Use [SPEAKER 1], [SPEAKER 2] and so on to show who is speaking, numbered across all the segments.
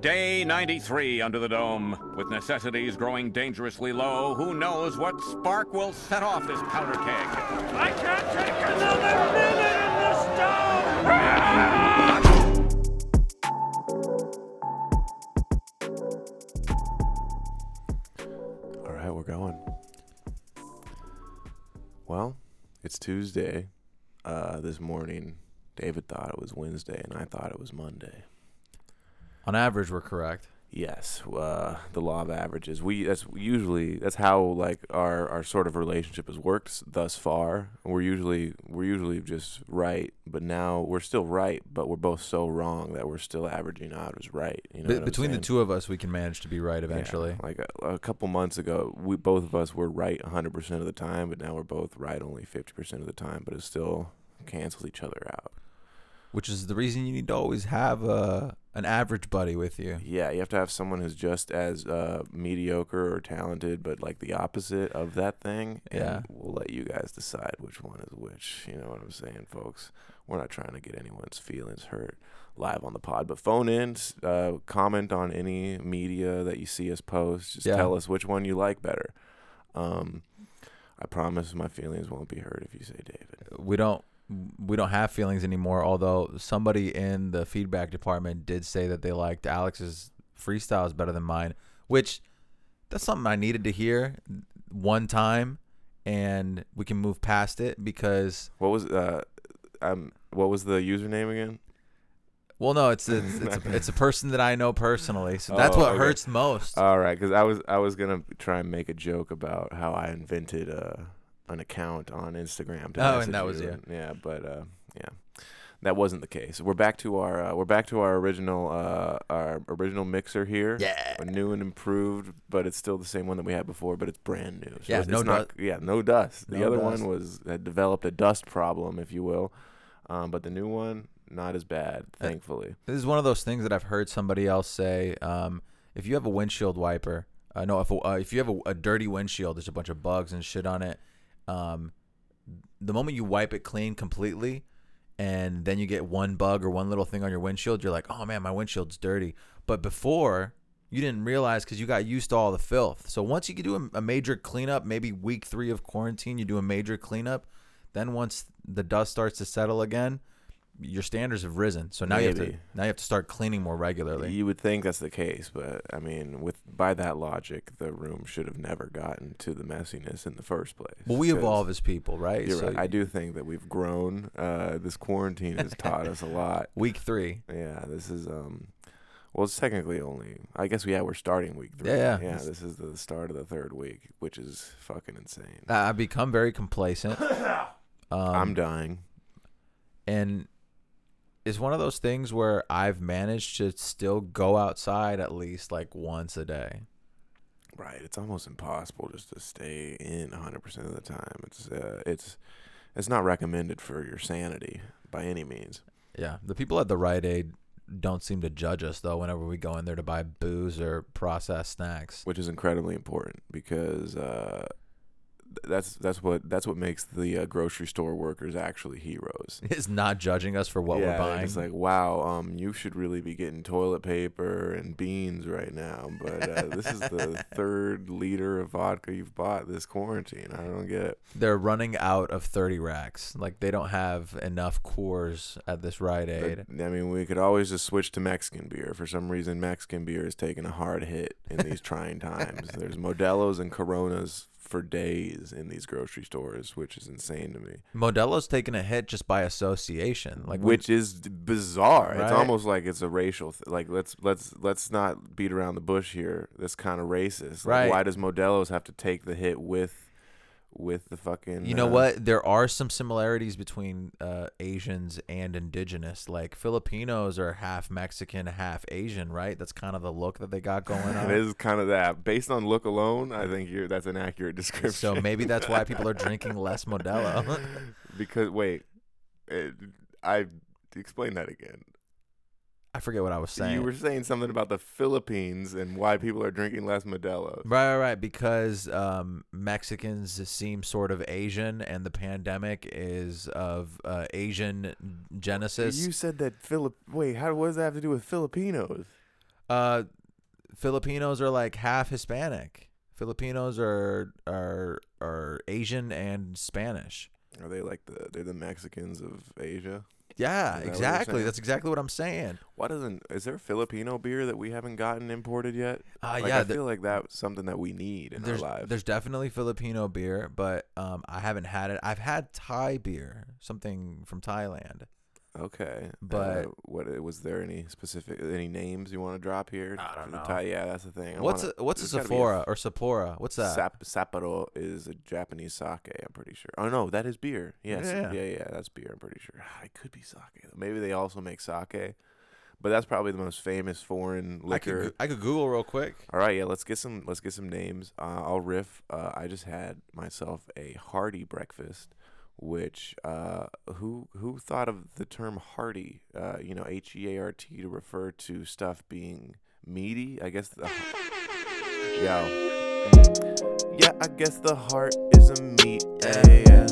[SPEAKER 1] Day 93 under the dome. With necessities growing dangerously low, who knows what spark will set off this powder keg?
[SPEAKER 2] I can't take another minute in this town!
[SPEAKER 3] All right, we're going. Well, it's Tuesday. Uh, this morning, David thought it was Wednesday, and I thought it was Monday.
[SPEAKER 4] On average, we're correct.
[SPEAKER 3] Yes, uh, the law of averages. We that's usually that's how like our, our sort of relationship has worked thus far. We're usually we're usually just right, but now we're still right, but we're both so wrong that we're still averaging out as right. You know,
[SPEAKER 4] Be-
[SPEAKER 3] what I'm
[SPEAKER 4] between the
[SPEAKER 3] saying?
[SPEAKER 4] two of us, we can manage to be right
[SPEAKER 3] Yeah,
[SPEAKER 4] eventually.
[SPEAKER 3] like a, a couple months ago, we both of us were right 100% of the time, but now we're both right only 50% of the time, but it still cancels each other out.
[SPEAKER 4] Which is the reason you need to always have uh, an average buddy with you.
[SPEAKER 3] Yeah, you have to have someone who's just as uh, mediocre or talented, but like the opposite of that thing. and
[SPEAKER 4] Yeah.
[SPEAKER 3] we'll let you guys decide which one is which. You know what I'm saying, folks? We're not trying to get anyone's feelings hurt live on the pod, but phone in, s- uh, comment on any media that you see us post. Just
[SPEAKER 4] Yeah.
[SPEAKER 3] tell us which one you like better. Um, I promise my feelings won't be hurt if you say David.
[SPEAKER 4] We don't we don't have feelings anymore. Although somebody in the feedback department did say that they liked Alex's freestyles better than mine, which that's something I needed to hear one time, and we can move past it because
[SPEAKER 3] What was uh, um, what was the username again?
[SPEAKER 4] well, no, it's it's it's, a, it's a person that I know personally, so that's
[SPEAKER 3] Oh,
[SPEAKER 4] what
[SPEAKER 3] okay. Uh,
[SPEAKER 4] hurts most.
[SPEAKER 3] All right, because I was I was gonna try and make a joke about how I invented uh, an account on Instagram. To
[SPEAKER 4] Oh,
[SPEAKER 3] message
[SPEAKER 4] and that was you.
[SPEAKER 3] Yeah, but uh, yeah, that wasn't the case. We're back to our uh, we're back to our original uh, our original mixer here.
[SPEAKER 4] yeah.
[SPEAKER 3] A new and improved, but it's still the same one that we had before, but it's brand new. So
[SPEAKER 4] Yeah,
[SPEAKER 3] it's,
[SPEAKER 4] no
[SPEAKER 3] it's not, Yeah, no dust. The
[SPEAKER 4] No
[SPEAKER 3] other
[SPEAKER 4] dust.
[SPEAKER 3] one was had developed a dust problem, if you will, um, but the new one not as bad,
[SPEAKER 4] Uh,
[SPEAKER 3] thankfully.
[SPEAKER 4] This is one of those things that I've heard somebody else say. Um, if you have a windshield wiper, uh, no, if uh, if you have a, a dirty windshield, there's a bunch of bugs and shit on it. Um, the moment you wipe it clean completely, and then you get one bug or one little thing on your windshield, you're like, oh man, my windshield's dirty. But before you didn't realize because you got used to all the filth. So once you do a, a major cleanup, maybe week three of quarantine, you do a major cleanup. Then once the dust starts to settle again, your standards have risen. So now you have to
[SPEAKER 3] Maybe.
[SPEAKER 4] now you have to start cleaning more regularly.
[SPEAKER 3] You would think that's the case, but I mean, with by that logic, the room should have never gotten to the messiness in the first place.
[SPEAKER 4] Well, we
[SPEAKER 3] 'cause
[SPEAKER 4] evolve as people, right?
[SPEAKER 3] You're
[SPEAKER 4] So
[SPEAKER 3] right. I do think that we've grown. Uh, this quarantine has taught us a lot.
[SPEAKER 4] Week three.
[SPEAKER 3] Yeah, this is um. Well, it's technically only. I guess yeah, we're starting week three.
[SPEAKER 4] Yeah, yeah.
[SPEAKER 3] yeah.
[SPEAKER 4] It's-
[SPEAKER 3] This is the start of the third week, which is fucking insane.
[SPEAKER 4] I- I've become very complacent. Um,
[SPEAKER 3] I'm dying.
[SPEAKER 4] and it's one of those things where I've managed to still go outside at least like once a day.
[SPEAKER 3] Right. It's almost impossible just to stay in 100% of the time. It's uh, it's it's not recommended for your sanity by any means.
[SPEAKER 4] Yeah, the people at the Rite Aid don't seem to judge us though. Whenever we go in there to buy booze or processed snacks,
[SPEAKER 3] which is incredibly important because uh, th- that's that's what that's what makes the uh, grocery store workers actually heroes.
[SPEAKER 4] is not judging us for what
[SPEAKER 3] yeah,
[SPEAKER 4] we're
[SPEAKER 3] they're
[SPEAKER 4] buying.
[SPEAKER 3] just like wow, um, you should really be getting toilet paper and beans right now, but uh, this is the third liter of vodka you've bought this quarantine. I don't get it.
[SPEAKER 4] They're running out of thirty racks. Like they don't have enough cores at this Rite Aid.
[SPEAKER 3] But, I mean, we could always just switch to Mexican beer. For some reason, Mexican beer is taking a hard hit in these trying times. There's Modelo's and Coronas for days in these grocery stores, which is insane to me.
[SPEAKER 4] Modelo's taking a hit just by association. Like we-
[SPEAKER 3] which is d- bizarre.
[SPEAKER 4] Right.
[SPEAKER 3] It's almost like it's a racial th- like let's let's let's not beat around the bush here. That's kind of racist. Like,
[SPEAKER 4] Right.
[SPEAKER 3] Why does Modelo's have to take the hit with with the fucking
[SPEAKER 4] You know
[SPEAKER 3] uh,
[SPEAKER 4] what? There are some similarities between uh, Asians and indigenous. Like Filipinos are half Mexican, half Asian, right? That's kind of the look that they got going on.
[SPEAKER 3] It is kind of that. Based on look alone, I think you're that's an accurate description.
[SPEAKER 4] So maybe that's why people are drinking less Modelo.
[SPEAKER 3] because wait, it, I explain that again.
[SPEAKER 4] I forget what I was saying.
[SPEAKER 3] You were saying something about the Philippines and why people are drinking less Modelo's.
[SPEAKER 4] right, right, right. Because um, Mexicans seem sort of Asian, and the pandemic is of uh, Asian genesis.
[SPEAKER 3] You said that Philip. Wait, how what does that have to do with Filipinos?
[SPEAKER 4] uh, Filipinos are like half Hispanic. Filipinos are are are Asian and Spanish.
[SPEAKER 3] Are they like the they're the Mexicans of Asia?
[SPEAKER 4] Yeah,
[SPEAKER 3] Is that what you're
[SPEAKER 4] exactly.
[SPEAKER 3] saying?
[SPEAKER 4] That's exactly what I'm saying.
[SPEAKER 3] Why doesn't is there Filipino beer that we haven't gotten imported yet?
[SPEAKER 4] Uh,
[SPEAKER 3] Like,
[SPEAKER 4] yeah,
[SPEAKER 3] I
[SPEAKER 4] the-
[SPEAKER 3] feel like that's something that we need in our
[SPEAKER 4] There's
[SPEAKER 3] lives.
[SPEAKER 4] there's definitely Filipino beer, but um, I haven't had it. I've had Thai beer, something from Thailand.
[SPEAKER 3] Okay,
[SPEAKER 4] But-
[SPEAKER 3] uh, what was there any specific any names you want to drop here?
[SPEAKER 4] I don't
[SPEAKER 3] For the
[SPEAKER 4] know.
[SPEAKER 3] Thai- yeah, that's the thing. I
[SPEAKER 4] What's
[SPEAKER 3] wanna-
[SPEAKER 4] a, what's a
[SPEAKER 3] there's gotta be
[SPEAKER 4] Sephora or Sappora? What's that?
[SPEAKER 3] Sap- Sapporo is a Japanese sake, I'm pretty sure. Oh no, that is beer. Yes,
[SPEAKER 4] Yeah.
[SPEAKER 3] yeah, yeah, that's beer. I'm pretty sure. Ah, It could be sake. though. Maybe they also make sake, but that's probably the most famous foreign
[SPEAKER 4] I could
[SPEAKER 3] liquor.
[SPEAKER 4] Goo- I could Google real quick.
[SPEAKER 3] All right, yeah, let's get some let's get some names. Uh, I'll riff. Uh, I just had myself a hearty breakfast, which uh, who who thought of the term hearty? Uh, you know, H E A R T to refer to stuff being meaty. I guess. The, yeah. Yeah, I guess the heart is a meat. Yeah, yeah.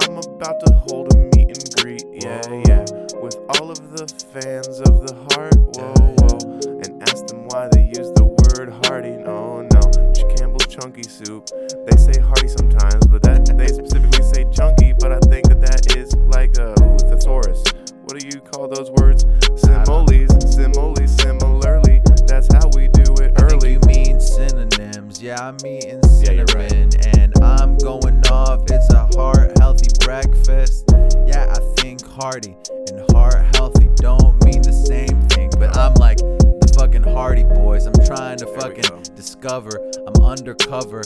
[SPEAKER 3] I'm about to hold a meet and greet. Yeah, yeah. With all of the fans of the heart. Whoa, whoa. And ask them why they use the word hearty. No, no. Ch- Campbell's chunky soup. They say hearty sometimes, but that they specifically say chunky. But I think that that is like a ooh, thesaurus. What do you call those words? Similes, similes, similarly. That's how we do it early.
[SPEAKER 4] you mean synonyms? Yeah, I'm eating
[SPEAKER 3] Yeah,
[SPEAKER 4] cinnamon,
[SPEAKER 3] you're right.
[SPEAKER 4] and I'm going off. It's a heart healthy breakfast. Yeah, I think hearty and heart healthy don't mean the same thing, but I'm like the fucking hearty boys. I'm trying to
[SPEAKER 3] There we
[SPEAKER 4] fucking
[SPEAKER 3] go.
[SPEAKER 4] discover. I'm undercover.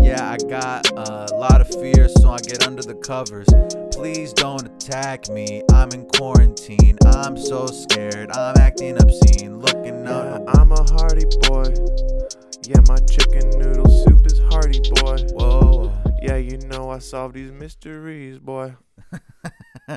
[SPEAKER 4] Yeah, I got a lot of fears, so I get under the covers. Please don't attack me. I'm in quarantine. I'm so scared. I'm acting obscene. Looking out.
[SPEAKER 3] Yeah, I'm a hearty boy. Yeah, my chicken noodle soup is hearty boy.
[SPEAKER 4] Whoa.
[SPEAKER 3] Yeah, you know I solve these mysteries, boy.
[SPEAKER 4] Uh,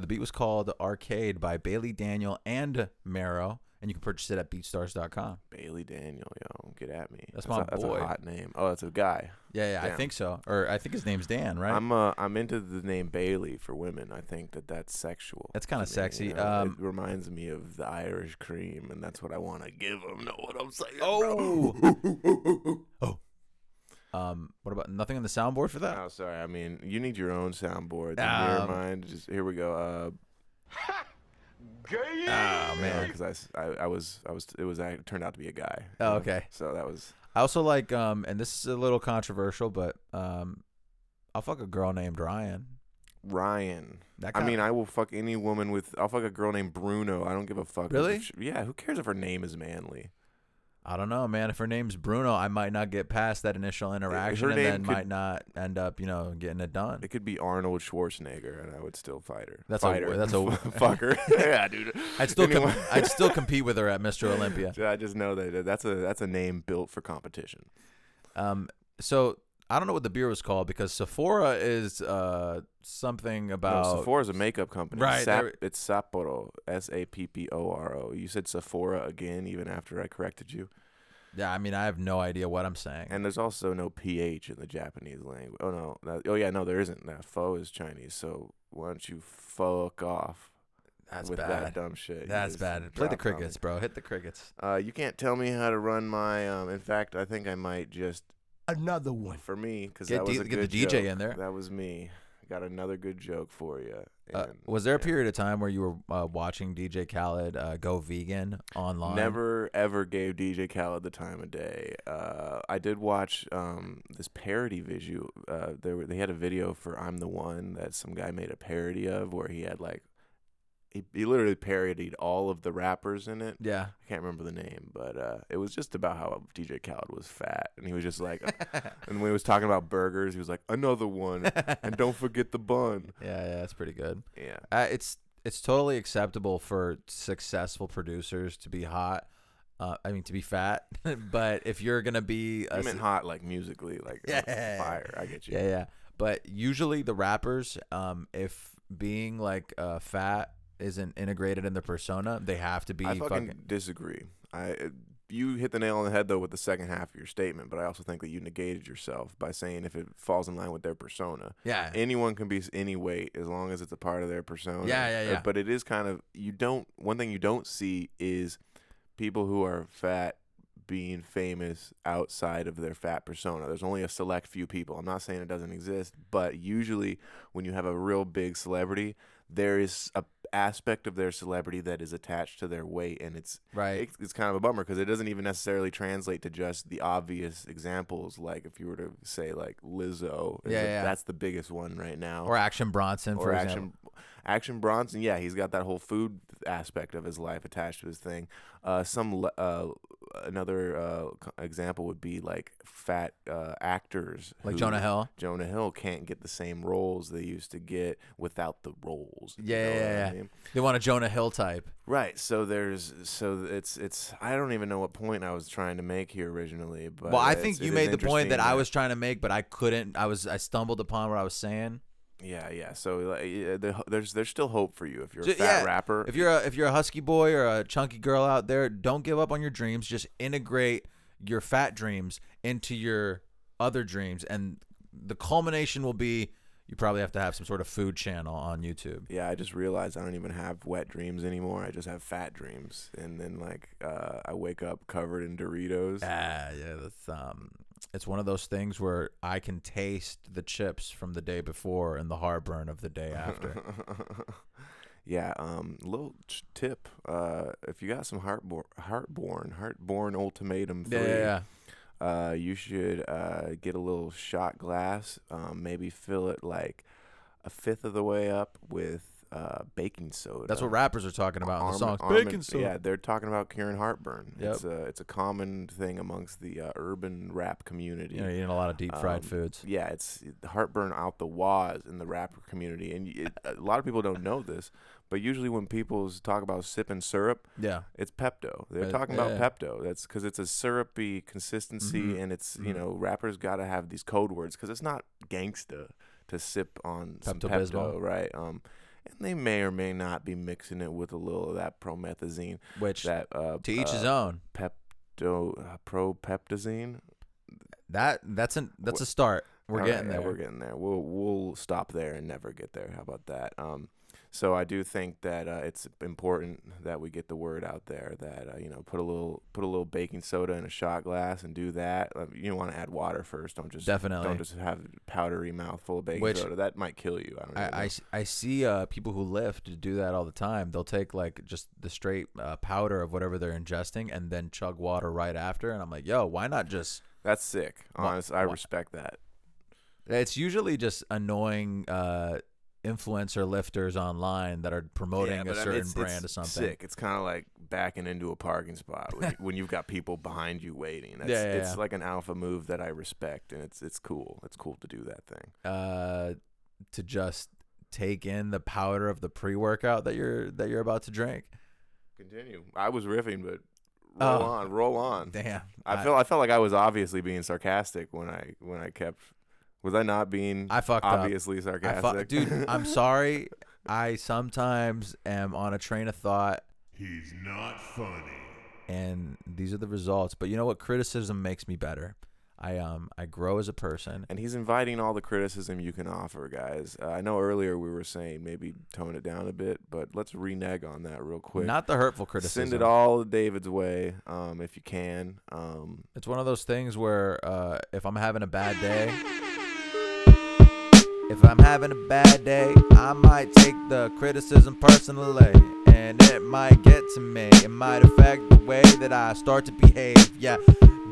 [SPEAKER 4] the beat was called Arcade by Bailey Daniel and Marrow, and you can purchase it at beatstars.com.
[SPEAKER 3] Bailey Daniel, yo, get at me.
[SPEAKER 4] That's my
[SPEAKER 3] a, That's
[SPEAKER 4] boy.
[SPEAKER 3] a hot name. Oh, that's a guy.
[SPEAKER 4] Yeah, yeah, I
[SPEAKER 3] Damn.
[SPEAKER 4] think so. Or I think his name's Dan, right?
[SPEAKER 3] I'm uh, I'm into the name Bailey for women. I think that that's sexual.
[SPEAKER 4] That's kinda
[SPEAKER 3] to me,
[SPEAKER 4] sexy.
[SPEAKER 3] You know?
[SPEAKER 4] Um,
[SPEAKER 3] it reminds me of the Irish cream, and that's what I want to give them. Know what I'm saying?
[SPEAKER 4] Oh. oh. Um, what about nothing on the soundboard for that?
[SPEAKER 3] Oh, sorry. I mean, you need your own soundboard.
[SPEAKER 4] Um,
[SPEAKER 3] Never mind. Just here we go. Uh,
[SPEAKER 4] Oh man.
[SPEAKER 3] because I s I I was, I was, it was, I turned out to be a guy. you
[SPEAKER 4] Oh,
[SPEAKER 3] know?
[SPEAKER 4] okay.
[SPEAKER 3] So that was
[SPEAKER 4] I also like um and this is a little controversial, but um I'll fuck a girl named Ryan.
[SPEAKER 3] Ryan.
[SPEAKER 4] That
[SPEAKER 3] I
[SPEAKER 4] kinda-
[SPEAKER 3] mean, I will fuck any woman with. I'll fuck a girl named Bruno. I don't give a fuck.
[SPEAKER 4] Really?
[SPEAKER 3] If she- yeah. Who cares if her name is manly?
[SPEAKER 4] I don't know, man. If her name's Bruno, I might not get past that initial interaction and
[SPEAKER 3] name
[SPEAKER 4] then
[SPEAKER 3] could-
[SPEAKER 4] might not end up, you know, getting it done.
[SPEAKER 3] It could be Arnold Schwarzenegger, and I would still fight her.
[SPEAKER 4] That's a-
[SPEAKER 3] fight her.
[SPEAKER 4] that's a-
[SPEAKER 3] fucker. yeah, dude.
[SPEAKER 4] I'd still com-
[SPEAKER 3] Anyway.
[SPEAKER 4] I'd still compete with her at Mr. Olympia.
[SPEAKER 3] I just know that that's a that's a name built for competition.
[SPEAKER 4] Um, so I don't know what the beer was called because Sephora is uh something
[SPEAKER 3] No,
[SPEAKER 4] about
[SPEAKER 3] Sephora's a makeup company.
[SPEAKER 4] Oh. Right,
[SPEAKER 3] Sap-
[SPEAKER 4] there-
[SPEAKER 3] it's Sapporo. S A P P O R O. You said Sephora again, even after I corrected you.
[SPEAKER 4] Yeah, I mean I have no idea what I'm saying.
[SPEAKER 3] And there's also no ph in the Japanese language. Oh no. that- oh yeah, no, there isn't. That pho is Chinese. So why don't you fuck off
[SPEAKER 4] That's
[SPEAKER 3] with
[SPEAKER 4] bad.
[SPEAKER 3] that dumb shit? You
[SPEAKER 4] That's
[SPEAKER 3] just
[SPEAKER 4] bad. Play the
[SPEAKER 3] drop on me.
[SPEAKER 4] crickets, bro. Hit the crickets.
[SPEAKER 3] Uh, you can't tell me how to run my. Um, in fact, I think I might just
[SPEAKER 2] Another one.
[SPEAKER 3] for me because
[SPEAKER 4] Get
[SPEAKER 3] that was
[SPEAKER 4] D-
[SPEAKER 3] a
[SPEAKER 4] get the
[SPEAKER 3] good
[SPEAKER 4] DJ
[SPEAKER 3] joke.
[SPEAKER 4] in there.
[SPEAKER 3] That was me. Got another good joke for you.
[SPEAKER 4] Uh, was there a period of time where you were uh, watching DJ Khaled uh, go vegan online?
[SPEAKER 3] Never ever gave DJ Khaled the time of day. Uh, I did watch um, this parody visual. Uh, they were they had a video for "I'm the One" that some guy made a parody of, where he had like he, he literally parodied all of the rappers in it.
[SPEAKER 4] Yeah.
[SPEAKER 3] I can't remember the name, but uh, it was just about how DJ Khaled was fat, and he was just like, and when he was talking about burgers, he was like, "Another one," and don't forget the bun.
[SPEAKER 4] Yeah, yeah, that's pretty good.
[SPEAKER 3] Yeah.
[SPEAKER 4] Uh, it's it's totally acceptable for successful producers to be hot. Uh, I mean, to be fat, but if you're gonna be a
[SPEAKER 3] I
[SPEAKER 4] s-
[SPEAKER 3] meant hot like musically, like uh,
[SPEAKER 4] Yeah.
[SPEAKER 3] fire. I get you.
[SPEAKER 4] Yeah, yeah. But usually the rappers, um, if being like uh, fat isn't integrated in their persona, they have to be
[SPEAKER 3] I
[SPEAKER 4] fucking.
[SPEAKER 3] fucking, disagree. I uh, you hit the nail on the head though with the second half of your statement, but I also think that you negated yourself by saying if it falls in line with their persona.
[SPEAKER 4] yeah,
[SPEAKER 3] Anyone can be s- any weight as long as it's a part of their persona.
[SPEAKER 4] Yeah, yeah,
[SPEAKER 3] Uh,
[SPEAKER 4] yeah.
[SPEAKER 3] But it is kind of you don't. One thing you don't see is people who are fat being famous outside of their fat persona. There's only a select few people. I'm not saying it doesn't exist, but usually when you have a real big celebrity, there is a aspect of their celebrity that is attached to their weight and it's
[SPEAKER 4] Right.
[SPEAKER 3] it's, it's kind of a bummer because it doesn't even necessarily translate to just the obvious examples like if you were to say like Lizzo is
[SPEAKER 4] Yeah,
[SPEAKER 3] a-
[SPEAKER 4] yeah.
[SPEAKER 3] that's the biggest one right now
[SPEAKER 4] or Action Bronson, for
[SPEAKER 3] or
[SPEAKER 4] example.
[SPEAKER 3] action action Bronson. Yeah, he's got that whole food aspect of his life attached to his thing. Uh, some le- uh, another uh, c- example would be like fat uh, actors
[SPEAKER 4] Like
[SPEAKER 3] who-
[SPEAKER 4] Jonah Hill?
[SPEAKER 3] Jonah Hill can't get the same roles they used to get without the roles. you
[SPEAKER 4] yeah,
[SPEAKER 3] know
[SPEAKER 4] yeah,
[SPEAKER 3] what
[SPEAKER 4] yeah,
[SPEAKER 3] I
[SPEAKER 4] yeah.
[SPEAKER 3] mean?
[SPEAKER 4] They want a Jonah Hill type.
[SPEAKER 3] Right. So there's so it's it's I don't even know what point I was trying to make here originally, but
[SPEAKER 4] well, I
[SPEAKER 3] it's-
[SPEAKER 4] think
[SPEAKER 3] it
[SPEAKER 4] you
[SPEAKER 3] is
[SPEAKER 4] made the point
[SPEAKER 3] interesting
[SPEAKER 4] that I was trying to make, but I couldn't. I was I stumbled upon what I was saying.
[SPEAKER 3] yeah yeah. So like, yeah, the, there's there's still hope for you if you're a
[SPEAKER 4] Ju-
[SPEAKER 3] fat rapper.
[SPEAKER 4] If you're a, if you're a husky boy or a chunky girl out there, don't give up on your dreams. Just integrate your fat dreams into your other dreams, and the culmination will be you probably have to have some sort of food channel on YouTube.
[SPEAKER 3] yeah, I just realized I don't even have wet dreams anymore. I just have fat dreams, and then like uh, I wake up covered in Doritos.
[SPEAKER 4] Ah, yeah, that's um, it's one of those things where I can taste the chips from the day before and the heartburn of the day after.
[SPEAKER 3] yeah, um, little ch- tip: uh, if you got some heartbor- heartborn, heartborn ultimatum three,
[SPEAKER 4] yeah, yeah, yeah.
[SPEAKER 3] uh, you should uh, get a little shot glass. Um, maybe fill it like a fifth of the way up with uh, baking soda.
[SPEAKER 4] that's what rappers are talking about in the
[SPEAKER 3] Armin-
[SPEAKER 4] songs.
[SPEAKER 3] Armin-
[SPEAKER 4] Bacon
[SPEAKER 3] Yeah,
[SPEAKER 4] soda.
[SPEAKER 3] they're talking about curing heartburn.
[SPEAKER 4] Yep.
[SPEAKER 3] It's a it's a common thing amongst the uh, urban rap community.
[SPEAKER 4] You know, you're eating a lot of deep
[SPEAKER 3] Um,
[SPEAKER 4] fried foods.
[SPEAKER 3] Yeah, it's heartburn out the waz in the rapper community, and it, a lot of people don't know this, but usually when people talk about sipping syrup,
[SPEAKER 4] Yeah.
[SPEAKER 3] it's Pepto. They're
[SPEAKER 4] Uh,
[SPEAKER 3] talking about
[SPEAKER 4] yeah.
[SPEAKER 3] Pepto. That's because it's a syrupy consistency, and it's you
[SPEAKER 4] mhm.
[SPEAKER 3] know rappers got to have these code words because it's not gangsta to sip on some
[SPEAKER 4] Pepto-Bismol.
[SPEAKER 3] Pepto, right? Um, and they may or may not be mixing it with a little of that promethazine,
[SPEAKER 4] Which
[SPEAKER 3] that uh,
[SPEAKER 4] to each
[SPEAKER 3] uh,
[SPEAKER 4] his own.
[SPEAKER 3] Pepto uh, propeptazine.
[SPEAKER 4] That that's an that's a start. We're
[SPEAKER 3] All
[SPEAKER 4] getting
[SPEAKER 3] right, yeah,
[SPEAKER 4] there.
[SPEAKER 3] We're getting there. We'll we'll stop there and never get there. How about that? Um, so I do think that uh, it's important that we get the word out there that uh, you know put a little put a little baking soda in a shot glass and do that. Uh, you want to add water first. Don't just
[SPEAKER 4] Definitely.
[SPEAKER 3] don't just have powdery mouthful of baking
[SPEAKER 4] Which-
[SPEAKER 3] soda. That might kill you. I don't really know.
[SPEAKER 4] I, I s- I see uh, people who lift do that all the time. They'll take like just the straight uh, powder of whatever they're ingesting and then chug water right after. And I'm like, yo, why not just?
[SPEAKER 3] That's sick.
[SPEAKER 4] Wha-
[SPEAKER 3] Honest, I
[SPEAKER 4] wha-
[SPEAKER 3] respect that.
[SPEAKER 4] It's usually just annoying uh, influencer lifters online that are promoting a
[SPEAKER 3] but I mean,
[SPEAKER 4] certain
[SPEAKER 3] it's- it's
[SPEAKER 4] brand or something.
[SPEAKER 3] Sick. It's kind of like backing into a parking spot when, when you've got people behind you waiting. That's,
[SPEAKER 4] Yeah, yeah,
[SPEAKER 3] it's
[SPEAKER 4] yeah.
[SPEAKER 3] like an alpha move that I respect, and it's it's cool. It's cool to do that thing.
[SPEAKER 4] Uh, to just take in the powder of the pre workout that you're that you're about to drink.
[SPEAKER 3] Continue. I was riffing, but roll
[SPEAKER 4] Oh.
[SPEAKER 3] on, roll on.
[SPEAKER 4] Damn,
[SPEAKER 3] I felt I felt like I was obviously being sarcastic when I when I kept. Was I not being
[SPEAKER 4] I fucked up.
[SPEAKER 3] obviously
[SPEAKER 4] I
[SPEAKER 3] sarcastic?
[SPEAKER 4] fu- dude, I'm sorry. I sometimes am on a train of thought. He's not funny. And these are the results. But you know what? Criticism makes me better. I um I grow as a person.
[SPEAKER 3] and he's inviting all the criticism you can offer, guys. Uh, I know earlier we were saying maybe tone it down a bit, but let's renege on that real quick.
[SPEAKER 4] Not the hurtful criticism.
[SPEAKER 3] Send it all David's way, um, if you can. Um,
[SPEAKER 4] It's one of those things where uh, if I'm having a bad day, if I'm having a bad day, I might take the criticism personally. And it might get to me. It might affect the way that I start to behave. Yeah.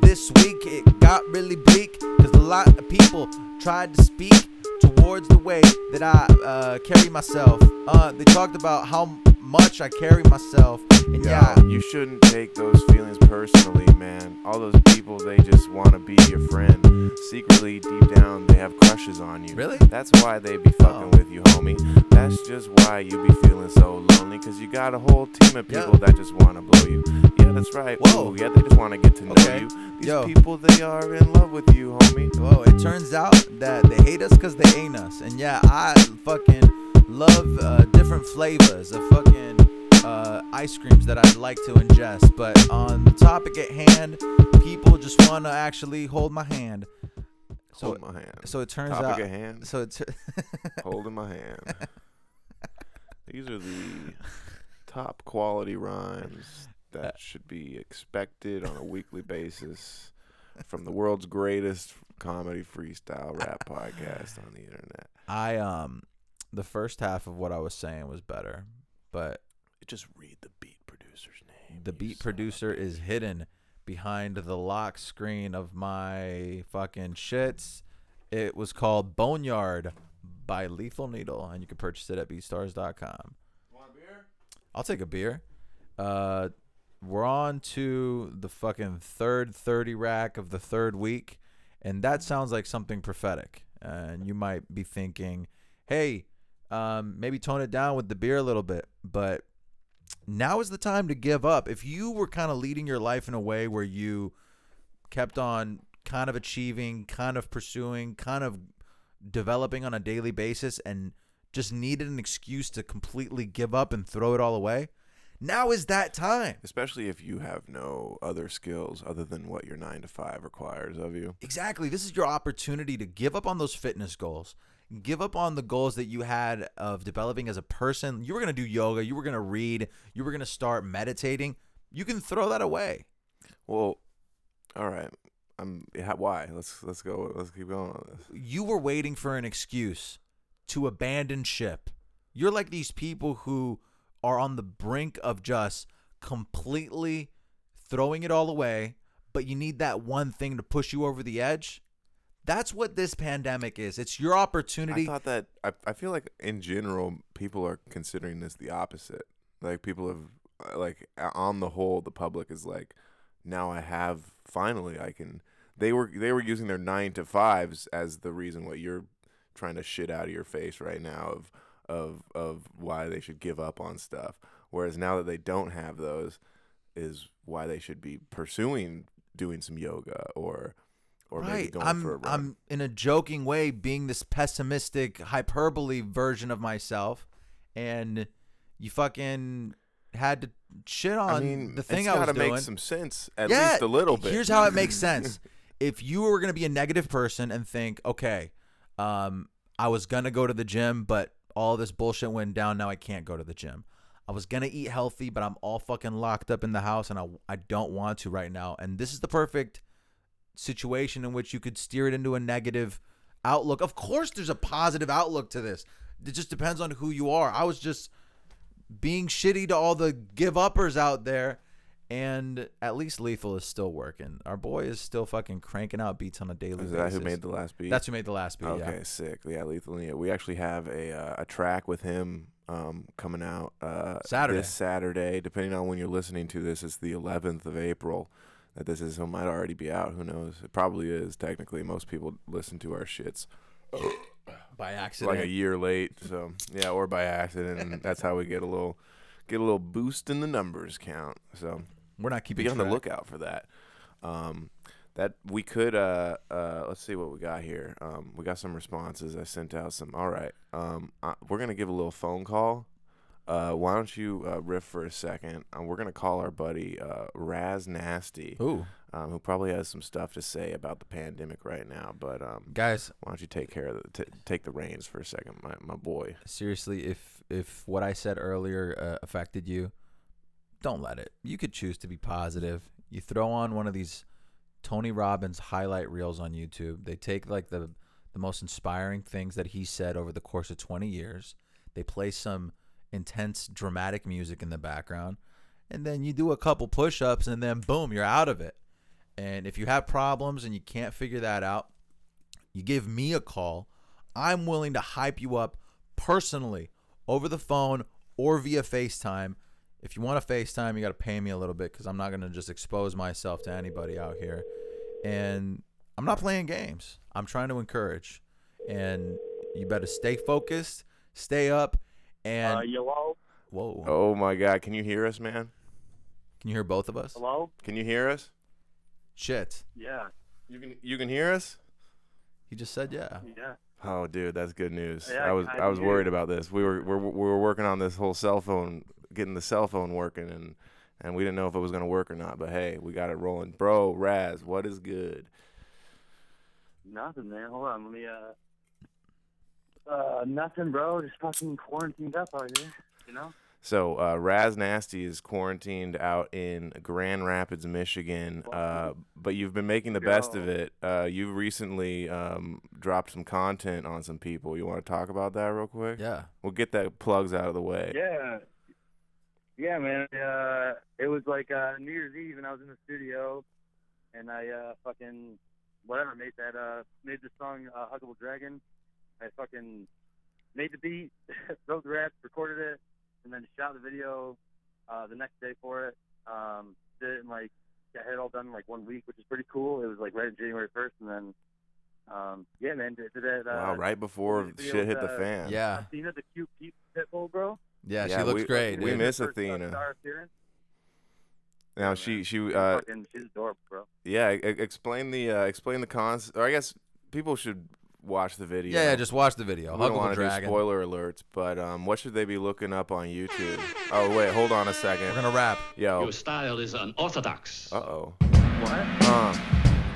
[SPEAKER 4] This week it got really bleak because a lot of people tried to speak towards the way that I uh, carry myself. Uh, they talked about how much I carry myself. And yeah,
[SPEAKER 3] you shouldn't take those feelings personally, man. All those people, they just want to be your friend. Secretly, deep down, they have crushes on you.
[SPEAKER 4] Really?
[SPEAKER 3] That's why they be fucking
[SPEAKER 4] Oh.
[SPEAKER 3] with you, homie. That's just why you be feeling so lonely, because you got a whole team of
[SPEAKER 4] Yeah.
[SPEAKER 3] people that just want to blow you. Yeah, that's right.
[SPEAKER 4] Whoa.
[SPEAKER 3] Ooh, yeah, they just want to get to know
[SPEAKER 4] Okay.
[SPEAKER 3] you. These
[SPEAKER 4] Yo.
[SPEAKER 3] people, they are in love with you, homie.
[SPEAKER 4] Well, it turns out that they hate us because they ain't us. And yeah, I fucking love uh, different flavors of fucking uh, ice creams that I'd like to ingest. But on the topic at hand, people just want to actually hold my hand. So,
[SPEAKER 3] Hold my hand.
[SPEAKER 4] so it turns
[SPEAKER 3] Topic
[SPEAKER 4] out.
[SPEAKER 3] at hand.
[SPEAKER 4] So it tur-
[SPEAKER 3] Holding my hand. These are the top quality rhymes that should be expected on a weekly basis from the world's greatest comedy freestyle rap podcast on the internet.
[SPEAKER 4] I um the first half of what I was saying was better, but
[SPEAKER 3] Just read the beat producer's name.
[SPEAKER 4] the
[SPEAKER 3] you
[SPEAKER 4] beat
[SPEAKER 3] son of a
[SPEAKER 4] producer is hidden behind the lock screen of my fucking shits. It was called Boneyard by Lethal Needle, and you can purchase it at beatstars.com. I'll take a beer. Uh, we're on to the fucking third 30 rack of the third week, and that sounds like something prophetic. And you might be thinking, hey, um, maybe tone it down with the beer a little bit, but now is the time to give up. If you were kind of leading your life in a way where you kept on kind of achieving, kind of pursuing, kind of developing on a daily basis and just needed an excuse to completely give up and throw it all away, now is that time.
[SPEAKER 3] especially if you have no other skills other than what your 9 to 5 requires of you.
[SPEAKER 4] Exactly. This is your opportunity to give up on those fitness goals. Give up on the goals that you had of developing as a person. You were going to do yoga, you were going to read, you were going to start meditating. You can throw that away.
[SPEAKER 3] Well, all right. I'm yeah, why? Let's let's go. Let's keep going on this.
[SPEAKER 4] you were waiting for an excuse to abandon ship. You're like these people who are on the brink of just completely throwing it all away, but you need that one thing to push you over the edge. That's what this pandemic is. It's your
[SPEAKER 3] I
[SPEAKER 4] opportunity.
[SPEAKER 3] thought that I, I feel like in general people are considering this the opposite. Like people have uh, like on the whole the public is like now I have finally I can they were they were using their 9 to 5s as the reason what you're trying to shit out of your face right now of of of why they should give up on stuff. Whereas now that they don't have those is why they should be pursuing doing some yoga or or maybe
[SPEAKER 4] right.
[SPEAKER 3] going
[SPEAKER 4] I'm,
[SPEAKER 3] for a run.
[SPEAKER 4] I'm in a joking way being this pessimistic hyperbole version of myself, and you fucking had to shit on the thing
[SPEAKER 3] it's
[SPEAKER 4] I was
[SPEAKER 3] gotta
[SPEAKER 4] doing.
[SPEAKER 3] make some sense at least a little bit.
[SPEAKER 4] Here's how it makes sense. if you were going to be a negative person and think, okay, um, I was going to go to the gym, but all this bullshit went down. Now I can't go to the gym. I was going to eat healthy, but I'm all fucking locked up in the house and I, I don't want to right now. And this is the perfect situation in which you could steer it into a negative outlook. Of course, there's a positive outlook to this. It just depends on who you are. I was just being shitty to all the give uppers out there. And at least Lethal is still working. Our boy is still fucking cranking out beats on a daily
[SPEAKER 3] Is that
[SPEAKER 4] basis.
[SPEAKER 3] who made the last beat?
[SPEAKER 4] That's who made the last beat.
[SPEAKER 3] okay, sick. Yeah, Lethal Leo. We actually have a uh, a track with him um, coming out uh,
[SPEAKER 4] Saturday.
[SPEAKER 3] This Saturday, depending on when you're listening to this, it's the 11th of April. That this is, it might already be out. Who knows? It probably is. Technically, most people listen to our shits
[SPEAKER 4] Yeah, by accident.
[SPEAKER 3] like a year late. So yeah, or by accident. and that's how we get a little get a little boost in the numbers count. So
[SPEAKER 4] We're not keeping
[SPEAKER 3] be on the
[SPEAKER 4] track.
[SPEAKER 3] lookout for that. Um, that we could uh, uh, let's see what we got here. Um, we got some responses. I sent out some. All right, um, I, we're gonna give a little phone call. Uh, why don't you uh, riff for a second? And we're gonna call our buddy uh, Raz Nasty,
[SPEAKER 4] Ooh,
[SPEAKER 3] um, who probably has some stuff to say about the pandemic right now. But um,
[SPEAKER 4] guys,
[SPEAKER 3] why don't you take care of the, t- take the reins for a second, my my boy?
[SPEAKER 4] seriously, if if what I said earlier uh, affected you, don't let it. You could choose to be positive. You throw on one of these Tony Robbins highlight reels on YouTube. They take like the the most inspiring things that he said over the course of 20 years. They play some intense dramatic music in the background, and then you do a couple push-ups and then boom, you're out of it. And if you have problems and you can't figure that out, you give me a call, I'm willing to hype you up personally over the phone or via FaceTime. If you want to FaceTime, you got to pay me a little bit because I'm not going to just expose myself to anybody out here. And I'm not playing games, I'm trying to encourage. And you better stay focused, stay up, and.
[SPEAKER 5] Uh, hello,
[SPEAKER 4] whoa.
[SPEAKER 3] Oh my God, can you hear us, man?
[SPEAKER 4] Can you hear both of us?
[SPEAKER 5] hello.
[SPEAKER 3] Can you hear us?
[SPEAKER 4] Shit.
[SPEAKER 5] Yeah,
[SPEAKER 3] You can you can hear us?
[SPEAKER 4] He just said yeah.
[SPEAKER 5] yeah.
[SPEAKER 3] Oh, dude, that's good news.
[SPEAKER 5] Yeah,
[SPEAKER 3] I was
[SPEAKER 5] kinda
[SPEAKER 3] I was
[SPEAKER 5] do.
[SPEAKER 3] worried about this. We were we're we were working on this whole cell phone, getting the cell phone working, and and we didn't know if it was gonna work or not. But hey, we got it rolling, bro. Raz, what is good?
[SPEAKER 5] Nothing, man. Hold on, let me. Uh, uh, nothing, bro. Just fucking quarantined up out here. You know.
[SPEAKER 3] So uh, Raz Nasty is quarantined out in Grand Rapids, Michigan. Uh, but you've been making the best of it. Uh, you recently um, dropped some content on some people. You want to talk about that real quick?
[SPEAKER 4] Yeah.
[SPEAKER 3] We'll get that plugs out of the way.
[SPEAKER 5] Yeah. Yeah, man. Uh, it was like uh, New Year's Eve, and I was in the studio, and I uh, fucking whatever made that uh, made the song uh, "Huggable Dragon." I fucking made the beat, wrote the raps, recorded it, and then shot the video uh, the next day for it. Um, did it in like I had it all done in like one week, which is pretty cool. It was like right on January first, and then um, yeah, man, did, did it. Uh,
[SPEAKER 3] Wow, right before
[SPEAKER 5] It was,
[SPEAKER 3] shit hit the
[SPEAKER 5] uh,
[SPEAKER 3] fan.
[SPEAKER 4] Yeah.
[SPEAKER 5] Athena, the cute peep pitbull, bro.
[SPEAKER 4] Yeah,
[SPEAKER 3] Yeah,
[SPEAKER 4] she looks
[SPEAKER 3] we-
[SPEAKER 4] great.
[SPEAKER 3] we
[SPEAKER 4] dude.
[SPEAKER 3] miss
[SPEAKER 5] First, uh,
[SPEAKER 3] Athena.
[SPEAKER 5] star appearance.
[SPEAKER 3] Now she she uh,
[SPEAKER 5] fucking, she's adorable, bro.
[SPEAKER 3] yeah. e- Explain the uh, explain the cons. Or I guess people should watch the video.
[SPEAKER 4] yeah, yeah, just watch the video.
[SPEAKER 3] We don't
[SPEAKER 4] Huggable
[SPEAKER 3] want to
[SPEAKER 4] Dragon.
[SPEAKER 3] do spoiler alerts, but um, what should they be looking up on YouTube? Oh wait, hold on a
[SPEAKER 4] We're
[SPEAKER 3] second.
[SPEAKER 4] gonna wrap.
[SPEAKER 3] Yo,
[SPEAKER 6] Your style is unorthodox.
[SPEAKER 3] uh oh.
[SPEAKER 5] What?
[SPEAKER 3] Uh,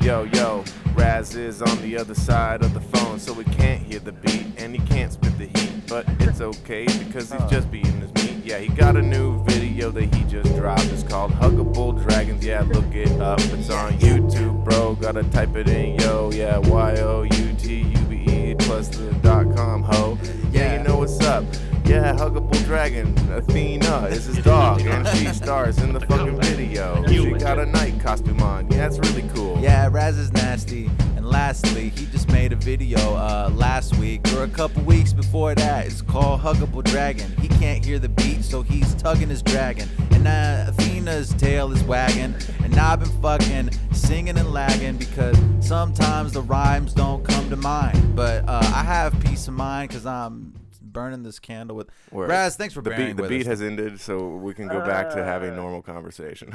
[SPEAKER 3] yo, yo, Raz is on the other side of the phone, so he can't hear the beat and he can't spit the heat. But it's okay because he's just beating his meat. Yeah, he got a new video that he just dropped. It's called Huggable Dragons. Yeah, look it up. It's on YouTube, bro. Gotta type it in, yo. Yeah, Y O U T U B E plus the dot com ho. Yeah,
[SPEAKER 4] Yeah.
[SPEAKER 3] you know what's up. Yeah, Huggable Dragon, Athena is his dog, and she stars in the fucking video. She got a night costume on. Yeah, it's really cool.
[SPEAKER 4] Yeah, Raz is nasty. And lastly, he just made a video uh, last week or a couple weeks before that. It's called Huggable Dragon. He can't hear the beat, so he's tugging his dragon. And now Athena's tail is wagging. And I've been fucking singing and lagging because sometimes the rhymes don't come to mind. But uh, I have peace of mind because I'm burning this candle with.
[SPEAKER 3] Word.
[SPEAKER 4] Raz, thanks for
[SPEAKER 3] The
[SPEAKER 4] bearing
[SPEAKER 3] beat, the
[SPEAKER 4] with
[SPEAKER 3] beat
[SPEAKER 4] us.
[SPEAKER 3] has ended, so we can go back to having normal conversation.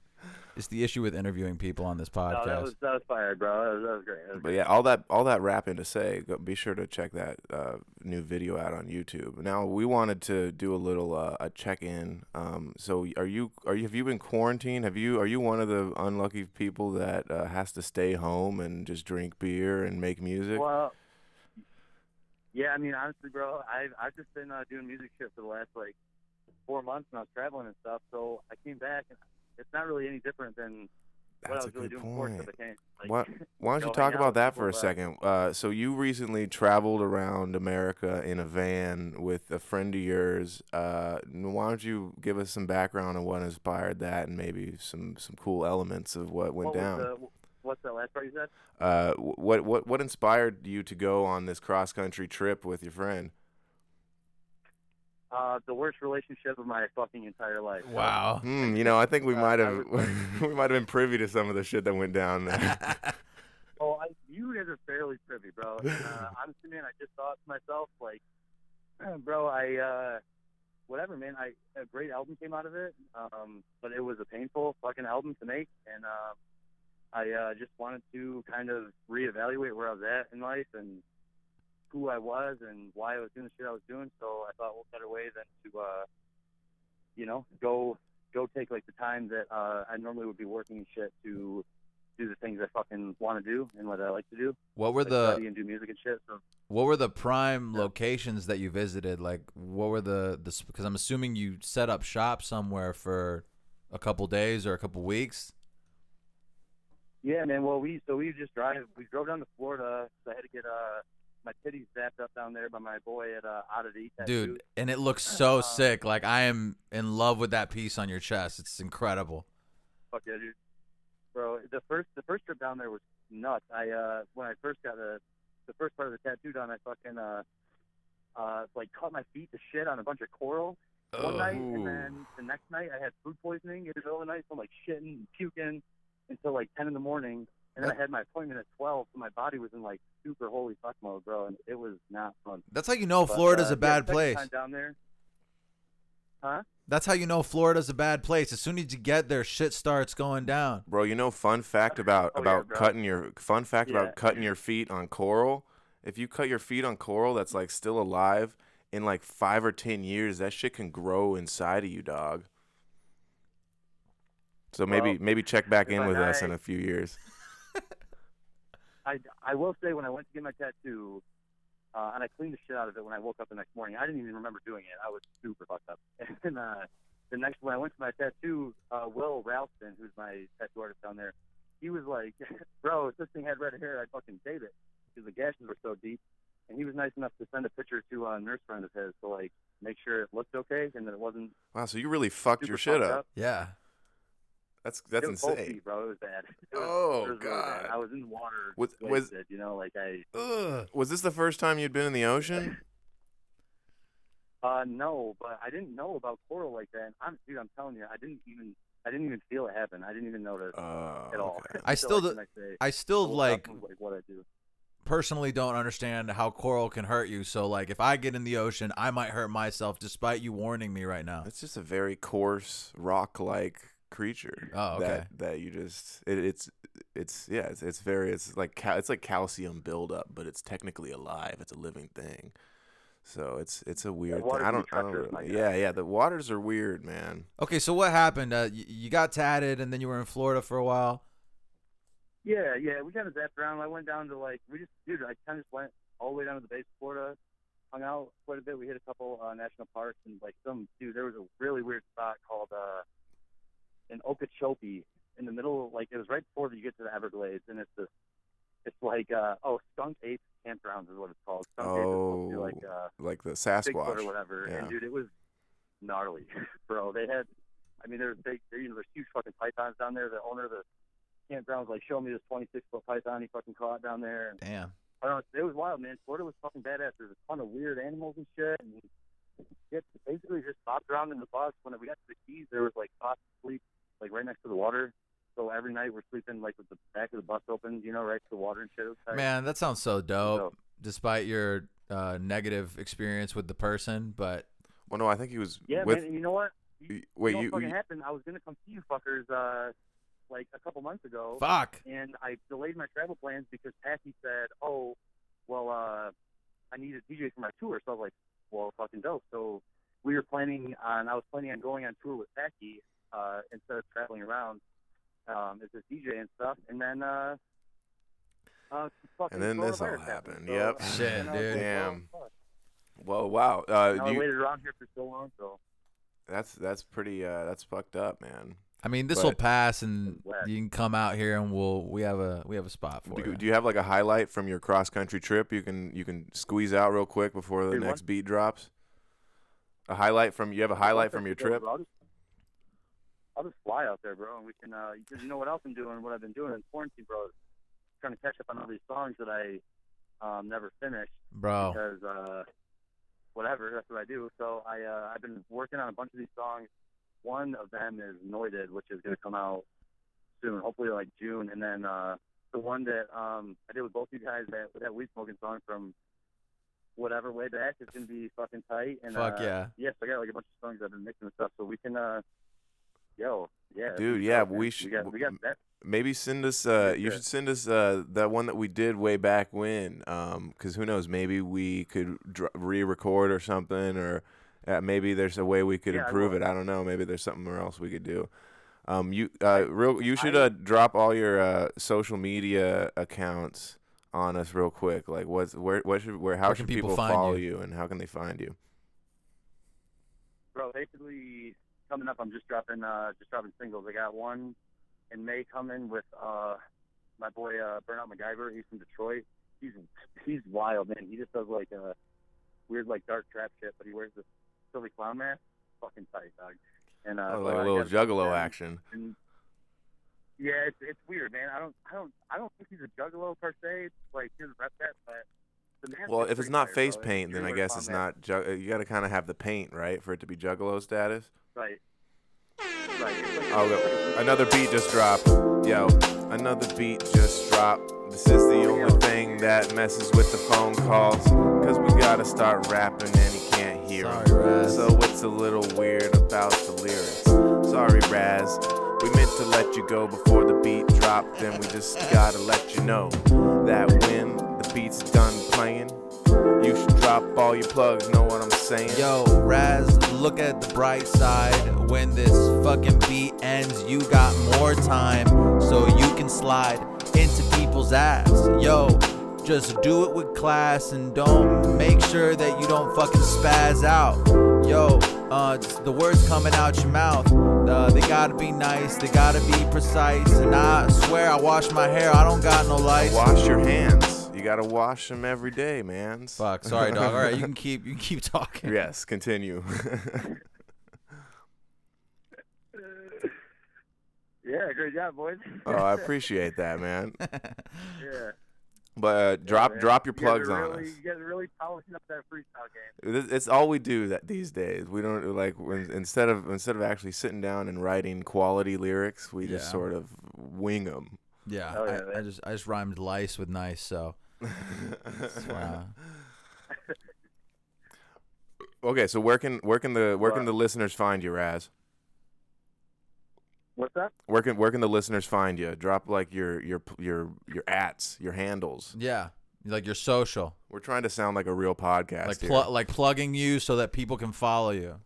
[SPEAKER 4] it's the issue with interviewing people on this podcast.
[SPEAKER 5] No, that was that was fire, bro. That was, that was great. That was
[SPEAKER 3] but yeah, all that all that rapping to say, go, be sure to check that uh, new video out on YouTube. Now we wanted to do a little uh, a check in. Um, so are you are you have you been quarantined? Have you are you one of the unlucky people that uh, has to stay home and just drink beer and make music?
[SPEAKER 5] great. Well, yeah, I mean, honestly, bro, I've I've just been uh, doing music shit for the last like four months, and I was traveling and stuff. So I came back, and it's not really any different than
[SPEAKER 3] That's
[SPEAKER 5] what I
[SPEAKER 3] a
[SPEAKER 5] was really
[SPEAKER 3] good
[SPEAKER 5] doing before.
[SPEAKER 3] point.
[SPEAKER 5] 'cause I can't, like,
[SPEAKER 3] Why, why don't you
[SPEAKER 5] go
[SPEAKER 3] talk
[SPEAKER 5] hang out
[SPEAKER 3] about
[SPEAKER 5] with
[SPEAKER 3] that for a
[SPEAKER 5] people, uh,
[SPEAKER 3] second? Uh, so you recently traveled around America in a van with a friend of yours. Uh, n- why don't you give us some background on what inspired that and maybe some, some cool elements of what went
[SPEAKER 5] what was
[SPEAKER 3] down?
[SPEAKER 5] the- what's that last part you said?
[SPEAKER 3] Uh, wh- what what what inspired you to go on this cross country trip with your friend?
[SPEAKER 5] Uh, the worst relationship of my fucking entire life.
[SPEAKER 4] wow.
[SPEAKER 3] Hmm, you know, I think we
[SPEAKER 5] Uh,
[SPEAKER 3] might
[SPEAKER 5] I
[SPEAKER 3] have we might have been privy to some of the shit that went down there.
[SPEAKER 5] Oh, I, you guys are fairly privy, bro. And, uh, honestly, man, I just thought to myself, like, bro, I, uh, whatever, man. I a great album came out of it, um, but it was a painful fucking album to make, and uh, I uh, just wanted to kind of reevaluate where I was at in life and who I was and why I was doing the shit I was doing. So I thought, what better way than to, uh, you know, go go take like the time that uh, I normally would be working and shit to do the things I fucking want to do and what I like to do,
[SPEAKER 4] What were
[SPEAKER 5] like
[SPEAKER 4] the
[SPEAKER 5] study and do music and shit. So
[SPEAKER 4] What were the prime locations that you visited? Like, what were the the? Because I'm assuming you set up shop somewhere for a couple days or a couple weeks.
[SPEAKER 5] Yeah, man. Well, we so we just drive. We drove down to Florida. So I had to get uh my titties zapped up down there by my boy at uh, Oddity Tattoo.
[SPEAKER 4] Dude, and it looks so
[SPEAKER 5] Uh,
[SPEAKER 4] sick. Like I am in love with that piece on your chest. It's incredible.
[SPEAKER 5] fuck yeah, dude. Bro, the first the first trip down there was nuts. I uh when I first got the the first part of the tattoo done, I fucking uh uh like cut my feet to shit on a bunch of coral one night,
[SPEAKER 3] Ooh.
[SPEAKER 5] and then the next night I had food poisoning in the middle of the night, so I'm like shitting and puking until like ten in the morning. And then I had my appointment at twelve, so my body was in like super holy fuck mode, bro, and it was not fun.
[SPEAKER 4] That's how you know
[SPEAKER 5] But,
[SPEAKER 4] Florida's
[SPEAKER 5] uh,
[SPEAKER 4] a bad
[SPEAKER 5] yeah, second
[SPEAKER 4] place.
[SPEAKER 5] time Down there, huh?
[SPEAKER 4] That's how you know Florida's a bad place. As soon as you get there, shit starts going down.
[SPEAKER 3] Bro, you know, fun fact about
[SPEAKER 5] Oh, yeah,
[SPEAKER 3] about
[SPEAKER 5] bro.
[SPEAKER 3] cutting your fun fact
[SPEAKER 5] Yeah.
[SPEAKER 3] about cutting your feet on coral. If you cut your feet on coral that's like still alive in like five or ten years, that shit can grow inside of you, dog. So maybe
[SPEAKER 5] Well,
[SPEAKER 3] maybe check back
[SPEAKER 5] if
[SPEAKER 3] in
[SPEAKER 5] I
[SPEAKER 3] with us
[SPEAKER 5] die-
[SPEAKER 3] in a few years.
[SPEAKER 5] I, I will say when I went to get my tattoo, Uh, and I cleaned the shit out of it when I woke up the next morning. I didn't even remember doing it. I was super fucked up. And then uh, the next when I went to my tattoo, uh, Will Ralston, who's my tattoo artist down there, he was like, "Bro, if this thing had red hair, I'd fucking date it because the gashes were so deep." And he was nice enough to send a picture to a nurse friend of his to like make sure it looked okay and that it wasn't
[SPEAKER 3] Wow, so you really fucked
[SPEAKER 5] super
[SPEAKER 3] your shit
[SPEAKER 5] fucked
[SPEAKER 3] up.
[SPEAKER 4] Yeah.
[SPEAKER 3] That's that's
[SPEAKER 5] it was both
[SPEAKER 3] insane.
[SPEAKER 5] feet, bro. It was bad. It
[SPEAKER 3] Oh,
[SPEAKER 5] was, it was really bad.
[SPEAKER 3] God.
[SPEAKER 5] I was in the water.
[SPEAKER 3] Was- was-
[SPEAKER 5] wasted, you know, like I
[SPEAKER 3] Was this the first time you'd been in the ocean?
[SPEAKER 5] Uh, no, but I didn't know about coral like that. And I'm, dude, I'm telling you, I didn't even, I didn't even feel it happen. I didn't even notice
[SPEAKER 3] Oh,
[SPEAKER 5] at all.
[SPEAKER 3] okay.
[SPEAKER 4] I
[SPEAKER 5] Until,
[SPEAKER 4] still
[SPEAKER 5] like, the next day,
[SPEAKER 4] I
[SPEAKER 5] I
[SPEAKER 4] still
[SPEAKER 5] woke up
[SPEAKER 4] like
[SPEAKER 5] and was like what I do.
[SPEAKER 4] personally don't understand how coral can hurt you. So like if I get in the ocean, I might hurt myself despite you warning me right now.
[SPEAKER 3] It's just a very coarse rock-like creature.
[SPEAKER 4] Oh, okay.
[SPEAKER 3] That, that you just it, it's it's yeah it's, it's very it's like cal- it's like calcium buildup, but it's technically alive. It's a living thing. So it's it's a weird. Thing.
[SPEAKER 5] water
[SPEAKER 3] I
[SPEAKER 5] can be
[SPEAKER 3] don't. I don't
[SPEAKER 5] treacherous, my
[SPEAKER 3] really-
[SPEAKER 5] guy.
[SPEAKER 3] yeah, yeah. The waters are weird, man.
[SPEAKER 4] Okay, so what happened? Uh, you, you got tatted and then you were in Florida for a while.
[SPEAKER 5] Yeah, yeah, we kind of zapped around. I went down to like, we just, dude, I kind of just went all the way down to the base of Florida, hung out quite a bit. We hit a couple uh, national parks and like some, dude, there was a really weird spot called uh, an Okeechobee in the middle, of, like it was right before you get to the Everglades, and it's this, it's like, uh, oh, skunk ape campgrounds is what it's called. Skunk ape is supposed to be like.
[SPEAKER 3] Oh.
[SPEAKER 5] Uh,
[SPEAKER 3] Like the
[SPEAKER 5] Bigfoot or
[SPEAKER 3] Sasquatch.
[SPEAKER 5] whatever.
[SPEAKER 3] Yeah.
[SPEAKER 5] And dude, it was gnarly, bro. They had, I mean, there's big, there, you know, there's huge fucking pythons down there. The owner of the campground was like, "Show me this 26 foot python he fucking caught down there." And
[SPEAKER 4] Damn.
[SPEAKER 5] I don't know, it was wild, man. Florida was fucking badass. There's a ton of weird animals and shit. And it basically just bopped around in the bus. When we got to the Keys, there was like spots to sleep, like right next to the water. So every night we're sleeping like with the back of the bus open, you know, right to the water and shit. It was tight.
[SPEAKER 4] Man, that sounds so dope.
[SPEAKER 3] oh,
[SPEAKER 5] So-
[SPEAKER 4] Despite your uh, negative experience with the person, but
[SPEAKER 3] Well, no, I think he was
[SPEAKER 5] yeah,
[SPEAKER 3] with.
[SPEAKER 5] man. And you know what?
[SPEAKER 3] y- Wait,
[SPEAKER 5] you know
[SPEAKER 3] you,
[SPEAKER 5] what fucking
[SPEAKER 3] you-
[SPEAKER 5] happened? I was gonna come see you fuckers uh, like a couple months ago,
[SPEAKER 4] fuck.
[SPEAKER 5] and I delayed my travel plans because Packy said, "Oh, well, uh, I need a DJ for my tour." So I was like, "Well, fucking dope." So we were planning on. I was planning on going on tour with Packy uh, instead of traveling around um, as a DJ and stuff, and then. Uh, uh, fucking
[SPEAKER 3] then this all
[SPEAKER 5] coronavirus
[SPEAKER 3] happened, yep.
[SPEAKER 5] So, uh,
[SPEAKER 4] Shit,
[SPEAKER 5] and I was
[SPEAKER 4] dude.
[SPEAKER 5] like,
[SPEAKER 3] Damn.
[SPEAKER 5] "Oh, fuck."
[SPEAKER 3] Whoa, wow. Uh,
[SPEAKER 5] And I
[SPEAKER 3] do you-
[SPEAKER 5] waited around here for so long, so
[SPEAKER 3] that's that's pretty. Uh, that's fucked up, man.
[SPEAKER 4] I mean, this will
[SPEAKER 3] But-
[SPEAKER 4] pass, and
[SPEAKER 5] Whack.
[SPEAKER 4] you can come out here, and we'll we have a we have a spot for
[SPEAKER 3] Do,
[SPEAKER 4] you.
[SPEAKER 3] do you have like a highlight from your cross country trip you can you can squeeze out real quick before the
[SPEAKER 5] Dude,
[SPEAKER 3] next
[SPEAKER 5] one-
[SPEAKER 3] beat drops? A highlight from you have a highlight from your trip?
[SPEAKER 5] I'll just, I'll just fly out there, bro, and we can. Uh, 'cause you know what else I'm doing? What I've been doing in quarantine, bro, is trying to catch up on all these songs that I um, never finished
[SPEAKER 3] Oh.
[SPEAKER 4] Bro,
[SPEAKER 5] because uh, whatever. That's what I do. So I uh, I've been working on a bunch of these songs. One of them is Noited, which is going to come out soon, hopefully like June, and then uh, the one that um, I did with both you guys that that weed smoking song from whatever way back is going to be fucking tight. And
[SPEAKER 4] fuck
[SPEAKER 5] uh,
[SPEAKER 4] yeah.
[SPEAKER 5] Yes, I got like a bunch of songs I've been mixing and stuff, so we can, uh, yo, yeah,
[SPEAKER 3] Dude, yeah,
[SPEAKER 5] man.
[SPEAKER 3] we should-
[SPEAKER 5] We got, we got that.
[SPEAKER 3] Maybe send us uh
[SPEAKER 5] Yeah,
[SPEAKER 3] you
[SPEAKER 5] sure.
[SPEAKER 3] should send us uh that one that we did way back when um cuz who knows maybe we could dr- re-record or something or uh, maybe there's a way we could
[SPEAKER 5] Yeah, I
[SPEAKER 3] improve
[SPEAKER 5] will.
[SPEAKER 3] it. I don't know. Maybe there's something else we could do. Um, you uh, real you should
[SPEAKER 5] I-
[SPEAKER 3] uh, drop all your uh, social media accounts on us real quick. Like what's where what should where how
[SPEAKER 4] Where can
[SPEAKER 3] should
[SPEAKER 4] people
[SPEAKER 3] people,
[SPEAKER 4] find
[SPEAKER 3] follow
[SPEAKER 4] you?
[SPEAKER 3] you? and how can they find you?
[SPEAKER 5] Bro, basically, coming up, I'm just dropping, uh, just dropping singles. I got one in May coming with, uh, my boy, uh, Burnout MacGyver. He's from Detroit. He's, he's wild, man. He just does like, uh, weird, like dark trap shit, but he wears this silly clown mask. Fucking tight, dog. And, uh,
[SPEAKER 3] Oh,
[SPEAKER 5] so
[SPEAKER 3] like
[SPEAKER 5] I
[SPEAKER 3] a little
[SPEAKER 5] got-
[SPEAKER 3] juggalo
[SPEAKER 5] and-
[SPEAKER 3] action.
[SPEAKER 5] and yeah, it's it's weird, man. I don't I don't I don't think he's a juggalo per se. Like he doesn't rep that, but the man's
[SPEAKER 3] Well,
[SPEAKER 5] been
[SPEAKER 3] if it's
[SPEAKER 5] pretty
[SPEAKER 3] not
[SPEAKER 5] fire,
[SPEAKER 3] face
[SPEAKER 5] bro.
[SPEAKER 3] paint,
[SPEAKER 5] It's
[SPEAKER 3] then I
[SPEAKER 5] pure
[SPEAKER 3] guess it's
[SPEAKER 5] combat.
[SPEAKER 3] not. Ju- you got to kind of have the paint right for it to be juggalo status.
[SPEAKER 5] Right. Right. It's like-
[SPEAKER 3] Oh, look, another beat just dropped. Yo, another beat just dropped. This is the only thing that messes with the phone calls. Cause we gotta start rapping and he can't hear
[SPEAKER 4] Sorry,
[SPEAKER 3] 'em.
[SPEAKER 4] Raz.
[SPEAKER 3] So what's a little weird about the lyrics? Sorry, Raz. We meant to let you go before the beat dropped, and we just gotta let you know that when the beat's done playing, you should drop all your plugs, know what I'm saying?
[SPEAKER 4] Yo, Raz, look at the bright side. When this fucking beat ends, you got more time so you can slide into people's ass. Yo, Just do it with class and don't make sure that you don't fucking spaz out. Yo, uh, just the words coming out your mouth. Uh, they gotta be nice, they gotta be precise. And I swear I wash my hair, I don't got no lights.
[SPEAKER 3] Wash your hands. You gotta wash them every day, man.
[SPEAKER 4] Fuck, sorry, dog. All right, you can keep you can keep talking.
[SPEAKER 3] Yes, continue.
[SPEAKER 5] Yeah, great job, boys.
[SPEAKER 3] oh, I appreciate that, man.
[SPEAKER 5] yeah.
[SPEAKER 3] But uh, drop
[SPEAKER 5] man.
[SPEAKER 3] drop your
[SPEAKER 5] You guys are
[SPEAKER 3] plugs on
[SPEAKER 5] really-
[SPEAKER 3] us.
[SPEAKER 5] You guys are really polishing up that freestyle game.
[SPEAKER 3] It- It's all we do that these days. We don't like when, instead of instead of actually sitting down and writing quality lyrics, we
[SPEAKER 4] Yeah.
[SPEAKER 3] just sort of wing them.
[SPEAKER 4] Yeah,
[SPEAKER 5] Oh, yeah,
[SPEAKER 4] I, I just I just rhymed lice with nice, so wow.
[SPEAKER 3] okay, so where can where can the where can
[SPEAKER 5] Wow.
[SPEAKER 3] the listeners find you, Raz?
[SPEAKER 5] What's up?
[SPEAKER 3] Where can where can the listeners find you? Drop like your your your your ats, your handles.
[SPEAKER 4] yeah, like your social,
[SPEAKER 3] We're trying to sound like a real podcast.
[SPEAKER 4] like
[SPEAKER 3] here.
[SPEAKER 4] pl- like plugging you so that people can follow you.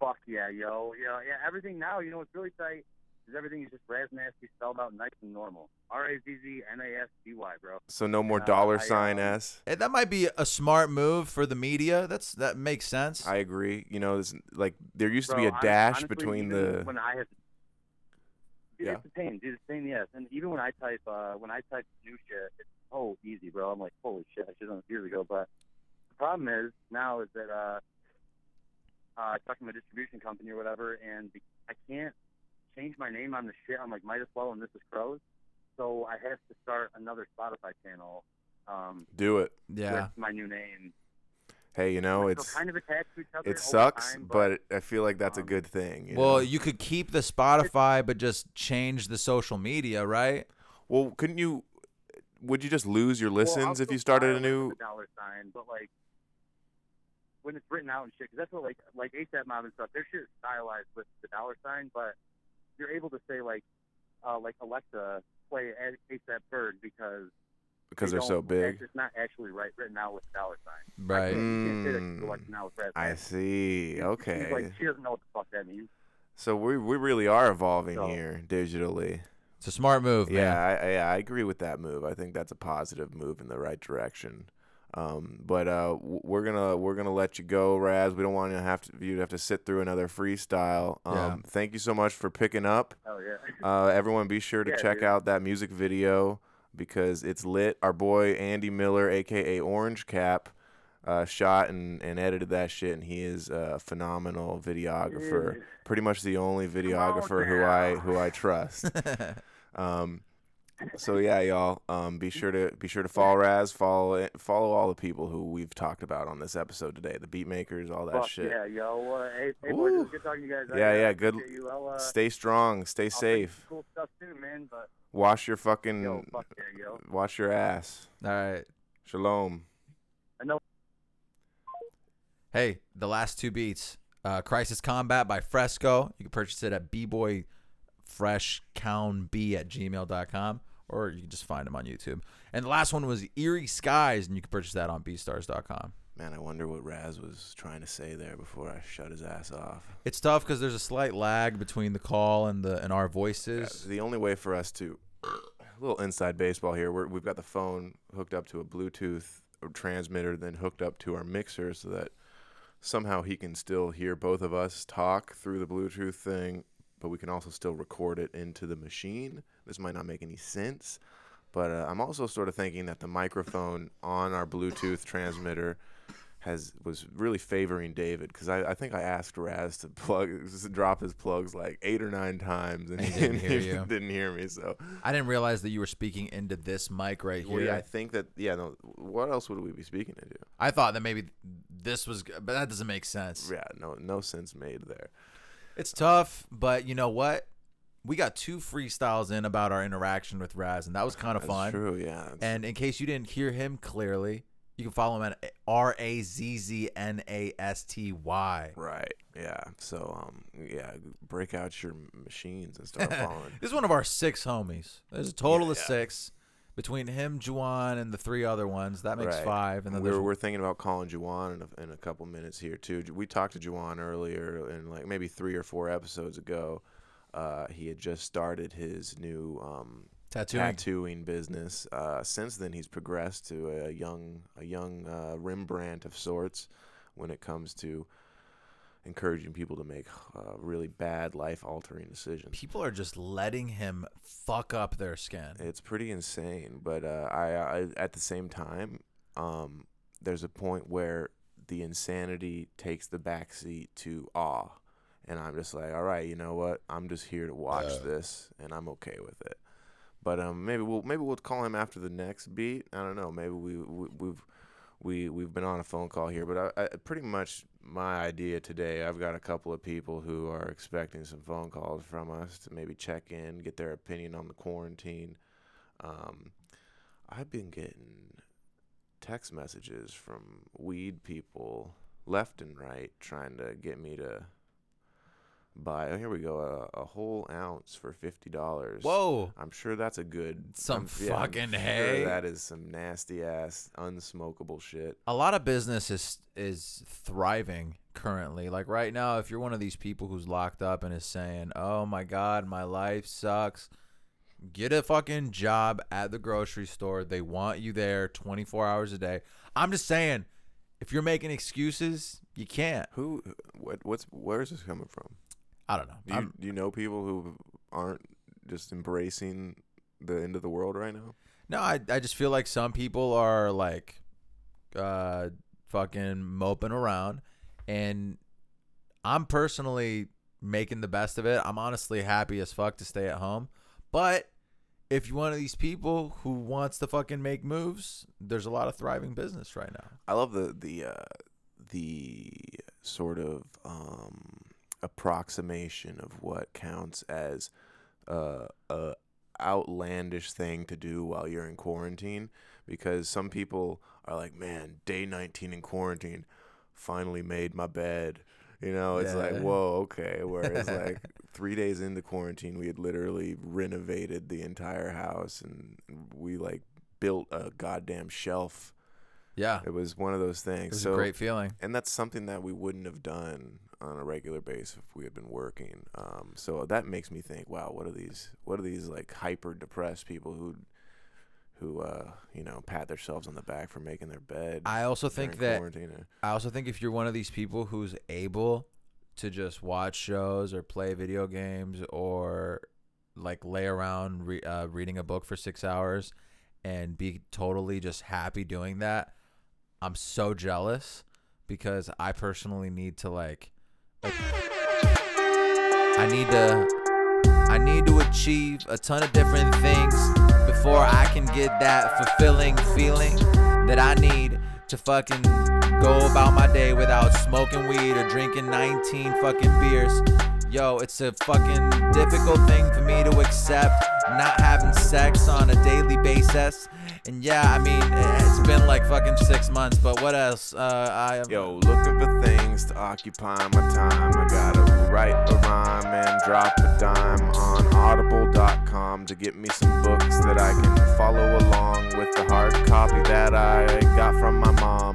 [SPEAKER 5] Fuck yeah, yo. Yeah, yeah. Everything now, you know, what's really tight is everything is just Raz Nasty spelled out nice and normal. R A Z Z N A S T Y, bro.
[SPEAKER 3] so no more
[SPEAKER 5] Uh,
[SPEAKER 3] dollar
[SPEAKER 5] I,
[SPEAKER 3] sign
[SPEAKER 5] um,
[SPEAKER 3] s.
[SPEAKER 4] Hey, that might be a smart move for the media. That's that makes sense.
[SPEAKER 3] I agree. You know, this, like there used to
[SPEAKER 5] Bro,
[SPEAKER 3] be a
[SPEAKER 5] hon-
[SPEAKER 3] dash
[SPEAKER 5] honestly,
[SPEAKER 3] between
[SPEAKER 5] even
[SPEAKER 3] the
[SPEAKER 5] When I have, dude,
[SPEAKER 3] Yeah.
[SPEAKER 5] it's a pain. Dude, it's a pain. Yes, and even when I type, uh, when I type new shit, it's so easy, bro. I'm like, holy shit, I should have done this years ago. But the problem is now is that uh, uh, I talked to my distribution company or whatever, and be- I can't change my name on the shit. I'm like, might as well, and this is Crows. So I have to start another Spotify channel um,
[SPEAKER 3] do it.
[SPEAKER 4] yeah,
[SPEAKER 5] with my new name.
[SPEAKER 3] Hey, you know,
[SPEAKER 5] We're
[SPEAKER 3] it's
[SPEAKER 5] still kind of attached to each other. over
[SPEAKER 3] it sucks,
[SPEAKER 5] time,
[SPEAKER 3] but, I feel like that's a
[SPEAKER 5] um,
[SPEAKER 3] good thing. you
[SPEAKER 4] Well,
[SPEAKER 3] know?
[SPEAKER 4] you could keep the Spotify, but just change the social media, right?
[SPEAKER 3] well, couldn't you? Would you just lose your
[SPEAKER 5] Well, I'll
[SPEAKER 3] listens if
[SPEAKER 5] still
[SPEAKER 3] you started
[SPEAKER 5] file
[SPEAKER 3] a
[SPEAKER 5] it
[SPEAKER 3] new?
[SPEAKER 5] with a dollar sign, but like when it's written out and shit, 'cause that's what like like ASAP Mob and stuff. Their shit is stylized with the dollar sign, but you're able to say like uh, like Alexa play A- ASAP Bird because
[SPEAKER 3] Because
[SPEAKER 5] they
[SPEAKER 3] they're so
[SPEAKER 5] don't-
[SPEAKER 3] big.
[SPEAKER 5] It's not actually right written out with a dollar sign.
[SPEAKER 4] Right.
[SPEAKER 5] You can't say that
[SPEAKER 3] Mm,
[SPEAKER 5] to Alexa now with red.
[SPEAKER 3] I
[SPEAKER 5] sign.
[SPEAKER 3] see.
[SPEAKER 5] She's
[SPEAKER 3] Okay,
[SPEAKER 5] like she doesn't know what the fuck that means.
[SPEAKER 3] so we we really are evolving
[SPEAKER 5] So-
[SPEAKER 3] here digitally.
[SPEAKER 4] It's a smart move, man.
[SPEAKER 3] Yeah, I, I, yeah, I agree with that move. I think that's a positive move in the right direction. Um, but uh, w- we're gonna we're gonna let you go, Raz. We don't want to have to you to have to sit through another freestyle. Um,
[SPEAKER 4] Yeah.
[SPEAKER 3] Thank you so much for picking up.
[SPEAKER 5] Oh yeah.
[SPEAKER 3] Uh, everyone, be sure to
[SPEAKER 5] Yeah,
[SPEAKER 3] check
[SPEAKER 5] dude.
[SPEAKER 3] out that music video because it's lit. Our boy Andy Miller, aka Orange Cap, uh, shot and, and edited that shit, and he is a phenomenal videographer.
[SPEAKER 5] Yeah.
[SPEAKER 3] Pretty much the only videographer who I
[SPEAKER 5] now.
[SPEAKER 3] who I trust. um, so yeah, y'all, um, be sure to be sure to follow Raz, follow follow all the people who we've talked about on this episode today, the beat makers, all that
[SPEAKER 5] fuck
[SPEAKER 3] shit.
[SPEAKER 5] yeah, yo. Uh, hey, hey boys, it was
[SPEAKER 3] Ooh.
[SPEAKER 5] good talking to you guys. I,
[SPEAKER 3] Yeah,
[SPEAKER 5] uh,
[SPEAKER 3] yeah, good-
[SPEAKER 5] appreciate You. I'll, uh,
[SPEAKER 3] Stay strong, stay
[SPEAKER 5] I'll send you
[SPEAKER 3] safe.
[SPEAKER 5] Cool stuff soon, man. But
[SPEAKER 3] Wash your fucking
[SPEAKER 5] yo, fuck yeah, yo.
[SPEAKER 3] wash your ass.
[SPEAKER 4] All right.
[SPEAKER 3] Shalom.
[SPEAKER 4] Hey, the last two beats. Uh, Crisis Combat by Fresco. You can purchase it at bboyfreshcownb at gmail.com or you can just find them on YouTube. And the last one was Eerie Skies, and you can purchase that on bstars.com.
[SPEAKER 3] Man, I wonder what Raz was trying to say there before I shut his ass off.
[SPEAKER 4] It's tough because there's a slight lag between the call and the and our
[SPEAKER 3] That's
[SPEAKER 4] voices.
[SPEAKER 3] the only way for us to a little inside baseball here. We're, we've got the phone hooked up to a Bluetooth transmitter, then hooked up to our mixer, so that somehow he can still hear both of us talk through the Bluetooth thing, but we can also still record it into the machine. This might not make any sense, but uh, I'm also sort of thinking that the microphone on our Bluetooth transmitter has was really favoring David because I, I think I asked Raz to plug to drop his plugs like eight or nine times and he
[SPEAKER 4] didn't
[SPEAKER 3] didn't,
[SPEAKER 4] hear you.
[SPEAKER 3] didn't hear me. So
[SPEAKER 4] I didn't realize that you were speaking into this mic right here.
[SPEAKER 3] well, yeah, I think that yeah. No, what else would we be speaking into?
[SPEAKER 4] I thought that maybe this was, g- but that doesn't make sense.
[SPEAKER 3] Yeah, no, no sense made there.
[SPEAKER 4] It's tough, but you know what? We got two freestyles in about our interaction with Raz, and that was kind of
[SPEAKER 3] That's
[SPEAKER 4] fun.
[SPEAKER 3] true. Yeah, it's-
[SPEAKER 4] And in case you didn't hear him clearly, you can follow him at R A Z Z N A S T Y.
[SPEAKER 3] Right. Yeah. So um yeah, break out your m- machines and start following.
[SPEAKER 4] This is one of our six homies. There's a total of
[SPEAKER 3] Yeah.
[SPEAKER 4] six between him, Juwan, and the three other ones. That makes
[SPEAKER 3] Right.
[SPEAKER 4] five. And then
[SPEAKER 3] we're
[SPEAKER 4] there's
[SPEAKER 3] we're thinking about calling Juwan in a, in a couple minutes here too. Ju- We talked to Juwan earlier and like maybe 3 or 4 episodes ago. Uh, he had just started his new um
[SPEAKER 4] Tattooing.
[SPEAKER 3] tattooing business. Uh, since then, he's progressed to a young a young uh, Rembrandt of sorts when it comes to encouraging people to make uh, really bad life altering decisions.
[SPEAKER 4] People are just letting him fuck up their skin.
[SPEAKER 3] It's pretty insane, but uh, I, I at the same time, um, there's a point where the insanity takes the backseat to awe, and I'm just like, all right, you know what? I'm just here to watch this, and I'm okay with it. But um, maybe we'll maybe we'll call him after the next beat. I don't know. Maybe we, we we've we we've been on a phone call here, but I, I pretty much my idea today. I've got a couple of people who are expecting some phone calls from us to maybe check in, get their opinion on the quarantine. Um, I've been getting text messages from weed people left and right trying to get me to buy. Oh, here we go, a, a whole ounce for fifty dollars.
[SPEAKER 4] Whoa.
[SPEAKER 3] I'm sure that's a good
[SPEAKER 4] Some
[SPEAKER 3] I'm-
[SPEAKER 4] fucking
[SPEAKER 3] sure
[SPEAKER 4] hay.
[SPEAKER 3] That is some nasty ass unsmokable shit.
[SPEAKER 4] a lot of business is is thriving currently. Like right now, if you're one of these people who's locked up and is saying, "Oh my god, my life sucks," get a fucking job at the grocery store. They want you there 24 hours a day. I'm just saying, if you're making excuses, you can't.
[SPEAKER 3] Who? What? What's? Where is this coming from?
[SPEAKER 4] I don't know.
[SPEAKER 3] Do you,
[SPEAKER 4] I'm-
[SPEAKER 3] do you know people who aren't just embracing the end of the world right now?
[SPEAKER 4] no, I I just feel like some people are like, uh, fucking moping around, and I'm personally making the best of it. I'm honestly happy as fuck to stay at home. But if you're one of these people who wants to fucking make moves, there's a lot of thriving business right now.
[SPEAKER 3] I love the the uh, the sort of um, approximation of what counts as uh, a outlandish thing to do while you're in quarantine, because some people are like, "Man, day 19 in quarantine, finally made my bed." You know, it's like,
[SPEAKER 4] Yeah.
[SPEAKER 3] whoa, okay. Whereas, like, three days into quarantine, we had literally renovated the entire house and we, like, built a goddamn shelf
[SPEAKER 4] Yeah, it
[SPEAKER 3] it was one of those things.
[SPEAKER 4] was
[SPEAKER 3] so,
[SPEAKER 4] a great feeling.
[SPEAKER 3] and that's something that we wouldn't have done on a regular basis if we had been working. Um, so that makes me think, wow, what are these? What are these like hyper depressed people who, who uh, you know, pat themselves on the back for making their bed?
[SPEAKER 4] I also think
[SPEAKER 3] during
[SPEAKER 4] that
[SPEAKER 3] quarantine?
[SPEAKER 4] I also think if you're one of these people who's able to just watch shows or play video games or like lay around re- uh, reading a book for six hours and be totally just happy doing that, I'm so jealous because I personally need to like. a- I need to. I need to achieve a ton of different things before I can get that fulfilling feeling that I need to fucking go about my day without smoking weed or drinking 19 fucking beers. Yo, it's a fucking difficult thing for me to accept not having sex on a daily basis. And yeah, I mean, it's been like fucking six months, but what else? Uh, I am.
[SPEAKER 3] Yo, looking for things to occupy my time. I gotta write a rhyme and drop a dime on audible.com to get me some books that I can follow along with the hard copy that I got from my mom.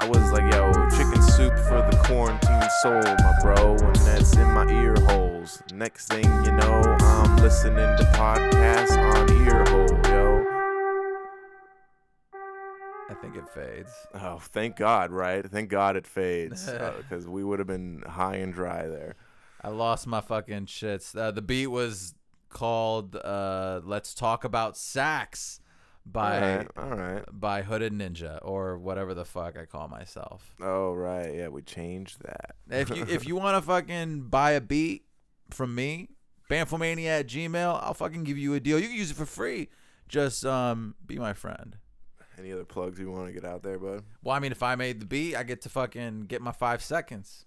[SPEAKER 3] I was like, yo, chicken soup for the quarantine soul, my bro, and that's in my ear holes. Next thing you know, I'm listening to podcasts on earhole, yo.
[SPEAKER 4] I think it fades.
[SPEAKER 3] Oh, thank God, right? Thank God it fades because we would have been high and dry there.
[SPEAKER 4] I lost my fucking shits. Uh, the beat was called uh, "Let's Talk About Sax" by
[SPEAKER 3] All right, all right.
[SPEAKER 4] by Hooded Ninja or whatever the fuck I call myself.
[SPEAKER 3] Oh, right. Yeah, we changed that.
[SPEAKER 4] If you if you want to fucking buy a beat from me, Banfomania at Gmail, I'll fucking give you a deal. You can use it for free. Just um, be my friend.
[SPEAKER 3] Any other plugs you want to get out there, bud?
[SPEAKER 4] Well, I mean, if I made the beat, I get to fucking get my five seconds.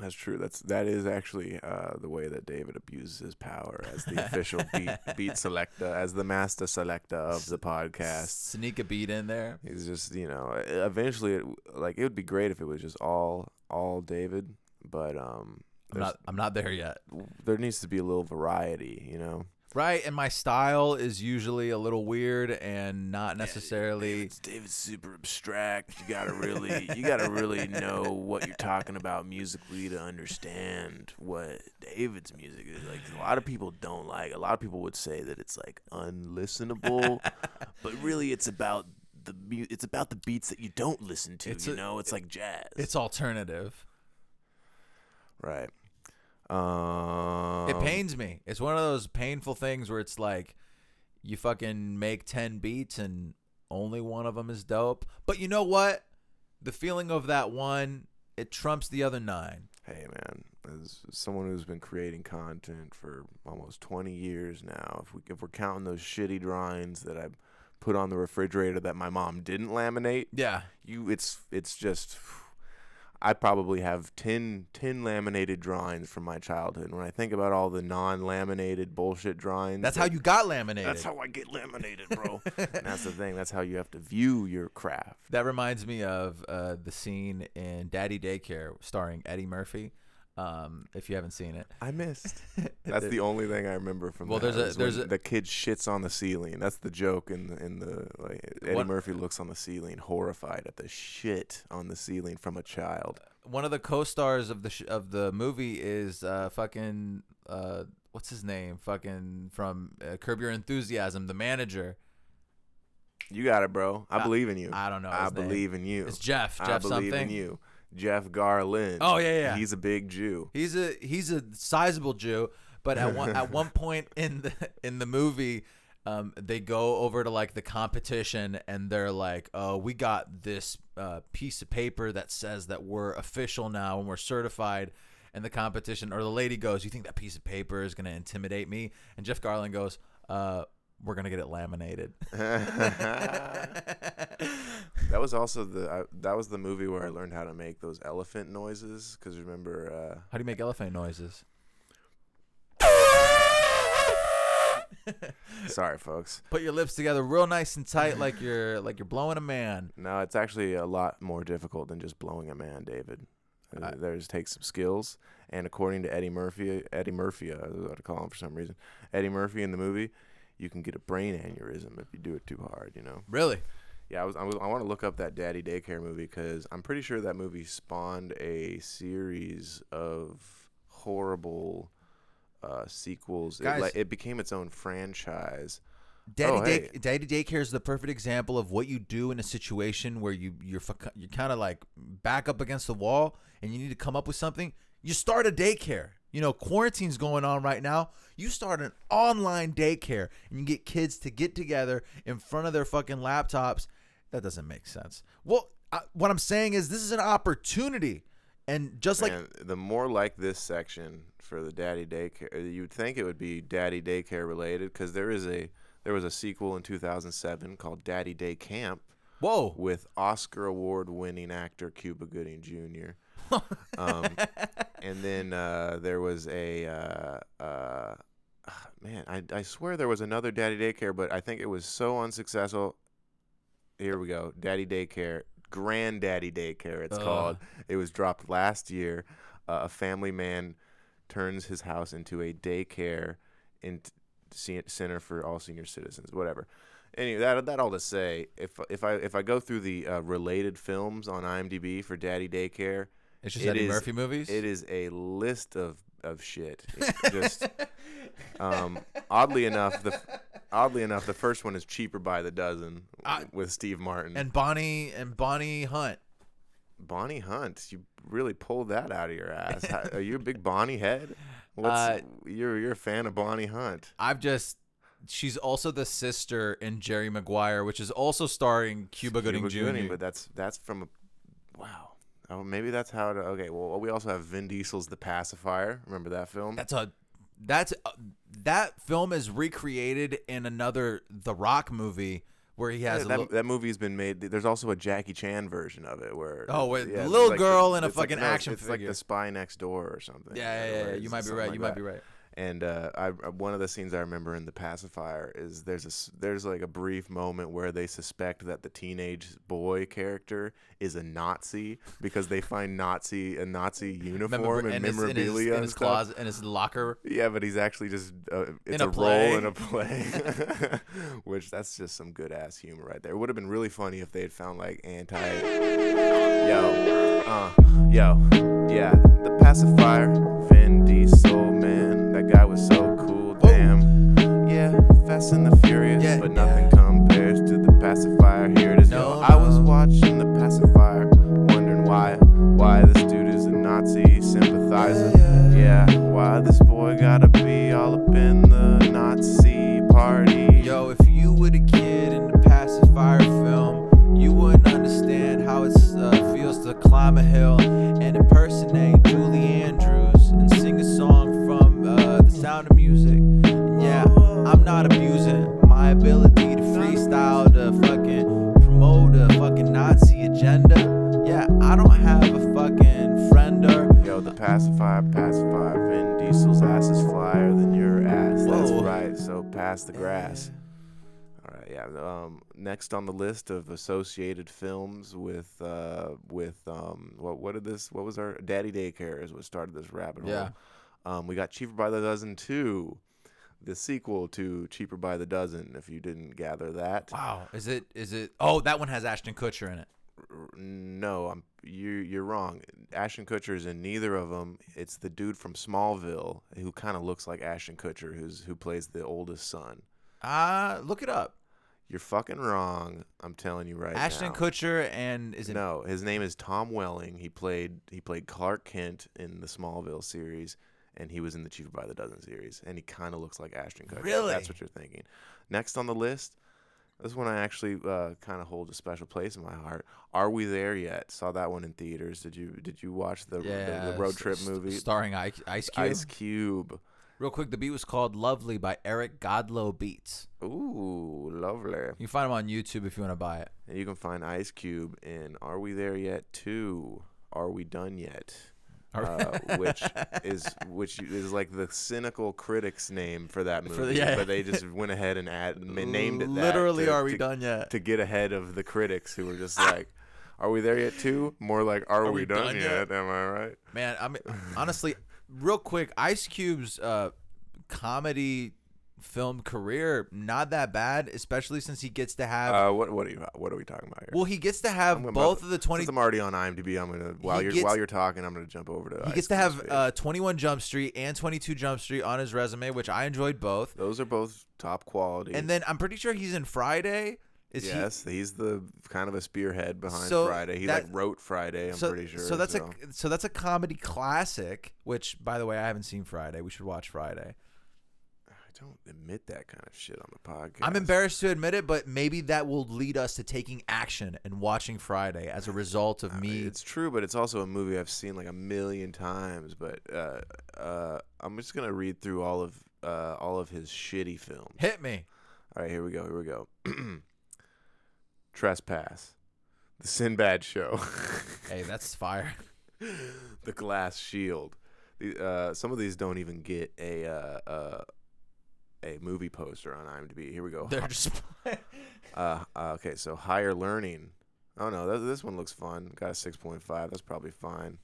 [SPEAKER 3] That's true. That's that is actually uh, the way that David abuses his power as the official beat beat selector, as the master selector of the podcast.
[SPEAKER 4] Sneak a beat in there.
[SPEAKER 3] He's just you know e- eventually it, like it would be great if it was just all all David, but um
[SPEAKER 4] I'm
[SPEAKER 3] there's-
[SPEAKER 4] not I'm not there yet.
[SPEAKER 3] there needs to be a little variety, you know.
[SPEAKER 4] Right, and my style is usually a little weird and not necessarily.
[SPEAKER 3] David's, David's super abstract. You gotta really, you gotta really know what you're talking about musically to understand what David's music is. Like a lot of people don't like. A lot of people would say that it's like unlistenable, but really it's about the mu- it's about the beats that you don't listen to.
[SPEAKER 4] It's
[SPEAKER 3] you
[SPEAKER 4] a-
[SPEAKER 3] know, it's like jazz.
[SPEAKER 4] it's alternative.
[SPEAKER 3] right. Um,
[SPEAKER 4] it pains me. It's one of those painful things where it's like you fucking make 10 beats and only one of them is dope. But you know what? The feeling of that one, it trumps the other nine.
[SPEAKER 3] Hey man, as someone who's been creating content for almost 20 years now, if we if we're counting those shitty drawings that I put on the refrigerator that my mom didn't laminate,
[SPEAKER 4] Yeah.
[SPEAKER 3] you it's it's just I probably have 10, 10 laminated drawings from my childhood. And when I think about all the non-laminated bullshit drawings,
[SPEAKER 4] That's how
[SPEAKER 3] that-
[SPEAKER 4] you got laminated.
[SPEAKER 3] That's how I get laminated, bro. and that's the thing. That's how you have to view your craft.
[SPEAKER 4] That reminds me of uh, the scene in Daddy Daycare starring Eddie Murphy. Um, if you haven't seen it,
[SPEAKER 3] I missed. That's the only thing I remember from.
[SPEAKER 4] Well,
[SPEAKER 3] that,
[SPEAKER 4] there's a-
[SPEAKER 3] is when
[SPEAKER 4] there's a-
[SPEAKER 3] the kid shits on the ceiling. That's the joke in the, in the like Eddie
[SPEAKER 4] One-
[SPEAKER 3] Murphy looks on the ceiling, horrified at the shit on the ceiling from a child.
[SPEAKER 4] one of the co-stars of the sh- of the movie is uh, fucking uh, what's his name? Fucking from uh, Curb Your Enthusiasm, the manager.
[SPEAKER 3] You got it, bro. I
[SPEAKER 4] I-
[SPEAKER 3] believe in you.
[SPEAKER 4] I don't know
[SPEAKER 3] I
[SPEAKER 4] his name.
[SPEAKER 3] believe in you.
[SPEAKER 4] It's Jeff.
[SPEAKER 3] I
[SPEAKER 4] Jeff
[SPEAKER 3] believe in
[SPEAKER 4] something.
[SPEAKER 3] you. Jeff Garland.
[SPEAKER 4] Oh, yeah, yeah.
[SPEAKER 3] He's a big Jew.
[SPEAKER 4] He's a he's a sizable Jew, but at one at one point in the in the movie, um, they go over to like the competition and they're like, "Oh, we got this uh, piece of paper that says that we're official now and we're certified." And the competition or the lady goes, "You think that piece of paper is gonna intimidate me?" And Jeff Garland goes, "Uh, we're gonna get it laminated."
[SPEAKER 3] That was also the I, that was the movie where I learned how to make those elephant noises. Because remember. Uh,
[SPEAKER 4] How do you make elephant noises?
[SPEAKER 3] uh, Sorry, folks.
[SPEAKER 4] Put your lips together real nice and tight, like you're like you're blowing a man.
[SPEAKER 3] No, it's actually a lot more difficult than just blowing a man, David. Uh, There's takes some skills, and according to Eddie Murphy, Eddie Murphy, uh, I was about to call him for some reason. Eddie Murphy in the movie, you can get a brain aneurysm if you do it too hard. You know.
[SPEAKER 4] Really?
[SPEAKER 3] Yeah, I was. I, was, I want to look up that Daddy Daycare movie because I'm pretty sure that movie spawned a series of horrible uh, sequels.
[SPEAKER 4] Guys-
[SPEAKER 3] it, like, it became its own franchise.
[SPEAKER 4] Daddy,
[SPEAKER 3] Oh,
[SPEAKER 4] day,
[SPEAKER 3] hey.
[SPEAKER 4] daddy daycare is the perfect example of what you do in a situation where you you're fuck- you're kind of like back up against the wall and you need to come up with something. You start a daycare. You know, quarantine's going on right now. You start an online daycare and you get kids to get together in front of their fucking laptops. That doesn't make sense. Well, I, what I'm saying is this is an opportunity, and just like
[SPEAKER 3] Man, the more like this section for the daddy daycare, uh, you'd think it would be daddy daycare related because there is a there was a sequel in 2007 called Daddy Day Camp
[SPEAKER 4] whoa,
[SPEAKER 3] with Oscar award winning actor Cuba Gooding Jr. um, and then uh, there was a uh, uh, ah, man, I, I swear there was another Daddy Daycare, but I think it was so unsuccessful. Here we go, Daddy Daycare, Granddaddy Daycare. It's
[SPEAKER 4] Ugh.
[SPEAKER 3] called. It was dropped last year. Uh, a family man turns his house into a daycare in se- center for all senior citizens, whatever. Anyway, that that all to say, if if I if I go through the uh, related films on IMDb for Daddy Daycare,
[SPEAKER 4] it's just
[SPEAKER 3] it
[SPEAKER 4] Eddie
[SPEAKER 3] is-
[SPEAKER 4] Murphy movies.
[SPEAKER 3] it is a list of of shit. It just um, oddly enough, the f- oddly enough the first one is cheaper by the dozen
[SPEAKER 4] I-
[SPEAKER 3] with Steve Martin
[SPEAKER 4] and Bonnie and Bonnie Hunt.
[SPEAKER 3] Bonnie Hunt. You really pulled that out of your ass. How- Are you a big Bonnie head? What's
[SPEAKER 4] Uh,
[SPEAKER 3] you're you're a fan of Bonnie Hunt?
[SPEAKER 4] I've just she's also the sister in Jerry Maguire, which is also starring Cuba Gooding
[SPEAKER 3] Cuba
[SPEAKER 4] Jr.
[SPEAKER 3] but that's that's from a wow. Oh, maybe that's how to. Okay, well, we also have Vin Diesel's The Pacifier. Remember that film?
[SPEAKER 4] that's a that's uh that film is recreated in another The Rock movie where he
[SPEAKER 3] Yeah,
[SPEAKER 4] has a
[SPEAKER 3] that,
[SPEAKER 4] little,
[SPEAKER 3] that movie's been made. There's also a Jackie Chan version of it where
[SPEAKER 4] Oh, with
[SPEAKER 3] it's-
[SPEAKER 4] the
[SPEAKER 3] it's
[SPEAKER 4] little
[SPEAKER 3] like
[SPEAKER 4] girl and a
[SPEAKER 3] it's like-
[SPEAKER 4] fucking
[SPEAKER 3] no, it's-
[SPEAKER 4] action
[SPEAKER 3] it's like
[SPEAKER 4] figure.
[SPEAKER 3] the spy next door or something.
[SPEAKER 4] yeah, yeah, yeah,
[SPEAKER 3] where
[SPEAKER 4] yeah,
[SPEAKER 3] it's
[SPEAKER 4] You might be
[SPEAKER 3] something
[SPEAKER 4] right.
[SPEAKER 3] like
[SPEAKER 4] you might
[SPEAKER 3] that.
[SPEAKER 4] be right.
[SPEAKER 3] And uh, I one of the scenes I remember in the pacifier is there's a s- there's like a brief moment where they suspect that the teenage boy character is a Nazi because they find Nazi a Nazi uniform and,
[SPEAKER 4] in his- in his-
[SPEAKER 3] memorabilia
[SPEAKER 4] in his,
[SPEAKER 3] and stuff.
[SPEAKER 4] closet, in his locker.
[SPEAKER 3] Yeah, but he's actually just uh, it's
[SPEAKER 4] a
[SPEAKER 3] a,
[SPEAKER 4] play.
[SPEAKER 3] role in a play, which that's just some good ass humor right there. It would have been really funny if they had found like anti, yo, uh, yo, yeah, the pacifier, Vin Diesel, man, that guy was so cool, damn. Yeah, Fast and the Furious,
[SPEAKER 4] Oh. Yeah,
[SPEAKER 3] but
[SPEAKER 4] yeah.
[SPEAKER 3] nothing compares to the pacifier. Here it is,
[SPEAKER 4] No,
[SPEAKER 3] yo. I was
[SPEAKER 4] no.
[SPEAKER 3] watching the pacifier, wondering why, why this dude is a Nazi sympathizer. Yeah, why this boy gotta be all up in the Nazi party?
[SPEAKER 4] Yo, if you were the kid in the pacifier film, you wouldn't understand how it uh, feels to climb a hill and impersonate Julie Andrews and sing a song from uh, The Sound of Music. And yeah, I'm not abusing my ability to freestyle to fucking promote a fucking Nazi agenda. Yeah, I don't have a fucking friend or
[SPEAKER 3] Yo, the pacifier, pacifier, Vin Diesel's ass is flyer than your ass. That's
[SPEAKER 4] Whoa.
[SPEAKER 3] right, so pass the grass. All right, yeah. Um, next on the list of associated films with uh, with um, what what did this? What was our Daddy Daycare is what started this rabbit
[SPEAKER 4] Yeah.
[SPEAKER 3] hole. Um, we got Cheaper by the Dozen two, the sequel to Cheaper by the Dozen. If you didn't gather that,
[SPEAKER 4] Wow, is it is it? Oh, that one has Ashton Kutcher in it.
[SPEAKER 3] no, I'm you you're wrong. Ashton Kutcher is in neither of them. It's the dude from Smallville who kind of looks like Ashton Kutcher, who's who plays the oldest son.
[SPEAKER 4] Ah, look it up.
[SPEAKER 3] You're fucking wrong. I'm telling you right
[SPEAKER 4] Ashton
[SPEAKER 3] now.
[SPEAKER 4] Kutcher and is it?
[SPEAKER 3] No, his name is Tom Welling. He played he played Clark Kent in the Smallville series, and he was in the Cheaper by the Dozen series, and he kind of looks like Ashton Kutcher.
[SPEAKER 4] Really?
[SPEAKER 3] That's what you're thinking. Next on the list, this one I actually uh, kind of hold a special place in my heart. Are we there yet? Saw that one in theaters. Did you did you watch the the, the road
[SPEAKER 4] s-
[SPEAKER 3] trip
[SPEAKER 4] st-
[SPEAKER 3] movie?
[SPEAKER 4] starring I- Ice Cube.
[SPEAKER 3] Ice Cube.
[SPEAKER 4] Real quick, the beat was called "Lovely" by Eric Godlow Beats.
[SPEAKER 3] Ooh, lovely.
[SPEAKER 4] You can find him on YouTube if you want to buy it.
[SPEAKER 3] And you can find Ice Cube in Are We There Yet 2? Are We Done Yet? Uh, which is which is like the cynical critic's name for that movie,
[SPEAKER 4] yeah.
[SPEAKER 3] but they just went ahead and add, ma- named it that
[SPEAKER 4] Literally,
[SPEAKER 3] to-
[SPEAKER 4] are we
[SPEAKER 3] to-
[SPEAKER 4] done yet?
[SPEAKER 3] to get ahead of the critics who were just like, "Are we there yet?" Too more like, "Are, we, done, yet? Am I right?
[SPEAKER 4] Man, I mean, honestly, real quick, Ice Cube's uh, comedy film career not that bad, especially since he gets to have.
[SPEAKER 3] Uh, what what are you what are we talking about here?
[SPEAKER 4] well, he gets to have
[SPEAKER 3] I'm gonna-
[SPEAKER 4] both of the twenty.
[SPEAKER 3] Since I'm already on IMDb. I'm gonna while
[SPEAKER 4] He
[SPEAKER 3] you're
[SPEAKER 4] gets-
[SPEAKER 3] while you're talking, I'm gonna jump over to.
[SPEAKER 4] He
[SPEAKER 3] Ice
[SPEAKER 4] gets to
[SPEAKER 3] Cube's
[SPEAKER 4] have
[SPEAKER 3] page.
[SPEAKER 4] uh, 21 Jump Street and 22 Jump Street on his resume, which I enjoyed both.
[SPEAKER 3] Those are both top quality.
[SPEAKER 4] And then I'm pretty sure he's in Friday. Is he-
[SPEAKER 3] yes, he's the kind of a spearhead behind
[SPEAKER 4] So
[SPEAKER 3] Friday. He
[SPEAKER 4] that-
[SPEAKER 3] like wrote Friday. I'm
[SPEAKER 4] so,
[SPEAKER 3] pretty sure.
[SPEAKER 4] So that's a so that's a comedy classic. Which, by the way, I haven't seen Friday. We should watch Friday.
[SPEAKER 3] I don't admit that kind of shit on the podcast.
[SPEAKER 4] I'm embarrassed to admit it, but maybe that will lead us to taking action and watching Friday as a result of me.
[SPEAKER 3] It's true, but it's also a movie I've seen like a million times. But uh, uh, I'm just gonna read through all of uh, all of his shitty films.
[SPEAKER 4] Hit me.
[SPEAKER 3] All right, here we go. Here we go. Trespass, The Sinbad Show,
[SPEAKER 4] Hey, that's fire.
[SPEAKER 3] The Glass Shield. The, uh, some of these don't even get a uh, uh, a movie poster on IMDb. Here we go.
[SPEAKER 4] They're just
[SPEAKER 3] Uh, uh, okay, so higher learning. Oh no, th- this one looks fun. Got a six point five. That's probably fine.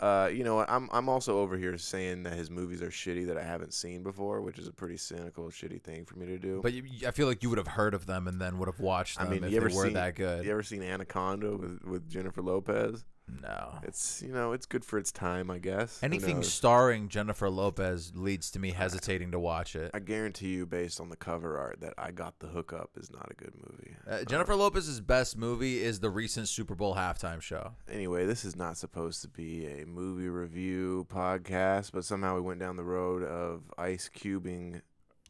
[SPEAKER 3] Uh, you know what? I'm I'm also over here saying that his movies are shitty that I haven't seen before, which is a pretty cynical, shitty thing for me to do.
[SPEAKER 4] But you, you- I feel like you would have heard of them and then would have watched
[SPEAKER 3] I
[SPEAKER 4] them
[SPEAKER 3] mean,
[SPEAKER 4] if
[SPEAKER 3] you ever
[SPEAKER 4] they were
[SPEAKER 3] seen
[SPEAKER 4] that good.
[SPEAKER 3] You ever seen Anaconda with with Jennifer Lopez?
[SPEAKER 4] no.
[SPEAKER 3] It's you know it's good for its time, I guess. Who
[SPEAKER 4] Anything
[SPEAKER 3] knows?
[SPEAKER 4] starring Jennifer Lopez leads to me hesitating to watch it.
[SPEAKER 3] I guarantee you, based on the cover art, that I got the hookup is not a good movie.
[SPEAKER 4] Uh, Jennifer Lopez's best movie is the recent Super Bowl halftime show.
[SPEAKER 3] Anyway, this is not supposed to be a movie review podcast, but somehow we went down the road of ice cubing,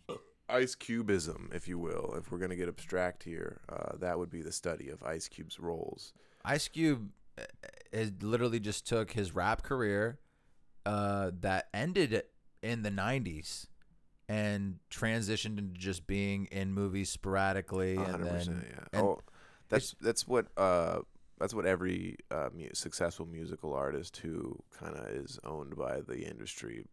[SPEAKER 3] uh, ice cubism, if you will. If we're going to get abstract here, uh, that would be the study of Ice Cube's roles.
[SPEAKER 4] Ice Cube uh, is literally just took his rap career uh, that ended in the 90s and transitioned into just being in movies sporadically
[SPEAKER 3] One
[SPEAKER 4] and
[SPEAKER 3] hundred percent,
[SPEAKER 4] then
[SPEAKER 3] yeah.
[SPEAKER 4] and
[SPEAKER 3] Oh, that's that's what uh, that's what every uh, mu- successful musical artist who kind of is owned by the industry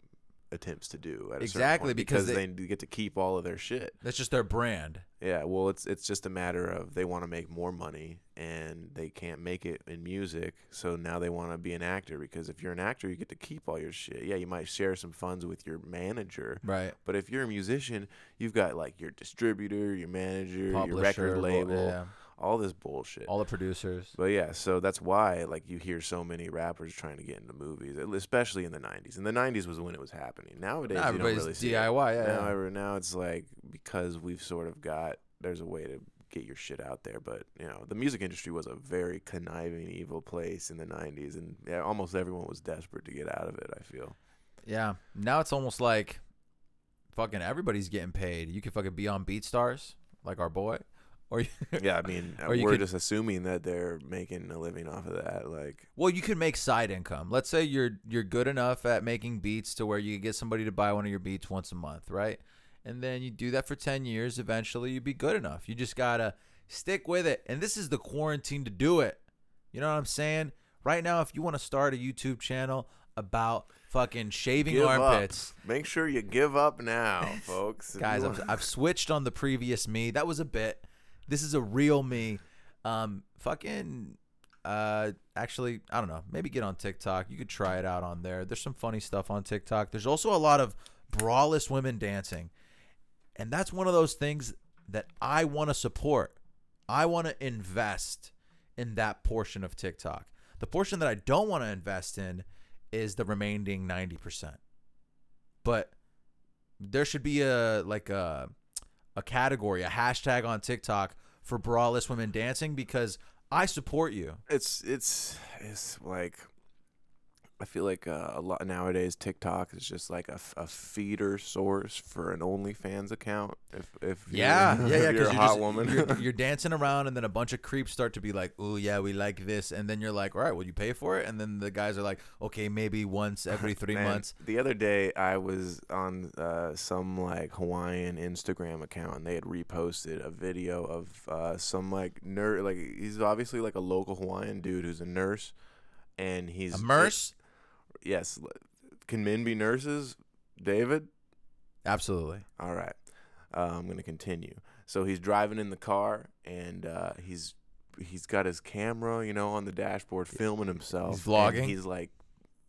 [SPEAKER 3] attempts to do at a certain
[SPEAKER 4] Exactly,
[SPEAKER 3] point
[SPEAKER 4] because
[SPEAKER 3] because
[SPEAKER 4] they-
[SPEAKER 3] they, get to keep all of their shit.
[SPEAKER 4] That's just their brand.
[SPEAKER 3] Yeah, well, it's it's just a matter of they want to make more money and they can't make it in music, so now they want to be an actor because if you're an actor, you get to keep all your shit. Yeah, you might share some funds with your manager,
[SPEAKER 4] Right.
[SPEAKER 3] but if you're a musician, you've got like your distributor, your manager, your
[SPEAKER 4] Publisher,
[SPEAKER 3] record
[SPEAKER 4] lo-
[SPEAKER 3] label,
[SPEAKER 4] yeah.
[SPEAKER 3] all this bullshit.
[SPEAKER 4] All the producers.
[SPEAKER 3] But yeah, so that's why like you hear so many rappers trying to get into movies, at- especially in the '90s. And the '90s was when it was happening. Nowadays,
[SPEAKER 4] Now
[SPEAKER 3] you don't
[SPEAKER 4] everybody's
[SPEAKER 3] really see it.
[SPEAKER 4] DIY, yeah,
[SPEAKER 3] Now,
[SPEAKER 4] yeah.
[SPEAKER 3] every- now it's like because we've sort of got there's a way to get your shit out there. But you know, the music industry was a very conniving, evil place in the '90s, and yeah, almost everyone was desperate to get out of it. I feel.
[SPEAKER 4] Yeah. Now it's almost like fucking everybody's getting paid. You could fucking be on BeatStars, like our boy, or you-
[SPEAKER 3] Yeah, I mean, uh,
[SPEAKER 4] Or you
[SPEAKER 3] we're
[SPEAKER 4] could-
[SPEAKER 3] just assuming that they're making a living off of that. Like,
[SPEAKER 4] Well, you could make side income. Let's say you're you're good enough at making beats to where you could get somebody to buy one of your beats once a month, right? And then you do that for 10 years, eventually you'd be good enough. You just got to stick with it. And this is the quarantine to do it. You know what I'm saying? Right now if you want to start a YouTube channel about fucking shaving
[SPEAKER 3] give
[SPEAKER 4] armpits,
[SPEAKER 3] up. Make sure you give up now, folks. If you
[SPEAKER 4] guys
[SPEAKER 3] want-
[SPEAKER 4] I've, I've switched on the previous me that was a bit this is a real me um fucking uh actually i don't know maybe get on tiktok you could try it out on there there's some funny stuff on tiktok there's also a lot of braless women dancing and that's one of those things that i want to support i want to invest in that portion of tiktok the portion that i don't want to invest in is the remaining 90% but there should be a like a a category, a hashtag on TikTok for braless women dancing because I support you.
[SPEAKER 3] it's it's it's like I feel like uh, a lot nowadays TikTok is just like a, f- a feeder source for an OnlyFans account. If if you're- if you're, a hot
[SPEAKER 4] just-
[SPEAKER 3] woman.
[SPEAKER 4] You're, you're dancing around, and then a bunch of creeps start to be like, "Oh yeah, we like this," and then you're like, "All right, will you pay for it?" And then the guys are like, "Okay, maybe once every three
[SPEAKER 3] Man,
[SPEAKER 4] months."
[SPEAKER 3] The other day, I was on uh, some like Hawaiian Instagram account, and they had reposted a video of uh, some like nurse. Like he's obviously like a local Hawaiian dude who's a nurse, and he's
[SPEAKER 4] A merce?
[SPEAKER 3] Yes, l- can men be nurses, David?
[SPEAKER 4] Absolutely.
[SPEAKER 3] All right. Uh, I'm going to continue. So he's driving in the car and uh, he's he's got his camera, you know, on the dashboard filming himself.
[SPEAKER 4] He's vlogging.
[SPEAKER 3] and he's like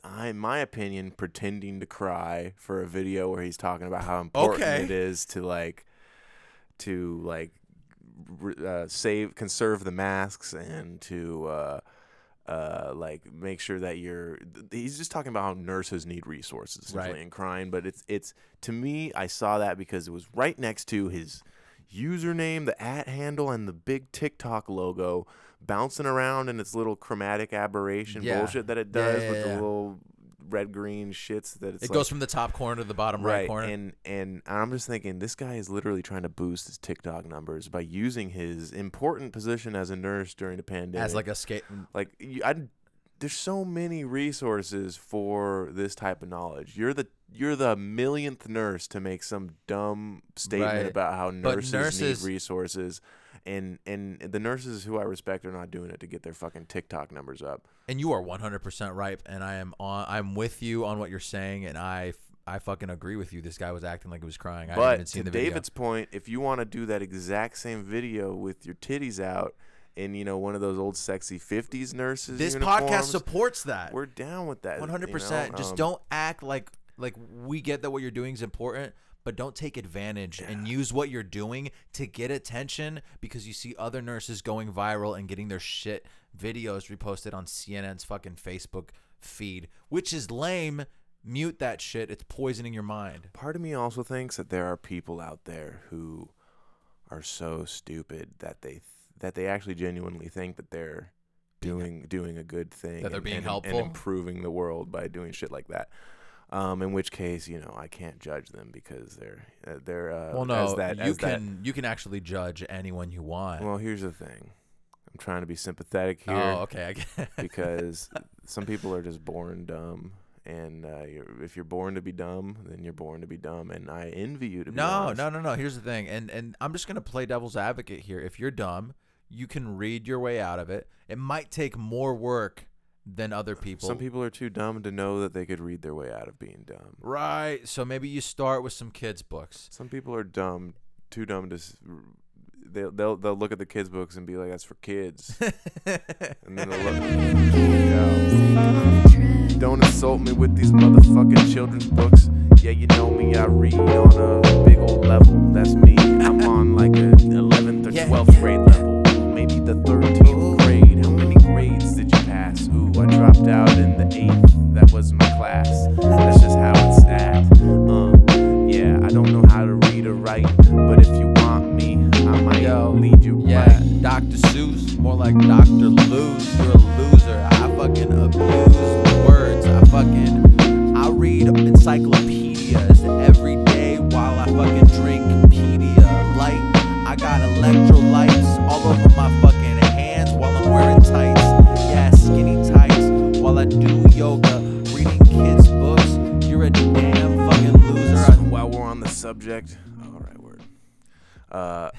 [SPEAKER 3] I, in my opinion, pretending to cry for a video where he's talking about how important
[SPEAKER 4] Okay.
[SPEAKER 3] it is to like to like re- uh, save conserve the masks and to uh, uh, like make sure that you're th- he's just talking about how nurses need resources essentially
[SPEAKER 4] Right.
[SPEAKER 3] and crying but it's it's to me i saw that because it was right next to his username the at handle and the big tiktok logo bouncing around in its little chromatic aberration
[SPEAKER 4] Yeah.
[SPEAKER 3] bullshit that it
[SPEAKER 4] Yeah,
[SPEAKER 3] does
[SPEAKER 4] yeah,
[SPEAKER 3] with the
[SPEAKER 4] yeah.
[SPEAKER 3] little red green shits that it's
[SPEAKER 4] it
[SPEAKER 3] like,
[SPEAKER 4] goes from the top corner to the bottom right, corner.
[SPEAKER 3] and and i'm just thinking this guy is literally trying to boost his tiktok numbers by using his important position as a nurse during the pandemic
[SPEAKER 4] as like a skate,
[SPEAKER 3] like you, I, there's so many resources for this type of knowledge. You're the you're the millionth nurse to make some dumb statement
[SPEAKER 4] Right.
[SPEAKER 3] about how
[SPEAKER 4] But
[SPEAKER 3] nurses,
[SPEAKER 4] nurses-
[SPEAKER 3] need resources, and and the nurses who I respect are not doing it to get their fucking TikTok numbers up.
[SPEAKER 4] and you are 100% right and i am on i'm with you on what you're saying and i f- i fucking agree with you this guy was acting like he was crying i haven't even
[SPEAKER 3] but
[SPEAKER 4] seen
[SPEAKER 3] to
[SPEAKER 4] the video
[SPEAKER 3] David's point, if you want to do that exact same video with your titties out in you know one of those old sexy '50s nurses,
[SPEAKER 4] this podcast
[SPEAKER 3] uniforms,
[SPEAKER 4] supports that
[SPEAKER 3] we're down with that. you
[SPEAKER 4] 100%
[SPEAKER 3] know?
[SPEAKER 4] just
[SPEAKER 3] Um,
[SPEAKER 4] don't act like like we get that what you're doing is important but don't take advantage and use what you're doing to get attention because you see other nurses going viral and getting their shit videos reposted on CNN's fucking Facebook feed which is lame mute that shit it's poisoning your mind
[SPEAKER 3] part of me also thinks that there are people out there who are so stupid that they th- that they actually genuinely think that they're doing doing a good thing
[SPEAKER 4] That they're
[SPEAKER 3] and-
[SPEAKER 4] being
[SPEAKER 3] and-
[SPEAKER 4] helpful?
[SPEAKER 3] and improving the world by doing shit like that. Um, in which case, you know, I can't judge them because they're uh, they're uh,
[SPEAKER 4] Well, no,
[SPEAKER 3] as that,
[SPEAKER 4] you
[SPEAKER 3] as that-
[SPEAKER 4] can you can actually judge anyone you want.
[SPEAKER 3] Well, here's the thing. I'm trying to be sympathetic here
[SPEAKER 4] oh, okay. I get-
[SPEAKER 3] because some people are just born dumb. And uh, you're, if you're born to be dumb, then you're born to be dumb. And I envy you to be
[SPEAKER 4] no,
[SPEAKER 3] honest.
[SPEAKER 4] no, no, no. Here's the thing, and and I'm just gonna play devil's advocate here. If you're dumb, you can read your way out of it. It might take more work than other people.
[SPEAKER 3] Some people are too dumb to know that they could read their way out of being dumb.
[SPEAKER 4] Right. So maybe you start with some kids' books.
[SPEAKER 3] Some people are dumb, too dumb to. s- They'll they'll they'll look at the kids' books and be like, "That's for kids," and then they'll look. Yeah. Don't insult me with these motherfucking children's books. Yeah, you know me, I read on a big old level. That's me. I'm on like a 11th or
[SPEAKER 4] Yeah,
[SPEAKER 3] 12th
[SPEAKER 4] yeah.
[SPEAKER 3] grade level, maybe the 13th grade. How many grades did you pass? Ooh, I dropped out in the eighth. That was my class. That's just how it's at. Uh, yeah, I don't know how to read or write, but if you want me, I might
[SPEAKER 4] Yo,
[SPEAKER 3] lead you
[SPEAKER 4] yeah,
[SPEAKER 3] right.
[SPEAKER 4] Dr. Seuss, more like Dr. Lose. You're a loser. I fucking abuse words. I fucking, I read encyclopedias every day while I fucking drink Pedia Light. I got electrolytes all over my fucking hands while I'm wearing tights. Yeah, skinny tights while I do yoga, reading kids' books. You're a damn fucking loser.
[SPEAKER 3] So
[SPEAKER 4] I-
[SPEAKER 3] while we're on the subject, all right, word. Uh,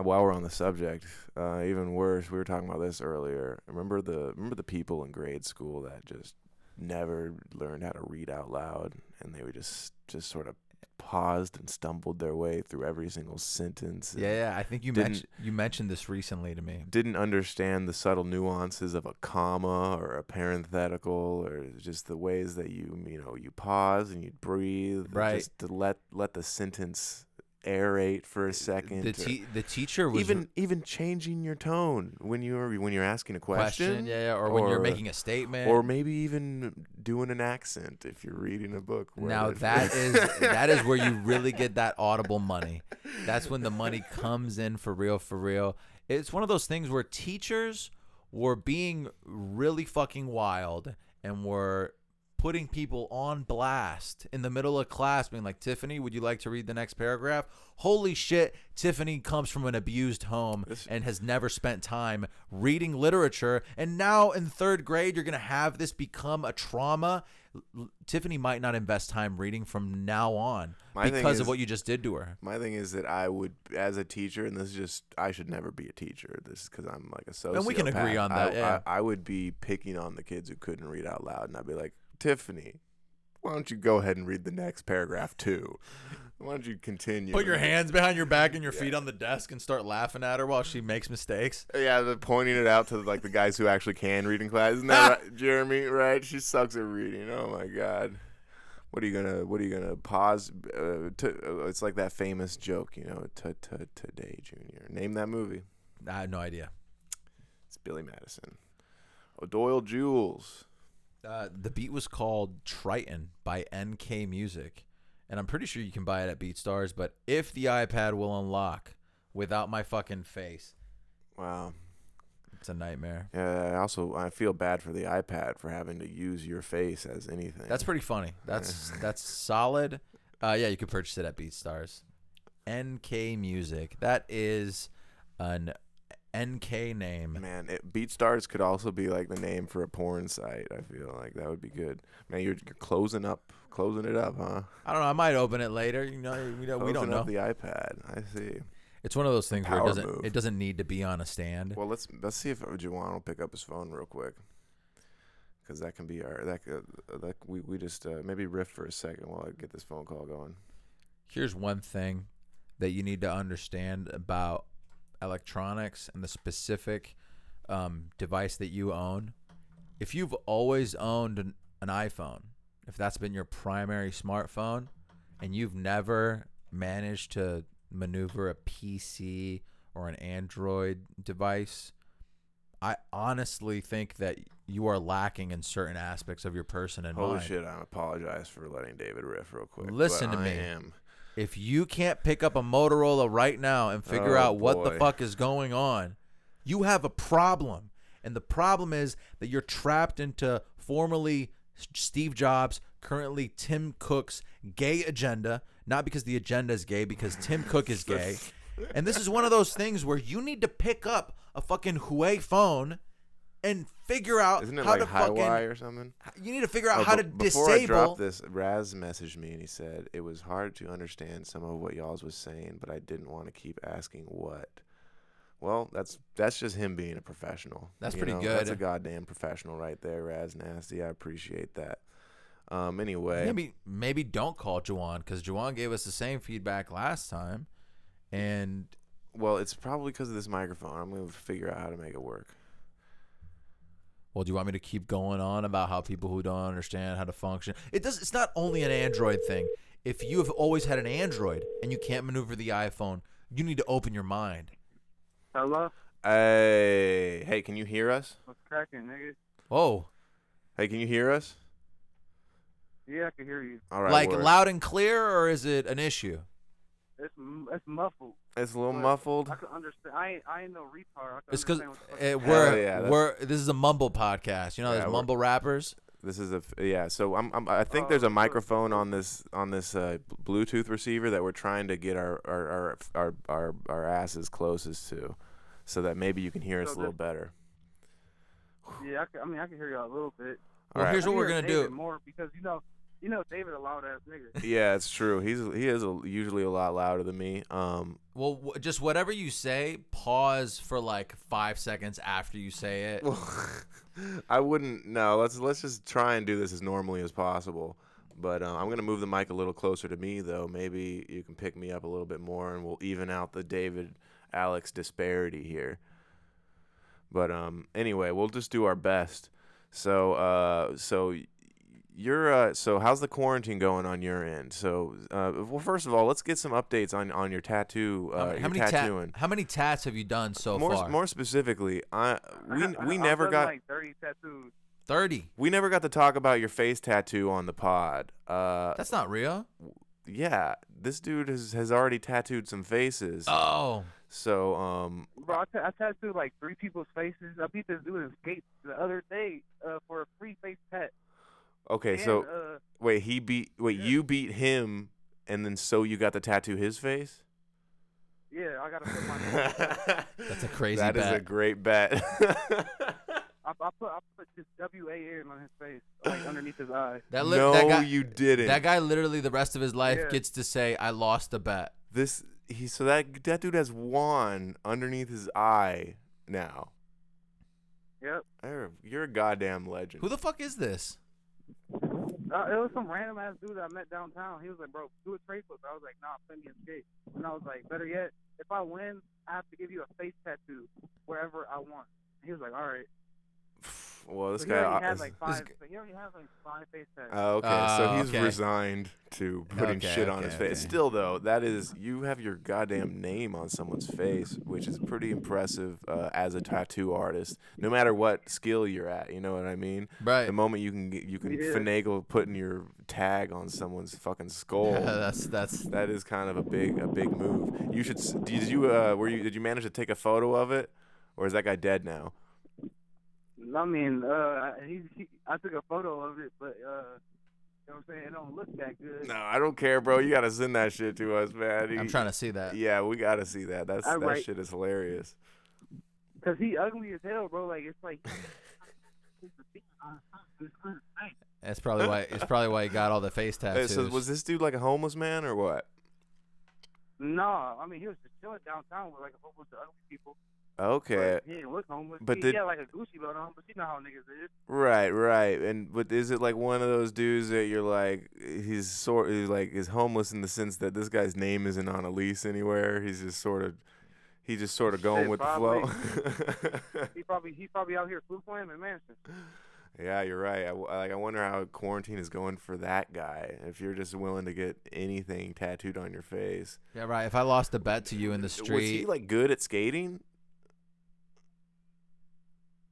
[SPEAKER 3] while we're on the subject, uh, even worse, we were talking about this earlier. Remember the remember the people in grade school that just never learned how to read out loud, and they were just just sort of paused and stumbled their way through every single sentence. and
[SPEAKER 4] Yeah, yeah, I think you
[SPEAKER 3] Didn't-
[SPEAKER 4] mentioned you mentioned this recently to me.
[SPEAKER 3] Didn't understand the subtle nuances of a comma or a parenthetical or just the ways that you you know you pause and you breathe. and
[SPEAKER 4] Right.
[SPEAKER 3] Just to let let the sentence aerate for a second.
[SPEAKER 4] The
[SPEAKER 3] or-
[SPEAKER 4] te- the teacher was
[SPEAKER 3] even even changing your tone when you're when you're asking a question,
[SPEAKER 4] question, yeah, yeah, or, when you're making a statement.
[SPEAKER 3] or maybe even doing an accent if you're reading a book. where
[SPEAKER 4] now
[SPEAKER 3] there's-
[SPEAKER 4] that is that is where you really get that audible money. That's when the money comes in for real, for real. It's one of those things where teachers were being really fucking wild and were putting people on blast in the middle of class, being like, "Tiffany, would you like to read the next paragraph?" Holy shit! Tiffany comes from an abused home and has never spent time reading literature, and now in third grade, you're gonna have this become a trauma. L- Tiffany might not invest time reading from now on
[SPEAKER 3] My thing
[SPEAKER 4] because
[SPEAKER 3] is-
[SPEAKER 4] of what you just did to her.
[SPEAKER 3] My thing is that I would, as a teacher, and this is just, I should never be a teacher. This is because I'm like a sociopath.
[SPEAKER 4] And we can agree on that,
[SPEAKER 3] I,
[SPEAKER 4] yeah.
[SPEAKER 3] I, I would be picking on the kids who couldn't read out loud, and I'd be like, Tiffany, why don't you go ahead and read the next paragraph too? Why don't you continue?
[SPEAKER 4] Put your
[SPEAKER 3] And-
[SPEAKER 4] hands behind your back and your feet on the desk and start laughing at her while she makes mistakes.
[SPEAKER 3] Yeah, the pointing it out to like the guys who actually can read in class. Isn't that right, Jeremy? Right? She sucks at reading. Oh my god. What are you gonna? What are you gonna pause? Uh, to, uh, it's like that famous joke, you know. To to today, Junior. Name that movie.
[SPEAKER 4] I had no idea.
[SPEAKER 3] It's Billy Madison. Oh, Doyle Jules.
[SPEAKER 4] Uh, the beat was called Triton by NK Music, and I'm pretty sure you can buy it at BeatStars. But if the iPad will unlock without my fucking face,
[SPEAKER 3] Wow.
[SPEAKER 4] it's a nightmare.
[SPEAKER 3] Yeah. I also, I feel bad for the iPad for having to use your face as anything.
[SPEAKER 4] That's pretty funny. That's that's solid. Uh, yeah, you can purchase it at BeatStars. NK Music. That is an NK name.
[SPEAKER 3] Man, it, BeatStars could also be like the name for a porn site. I feel like that would be good. Man, you're, you're closing up, closing it up, huh?
[SPEAKER 4] I don't know. I might open it later. You know, we don't, we don't
[SPEAKER 3] Closing
[SPEAKER 4] know.
[SPEAKER 3] up the iPad. I see.
[SPEAKER 4] It's one of those things where it
[SPEAKER 3] Power
[SPEAKER 4] doesn't
[SPEAKER 3] move.
[SPEAKER 4] it doesn't need to be on a stand.
[SPEAKER 3] Well, let's let's see if Juwan will pick up his phone real quick, because that can be our that c- uh, that we we just uh, maybe riff for a second while I get this phone call going.
[SPEAKER 4] here's one thing that you need to understand about electronics and the specific um, device that you own. If you've always owned an, an iPhone, if that's been your primary smartphone, and you've never managed to maneuver a PC or an Android device, I honestly think that you are lacking in certain aspects of your person and
[SPEAKER 3] Holy
[SPEAKER 4] mind.
[SPEAKER 3] shit! I apologize for letting David riff real quick. but
[SPEAKER 4] Listen to
[SPEAKER 3] I
[SPEAKER 4] me.
[SPEAKER 3] am-
[SPEAKER 4] If you can't pick up a Motorola right now and figure
[SPEAKER 3] Oh,
[SPEAKER 4] out what the
[SPEAKER 3] boy.
[SPEAKER 4] fuck is going on, you have a problem. And the problem is that you're trapped into formerly Steve Jobs, currently Tim Cook's gay agenda. Not because the agenda is gay, because Tim Cook is gay. And this is one of those things where you need to pick up a fucking Huawei phone and figure out
[SPEAKER 3] Isn't it
[SPEAKER 4] Uh, how
[SPEAKER 3] like
[SPEAKER 4] to fucking.
[SPEAKER 3] Hiwai or something?
[SPEAKER 4] You need to figure out
[SPEAKER 3] Oh,
[SPEAKER 4] how
[SPEAKER 3] be-
[SPEAKER 4] to
[SPEAKER 3] before I
[SPEAKER 4] disable.
[SPEAKER 3] dropped this, Raz messaged me and he said it was hard to understand some of what y'all's was saying, but I didn't want to keep asking what. Well, that's that's just him being a professional.
[SPEAKER 4] That's
[SPEAKER 3] you
[SPEAKER 4] pretty
[SPEAKER 3] know? That's a
[SPEAKER 4] good.
[SPEAKER 3] goddamn professional right there, Raz Nasty. I appreciate that. Um, anyway,
[SPEAKER 4] Maybe maybe don't call Juwan because Juwan gave us the same feedback last time, and
[SPEAKER 3] well, it's probably because of this microphone. I'm gonna figure out how to make it work.
[SPEAKER 4] Well, do you want me to keep going on about how people who don't understand how to function? It does. It's not only an Android thing. If you have always had an Android and you can't maneuver the iPhone, you need to open your mind.
[SPEAKER 5] Hello?
[SPEAKER 3] Hey, hey, can you hear us?
[SPEAKER 5] What's cracking, nigga?
[SPEAKER 4] Oh,
[SPEAKER 3] Hey, can you hear us?
[SPEAKER 5] Yeah, I can hear you.
[SPEAKER 3] All right,
[SPEAKER 4] like
[SPEAKER 3] we're-
[SPEAKER 4] loud and clear, or is it an issue?
[SPEAKER 5] It's, m- it's muffled.
[SPEAKER 3] It's a little
[SPEAKER 5] but
[SPEAKER 3] muffled.
[SPEAKER 5] I can understand. I ain't, I ain't no retard. I can
[SPEAKER 4] It's because
[SPEAKER 5] understand what
[SPEAKER 4] uh,
[SPEAKER 5] the fuck you're
[SPEAKER 4] we're
[SPEAKER 3] yeah, that's-
[SPEAKER 4] we're this is a mumble podcast. You know,
[SPEAKER 3] Yeah,
[SPEAKER 4] there's
[SPEAKER 3] we're-
[SPEAKER 4] mumble rappers.
[SPEAKER 3] This is a f- yeah. So I'm, Uh, I'm I think
[SPEAKER 5] Oh,
[SPEAKER 3] there's a
[SPEAKER 5] sure.
[SPEAKER 3] microphone on this on this uh, b- Bluetooth receiver that we're trying to get our our our our our, our asses closest to, so that maybe you can hear us
[SPEAKER 5] So
[SPEAKER 3] a little
[SPEAKER 5] this-
[SPEAKER 3] better.
[SPEAKER 5] saying. Yeah, I, can, I mean, I can hear y'all a little bit.
[SPEAKER 3] All
[SPEAKER 4] Well,
[SPEAKER 3] right.
[SPEAKER 4] here's
[SPEAKER 5] I
[SPEAKER 4] what we're
[SPEAKER 5] hear
[SPEAKER 4] gonna
[SPEAKER 5] David
[SPEAKER 4] do.
[SPEAKER 5] More because you know, you know, David a loud ass nigga.
[SPEAKER 3] yeah, it's true. He's he is a, usually a lot louder than me. Um,
[SPEAKER 4] Well, w- just whatever you say, pause for like five seconds after you say it.
[SPEAKER 3] I wouldn't. No, let's let's just try and do this as normally as possible. But uh, I'm gonna move the mic a little closer to me, though. Maybe you can pick me up a little bit more, and we'll even out the David Alex disparity here. But um, anyway, we'll just do our best. So uh, so y- you're uh, so how's the quarantine going on your end? So uh, well, first of all, let's get some updates on on your tattoo. Uh,
[SPEAKER 4] Um,
[SPEAKER 3] your
[SPEAKER 4] how many
[SPEAKER 3] tattooing?
[SPEAKER 4] tat? How many tats have you done so
[SPEAKER 3] more
[SPEAKER 4] far?
[SPEAKER 3] more specifically, I we
[SPEAKER 5] I-
[SPEAKER 3] we
[SPEAKER 5] I've
[SPEAKER 3] never
[SPEAKER 5] done,
[SPEAKER 3] got
[SPEAKER 5] like thirty tattoos.
[SPEAKER 4] Thirty.
[SPEAKER 3] we never got to talk about your face tattoo on the pod. Uh,
[SPEAKER 4] That's not real.
[SPEAKER 3] yeah, this dude has, has already tattooed some faces.
[SPEAKER 4] Oh.
[SPEAKER 3] so, um,
[SPEAKER 5] Bro, I, ta- I tattooed like three people's faces. I beat this dude in skates the other day uh, for a free face tat.
[SPEAKER 3] okay,
[SPEAKER 5] And,
[SPEAKER 3] so
[SPEAKER 5] uh,
[SPEAKER 3] wait, he beat wait, you beat him, and then so you got to tattoo his face.
[SPEAKER 5] yeah, I gotta put my.
[SPEAKER 3] That's
[SPEAKER 4] a crazy
[SPEAKER 3] That is a
[SPEAKER 4] bet.
[SPEAKER 3] great bet.
[SPEAKER 5] I, I put I put this W A N on his face, like underneath his eye.
[SPEAKER 4] That li-
[SPEAKER 3] no,
[SPEAKER 4] that guy,
[SPEAKER 3] you didn't.
[SPEAKER 4] That guy literally the rest of his life
[SPEAKER 5] Yeah.
[SPEAKER 4] gets to say, "I lost the bet."
[SPEAKER 3] This he so that that dude has one underneath his eye now.
[SPEAKER 5] Yep.
[SPEAKER 3] You're- You're a goddamn legend.
[SPEAKER 4] Who the fuck is this?
[SPEAKER 5] Uh, it was some random ass dude that I met downtown. He was like, "Bro, do a trade flip." I was like, "Nah, play me in skate." And I was like, "Better yet, if I win, I have to give you a face tattoo wherever I want." And he was like, "All right."
[SPEAKER 3] well, this
[SPEAKER 5] so
[SPEAKER 3] guy
[SPEAKER 5] he already
[SPEAKER 3] is-
[SPEAKER 5] had like five.
[SPEAKER 4] g-
[SPEAKER 5] So he already has like five face tattoos.
[SPEAKER 3] Oh, okay.
[SPEAKER 4] Oh,
[SPEAKER 3] so he's
[SPEAKER 4] okay.
[SPEAKER 3] resigned to putting
[SPEAKER 4] Okay,
[SPEAKER 3] shit on
[SPEAKER 4] okay,
[SPEAKER 3] his face.
[SPEAKER 4] okay.
[SPEAKER 3] Still, though, that is you have your goddamn name on someone's face, which is pretty impressive uh, as a tattoo artist. No matter what skill you're at, you know what I mean.
[SPEAKER 4] Right.
[SPEAKER 3] The moment you can get, you can
[SPEAKER 5] Yeah.
[SPEAKER 3] finagle putting your tag on someone's fucking skull.
[SPEAKER 4] that's that's
[SPEAKER 3] That is kind of a big a big move. You should. s- Did you uh, were you did you manage to take a photo of it, or is that guy dead now?
[SPEAKER 5] I mean, uh, he, he, I took a photo of it, but uh, you know what I'm saying? It don't look that good.
[SPEAKER 3] No, I don't care, bro. You gotta send that shit to us, man.
[SPEAKER 4] I'm
[SPEAKER 3] You-
[SPEAKER 4] trying to see that.
[SPEAKER 3] Yeah, we gotta see that. That's
[SPEAKER 5] All
[SPEAKER 3] that
[SPEAKER 5] right.
[SPEAKER 3] shit is hilarious.
[SPEAKER 5] Cause he ugly as hell, bro. Like it's like. I
[SPEAKER 4] That's probably why. It's probably why he got all the face
[SPEAKER 3] Hey,
[SPEAKER 4] tattoos.
[SPEAKER 3] so was this dude like a homeless man or what?
[SPEAKER 5] No, I mean he was just chilling downtown with like a whole bunch of ugly people.
[SPEAKER 3] Okay,
[SPEAKER 5] But he didn't look homeless.
[SPEAKER 3] But
[SPEAKER 5] he,
[SPEAKER 3] did-
[SPEAKER 5] he had like a Gucci belt on, but you know how niggas is.
[SPEAKER 3] right, right. And but is it like one of those dudes that you're like he's sort he's like is homeless in the sense that this guy's name isn't on a lease anywhere. He's just sort of he just sort of going
[SPEAKER 5] Shit,
[SPEAKER 3] with the flow.
[SPEAKER 5] He probably he's probably out here food playing in Manson.
[SPEAKER 3] yeah, you're right. I, w- like I wonder how quarantine is going for that guy. If you're just willing to get anything tattooed on your face,
[SPEAKER 4] yeah, right. If I lost a bet to you in the
[SPEAKER 3] was he
[SPEAKER 4] street,
[SPEAKER 3] like good at skating?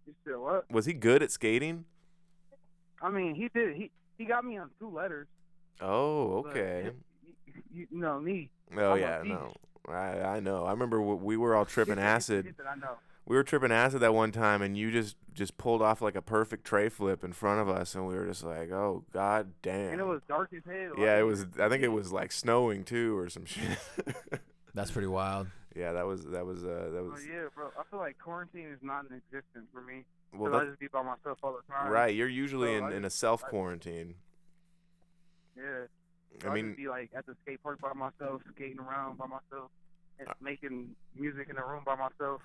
[SPEAKER 5] You said what?
[SPEAKER 3] Was he good at skating?
[SPEAKER 5] I mean he did he he got me on two letters.
[SPEAKER 3] Oh,
[SPEAKER 5] but
[SPEAKER 3] okay.
[SPEAKER 5] You, you, you know me.
[SPEAKER 3] Oh
[SPEAKER 5] I'm a
[SPEAKER 3] yeah,
[SPEAKER 5] beast.
[SPEAKER 3] no, I I know. I remember w- we were all tripping acid.
[SPEAKER 5] Shit that I know.
[SPEAKER 3] We were tripping acid that one time, and you just just pulled off like a perfect tray flip in front of us, and we were just like, oh god damn.
[SPEAKER 5] And it was dark as hell.
[SPEAKER 3] yeah, it
[SPEAKER 5] I mean,
[SPEAKER 3] was. I think it was like snowing too, or some shit.
[SPEAKER 4] that's pretty wild.
[SPEAKER 3] yeah, that was that was uh that
[SPEAKER 5] Oh
[SPEAKER 3] was
[SPEAKER 5] yeah, bro. I feel like quarantine is not an existence for me.
[SPEAKER 3] well.
[SPEAKER 5] 'Cause I
[SPEAKER 3] That,
[SPEAKER 5] just be by myself all the time.
[SPEAKER 3] right, you're usually
[SPEAKER 5] So
[SPEAKER 3] in,
[SPEAKER 5] I
[SPEAKER 3] in a
[SPEAKER 5] just-
[SPEAKER 3] self quarantine.
[SPEAKER 5] Yeah.
[SPEAKER 3] I
[SPEAKER 5] I
[SPEAKER 3] mean,
[SPEAKER 5] just be like at the skate park by myself, skating around by myself. and
[SPEAKER 3] Uh.
[SPEAKER 5] making music in a room by myself.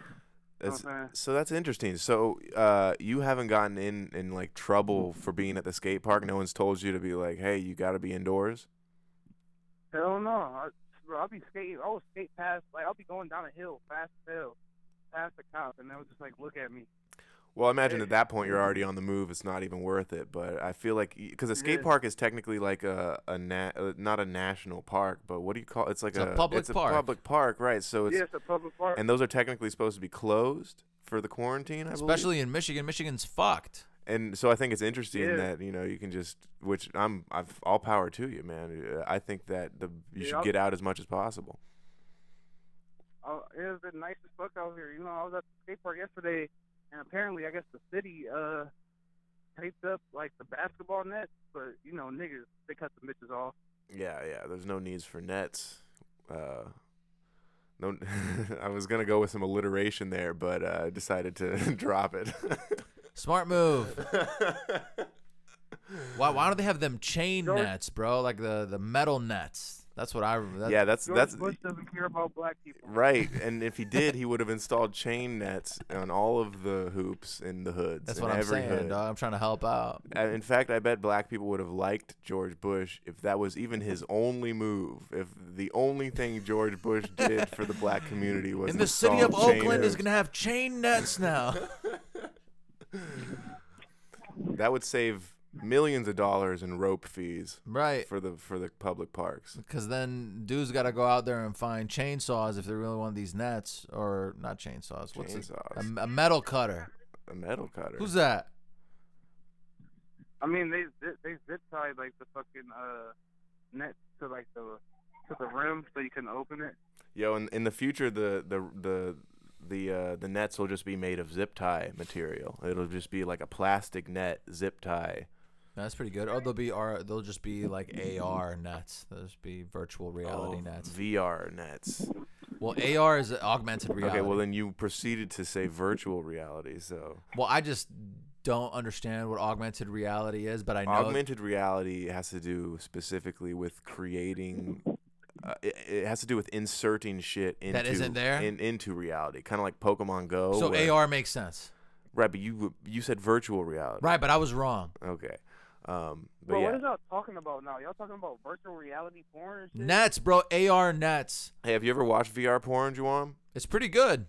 [SPEAKER 5] You know
[SPEAKER 3] That's,
[SPEAKER 5] what I'm saying?
[SPEAKER 3] so that's interesting. So uh, you haven't gotten in in like trouble
[SPEAKER 5] Mm.
[SPEAKER 3] for being at the skate park. No one's told you to be like, hey, you got to be indoors.
[SPEAKER 5] Hell no, I, bro. I'll be skating. I'll skate past. Like I'll be going down a hill, fast as hell, past the cop, and they'll just like look at me.
[SPEAKER 3] Well, I imagine at that point you're already on the move. It's not even worth it. But I feel like because a skate
[SPEAKER 5] Yeah.
[SPEAKER 3] park is technically like a a na- uh, not a national park, but what do you call? It's like
[SPEAKER 4] It's a public
[SPEAKER 3] it's
[SPEAKER 4] park.
[SPEAKER 3] a public park, right? So it's
[SPEAKER 5] Yes, a public park.
[SPEAKER 3] and those are technically supposed to be closed for the quarantine, I believe.
[SPEAKER 4] Especially in Michigan. Michigan's fucked.
[SPEAKER 3] And so I think it's interesting
[SPEAKER 5] Yeah.
[SPEAKER 3] that you know you can just, which I'm, I've all power to you, man. Uh, I think that the you
[SPEAKER 5] Yeah.
[SPEAKER 3] should get out as much as possible.
[SPEAKER 5] Oh, it was been nice as fuck out here. You know, I was at the skate park yesterday, and apparently, I guess the city uh taped up like the basketball nets, but you know, niggas they cut the bitches off.
[SPEAKER 3] Yeah, yeah. There's no needs for nets. Uh, no, I was gonna go with some alliteration there, but uh, decided to drop it.
[SPEAKER 4] Smart move. Why, why don't they have them chain
[SPEAKER 5] George-
[SPEAKER 4] nets, bro? Like the, the metal nets. That's what I remember. That's,
[SPEAKER 3] yeah, that's
[SPEAKER 5] George
[SPEAKER 3] that's
[SPEAKER 5] Bush doesn't care about black people.
[SPEAKER 3] right. And if he did, he would have installed chain nets on all of the hoops in the hoods.
[SPEAKER 4] that's
[SPEAKER 3] in
[SPEAKER 4] what I'm
[SPEAKER 3] every
[SPEAKER 4] saying,
[SPEAKER 3] hood.
[SPEAKER 4] dog. I'm trying to help out.
[SPEAKER 3] Uh, In fact, I bet black people would have liked George Bush if that was even his only move. If the only thing George Bush did for the black community was
[SPEAKER 4] And the city of
[SPEAKER 3] install chain
[SPEAKER 4] Oakland is
[SPEAKER 3] hoops.
[SPEAKER 4] going to have chain nets now.
[SPEAKER 3] that would save millions of dollars in rope fees
[SPEAKER 4] right.
[SPEAKER 3] for the for the public parks.
[SPEAKER 4] Because then dudes got to go out there and find chainsaws if they really want these nets or not chainsaws. What's it?
[SPEAKER 3] Chainsaws.
[SPEAKER 4] A, a metal cutter.
[SPEAKER 3] A metal cutter.
[SPEAKER 4] Who's that?
[SPEAKER 5] I mean, they they, they zip tied like the fucking uh nets to like the to the rim so you can open it.
[SPEAKER 3] Yo, in, in the future, the the the the uh, the nets will just be made of zip tie material. It'll just be like a plastic net zip tie.
[SPEAKER 4] That's pretty good. Or they'll be R. They'll just be like AR nets. They'll just be virtual reality
[SPEAKER 3] Oh,
[SPEAKER 4] nets.
[SPEAKER 3] VR nets.
[SPEAKER 4] Well, AR is augmented reality.
[SPEAKER 3] Okay, well then you proceeded to say virtual reality. So
[SPEAKER 4] Well, I just don't understand what augmented reality is, but I know
[SPEAKER 3] augmented reality has to do specifically with creating. Uh, it, it has to do with inserting shit into
[SPEAKER 4] That isn't there?
[SPEAKER 3] in, into reality, kind of like Pokemon Go.
[SPEAKER 4] so
[SPEAKER 3] where-
[SPEAKER 4] AR makes sense,
[SPEAKER 3] right? But you you said virtual reality,
[SPEAKER 4] right? But I was wrong.
[SPEAKER 3] Okay, um, but
[SPEAKER 5] Bro,
[SPEAKER 3] yeah.
[SPEAKER 5] what is y'all talking about now? Y'all talking about virtual reality porn? and shit?
[SPEAKER 4] Nets, bro. AR nets.
[SPEAKER 3] hey, have you ever watched VR porn, Juwan?
[SPEAKER 4] It's pretty good.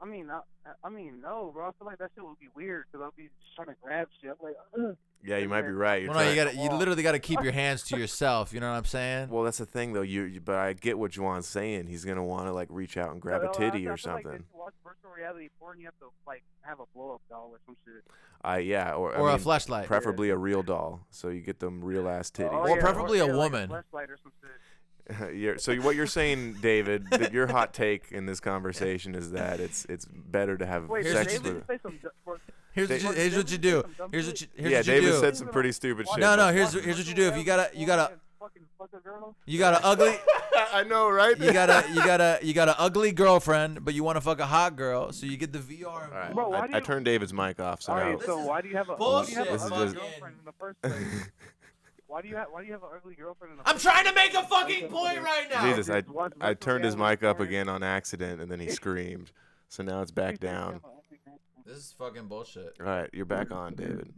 [SPEAKER 5] I mean, I, I mean, no, bro. I feel like that shit would be weird because I'll be just trying to grab shit. I'm like, Ugh.
[SPEAKER 3] Yeah, you might be right. You're
[SPEAKER 4] Well, no, you
[SPEAKER 3] trying-
[SPEAKER 4] got to you literally got to keep your hands to yourself. You know what I'm saying?
[SPEAKER 3] Well, that's the thing though. You, you- but I get what Juwan's saying. He's gonna want to like reach out and grab a
[SPEAKER 5] No, no, oh, I-
[SPEAKER 3] titty
[SPEAKER 5] I
[SPEAKER 3] or
[SPEAKER 5] feel Like if
[SPEAKER 3] something.
[SPEAKER 5] you watch virtual reality porn, you have to like have a blow up doll or some shit.
[SPEAKER 3] I yeah, or I
[SPEAKER 4] or a
[SPEAKER 3] mean,
[SPEAKER 4] flashlight.
[SPEAKER 3] preferably a real doll, so you get them real ass titties.
[SPEAKER 5] Oh,
[SPEAKER 4] Or preferably a
[SPEAKER 5] like
[SPEAKER 4] woman.
[SPEAKER 5] fleshlight or some shit.
[SPEAKER 3] You're- so what you're saying, David, that your hot take in this conversation is that it's it's better to have
[SPEAKER 5] Wait,
[SPEAKER 4] Here's-
[SPEAKER 3] sex
[SPEAKER 5] David,
[SPEAKER 3] with.
[SPEAKER 5] say some. d- for-
[SPEAKER 4] here's what
[SPEAKER 3] They-
[SPEAKER 4] you, here's what you do. Here's what you, here's
[SPEAKER 3] yeah,
[SPEAKER 4] what you
[SPEAKER 3] David
[SPEAKER 4] do.
[SPEAKER 3] said some pretty stupid shit.
[SPEAKER 4] No, no,
[SPEAKER 5] watch
[SPEAKER 4] here's- here's what you do. If you
[SPEAKER 5] virtual
[SPEAKER 4] gotta- you gotta-
[SPEAKER 5] reality porn and fucking fuck a girl?
[SPEAKER 4] you got a ugly
[SPEAKER 3] I know, right?
[SPEAKER 4] you got a you got a you got a ugly girlfriend, but you want to fuck a hot girl, so you get the VR.
[SPEAKER 3] All right,
[SPEAKER 5] Bro, why
[SPEAKER 3] I,
[SPEAKER 5] do
[SPEAKER 3] I
[SPEAKER 5] you-
[SPEAKER 3] turned David's mic off, so
[SPEAKER 5] All
[SPEAKER 3] now
[SPEAKER 5] right, so why do you have a why do you
[SPEAKER 4] bullshit.
[SPEAKER 5] have an
[SPEAKER 3] This is
[SPEAKER 5] ugly
[SPEAKER 3] just-
[SPEAKER 5] girlfriend in the first place? Why do you have why do you have an ugly girlfriend in the
[SPEAKER 4] I'm
[SPEAKER 5] first
[SPEAKER 4] trying to make a fucking point right now.
[SPEAKER 3] Jesus, I
[SPEAKER 5] Oh, Just watch
[SPEAKER 3] I
[SPEAKER 5] virtual
[SPEAKER 3] turned his
[SPEAKER 5] reality
[SPEAKER 3] mic up
[SPEAKER 5] porn.
[SPEAKER 3] again on accident, and then he screamed. So now it's back down.
[SPEAKER 4] This is fucking bullshit.
[SPEAKER 3] All right, you're back on, David.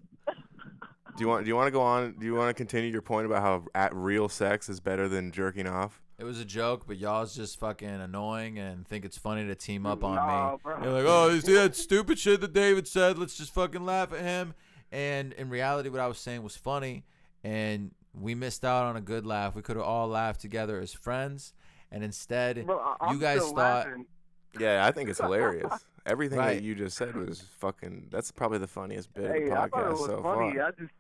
[SPEAKER 3] Do you want do you want to go on? Do you want to continue your point about how at real sex is better than jerking off?
[SPEAKER 4] It was a joke, but y'all's just fucking annoying and think it's funny to team up on
[SPEAKER 5] Nah,
[SPEAKER 4] me.
[SPEAKER 5] bro.
[SPEAKER 4] You're like, oh, you see that stupid shit that David said? Let's just fucking laugh at him. And in reality, what I was saying was funny, and we missed out on a good laugh. We could have all laughed together as friends, and instead,
[SPEAKER 5] Bro, I- I'm
[SPEAKER 4] you guys
[SPEAKER 5] still
[SPEAKER 4] thought.
[SPEAKER 5] laughing.
[SPEAKER 3] Yeah, I think it's hilarious. Everything
[SPEAKER 4] Right.
[SPEAKER 3] that you just said was fucking. That's probably the funniest bit of
[SPEAKER 5] Hey,
[SPEAKER 3] the
[SPEAKER 5] I thought it
[SPEAKER 3] podcast
[SPEAKER 5] was
[SPEAKER 3] so
[SPEAKER 5] funny.
[SPEAKER 3] far.
[SPEAKER 5] I just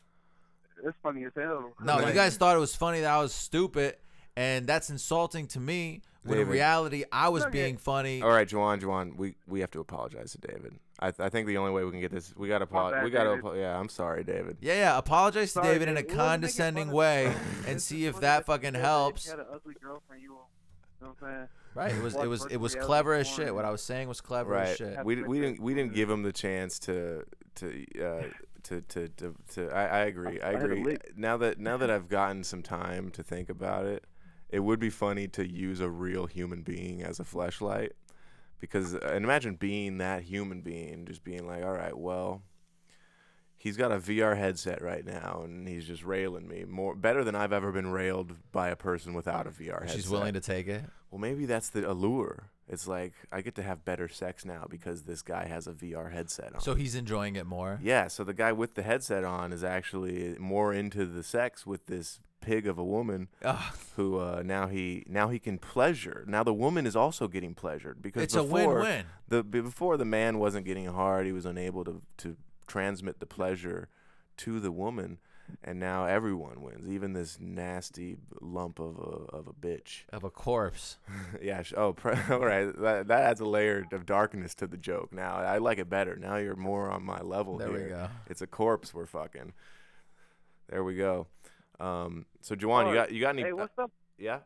[SPEAKER 5] it's funny as hell.
[SPEAKER 4] No, you
[SPEAKER 3] Right.
[SPEAKER 4] guys thought it was funny that I was stupid, and that's insulting to me. When in
[SPEAKER 3] David.
[SPEAKER 4] reality, I was
[SPEAKER 5] Okay.
[SPEAKER 4] being funny.
[SPEAKER 3] All right, Juwan, Juwan, we we have to apologize to David. I I think the only way we can get this, we gotta
[SPEAKER 5] bad,
[SPEAKER 3] apologize. We gotta.
[SPEAKER 5] David.
[SPEAKER 3] Apo- yeah, I'm sorry, David.
[SPEAKER 4] Yeah, yeah. Apologize to
[SPEAKER 5] Sorry,
[SPEAKER 4] David in a
[SPEAKER 5] dude. We wasn't making
[SPEAKER 4] condescending
[SPEAKER 5] fun of
[SPEAKER 4] way,
[SPEAKER 5] you.
[SPEAKER 4] and
[SPEAKER 5] It's
[SPEAKER 4] see
[SPEAKER 5] just
[SPEAKER 4] if
[SPEAKER 5] funny
[SPEAKER 4] that
[SPEAKER 5] you
[SPEAKER 4] fucking
[SPEAKER 5] said that
[SPEAKER 4] helps.
[SPEAKER 5] You had an ugly girlfriend. You, you know what I'm saying?
[SPEAKER 4] Right? It was, it
[SPEAKER 5] What
[SPEAKER 4] was, it
[SPEAKER 5] virtual
[SPEAKER 4] was
[SPEAKER 5] reality
[SPEAKER 4] clever as
[SPEAKER 5] porn
[SPEAKER 4] shit. What
[SPEAKER 5] is.
[SPEAKER 4] I was saying was clever as
[SPEAKER 3] Right.
[SPEAKER 4] shit.
[SPEAKER 5] Have
[SPEAKER 3] We, d- we
[SPEAKER 5] Twitter.
[SPEAKER 3] didn't we didn't give him the chance to to uh, to, to to to I, I agree I
[SPEAKER 5] I had a
[SPEAKER 3] agree.
[SPEAKER 5] leak.
[SPEAKER 3] Now that now that I've gotten some time to think about it, it would be funny to use a real human being as a flashlight because uh, and imagine being that human being just being like all right well he's got a VR headset right now and he's just railing me more better than I've ever been railed by a person without a VR headset
[SPEAKER 4] She's willing to take it.
[SPEAKER 3] well, maybe that's the allure. It's like I get to have better sex now because this guy has a VR headset on.
[SPEAKER 4] So he's enjoying it more.
[SPEAKER 3] yeah, so the guy with the headset on is actually more into the sex with this pig of a woman
[SPEAKER 4] Ugh.
[SPEAKER 3] who uh, now he now he can pleasure. Now the woman is also getting pleasured because
[SPEAKER 4] It's a
[SPEAKER 3] before
[SPEAKER 4] win-win.
[SPEAKER 3] the b- before the man wasn't getting hard, he was unable to to transmit the pleasure to the woman, and now everyone wins, even this nasty lump of a of a bitch.
[SPEAKER 4] Of a corpse.
[SPEAKER 3] Yeah. sh- Oh, pre- all right. That, that adds a layer of darkness to the joke. Now I like it better. Now you're more on my level.
[SPEAKER 4] There we
[SPEAKER 3] here.
[SPEAKER 4] go.
[SPEAKER 3] It's a corpse we're fucking. There we go. Um. So Juwan, you got you got any?
[SPEAKER 5] Hey, what's up? Oh,
[SPEAKER 3] yeah.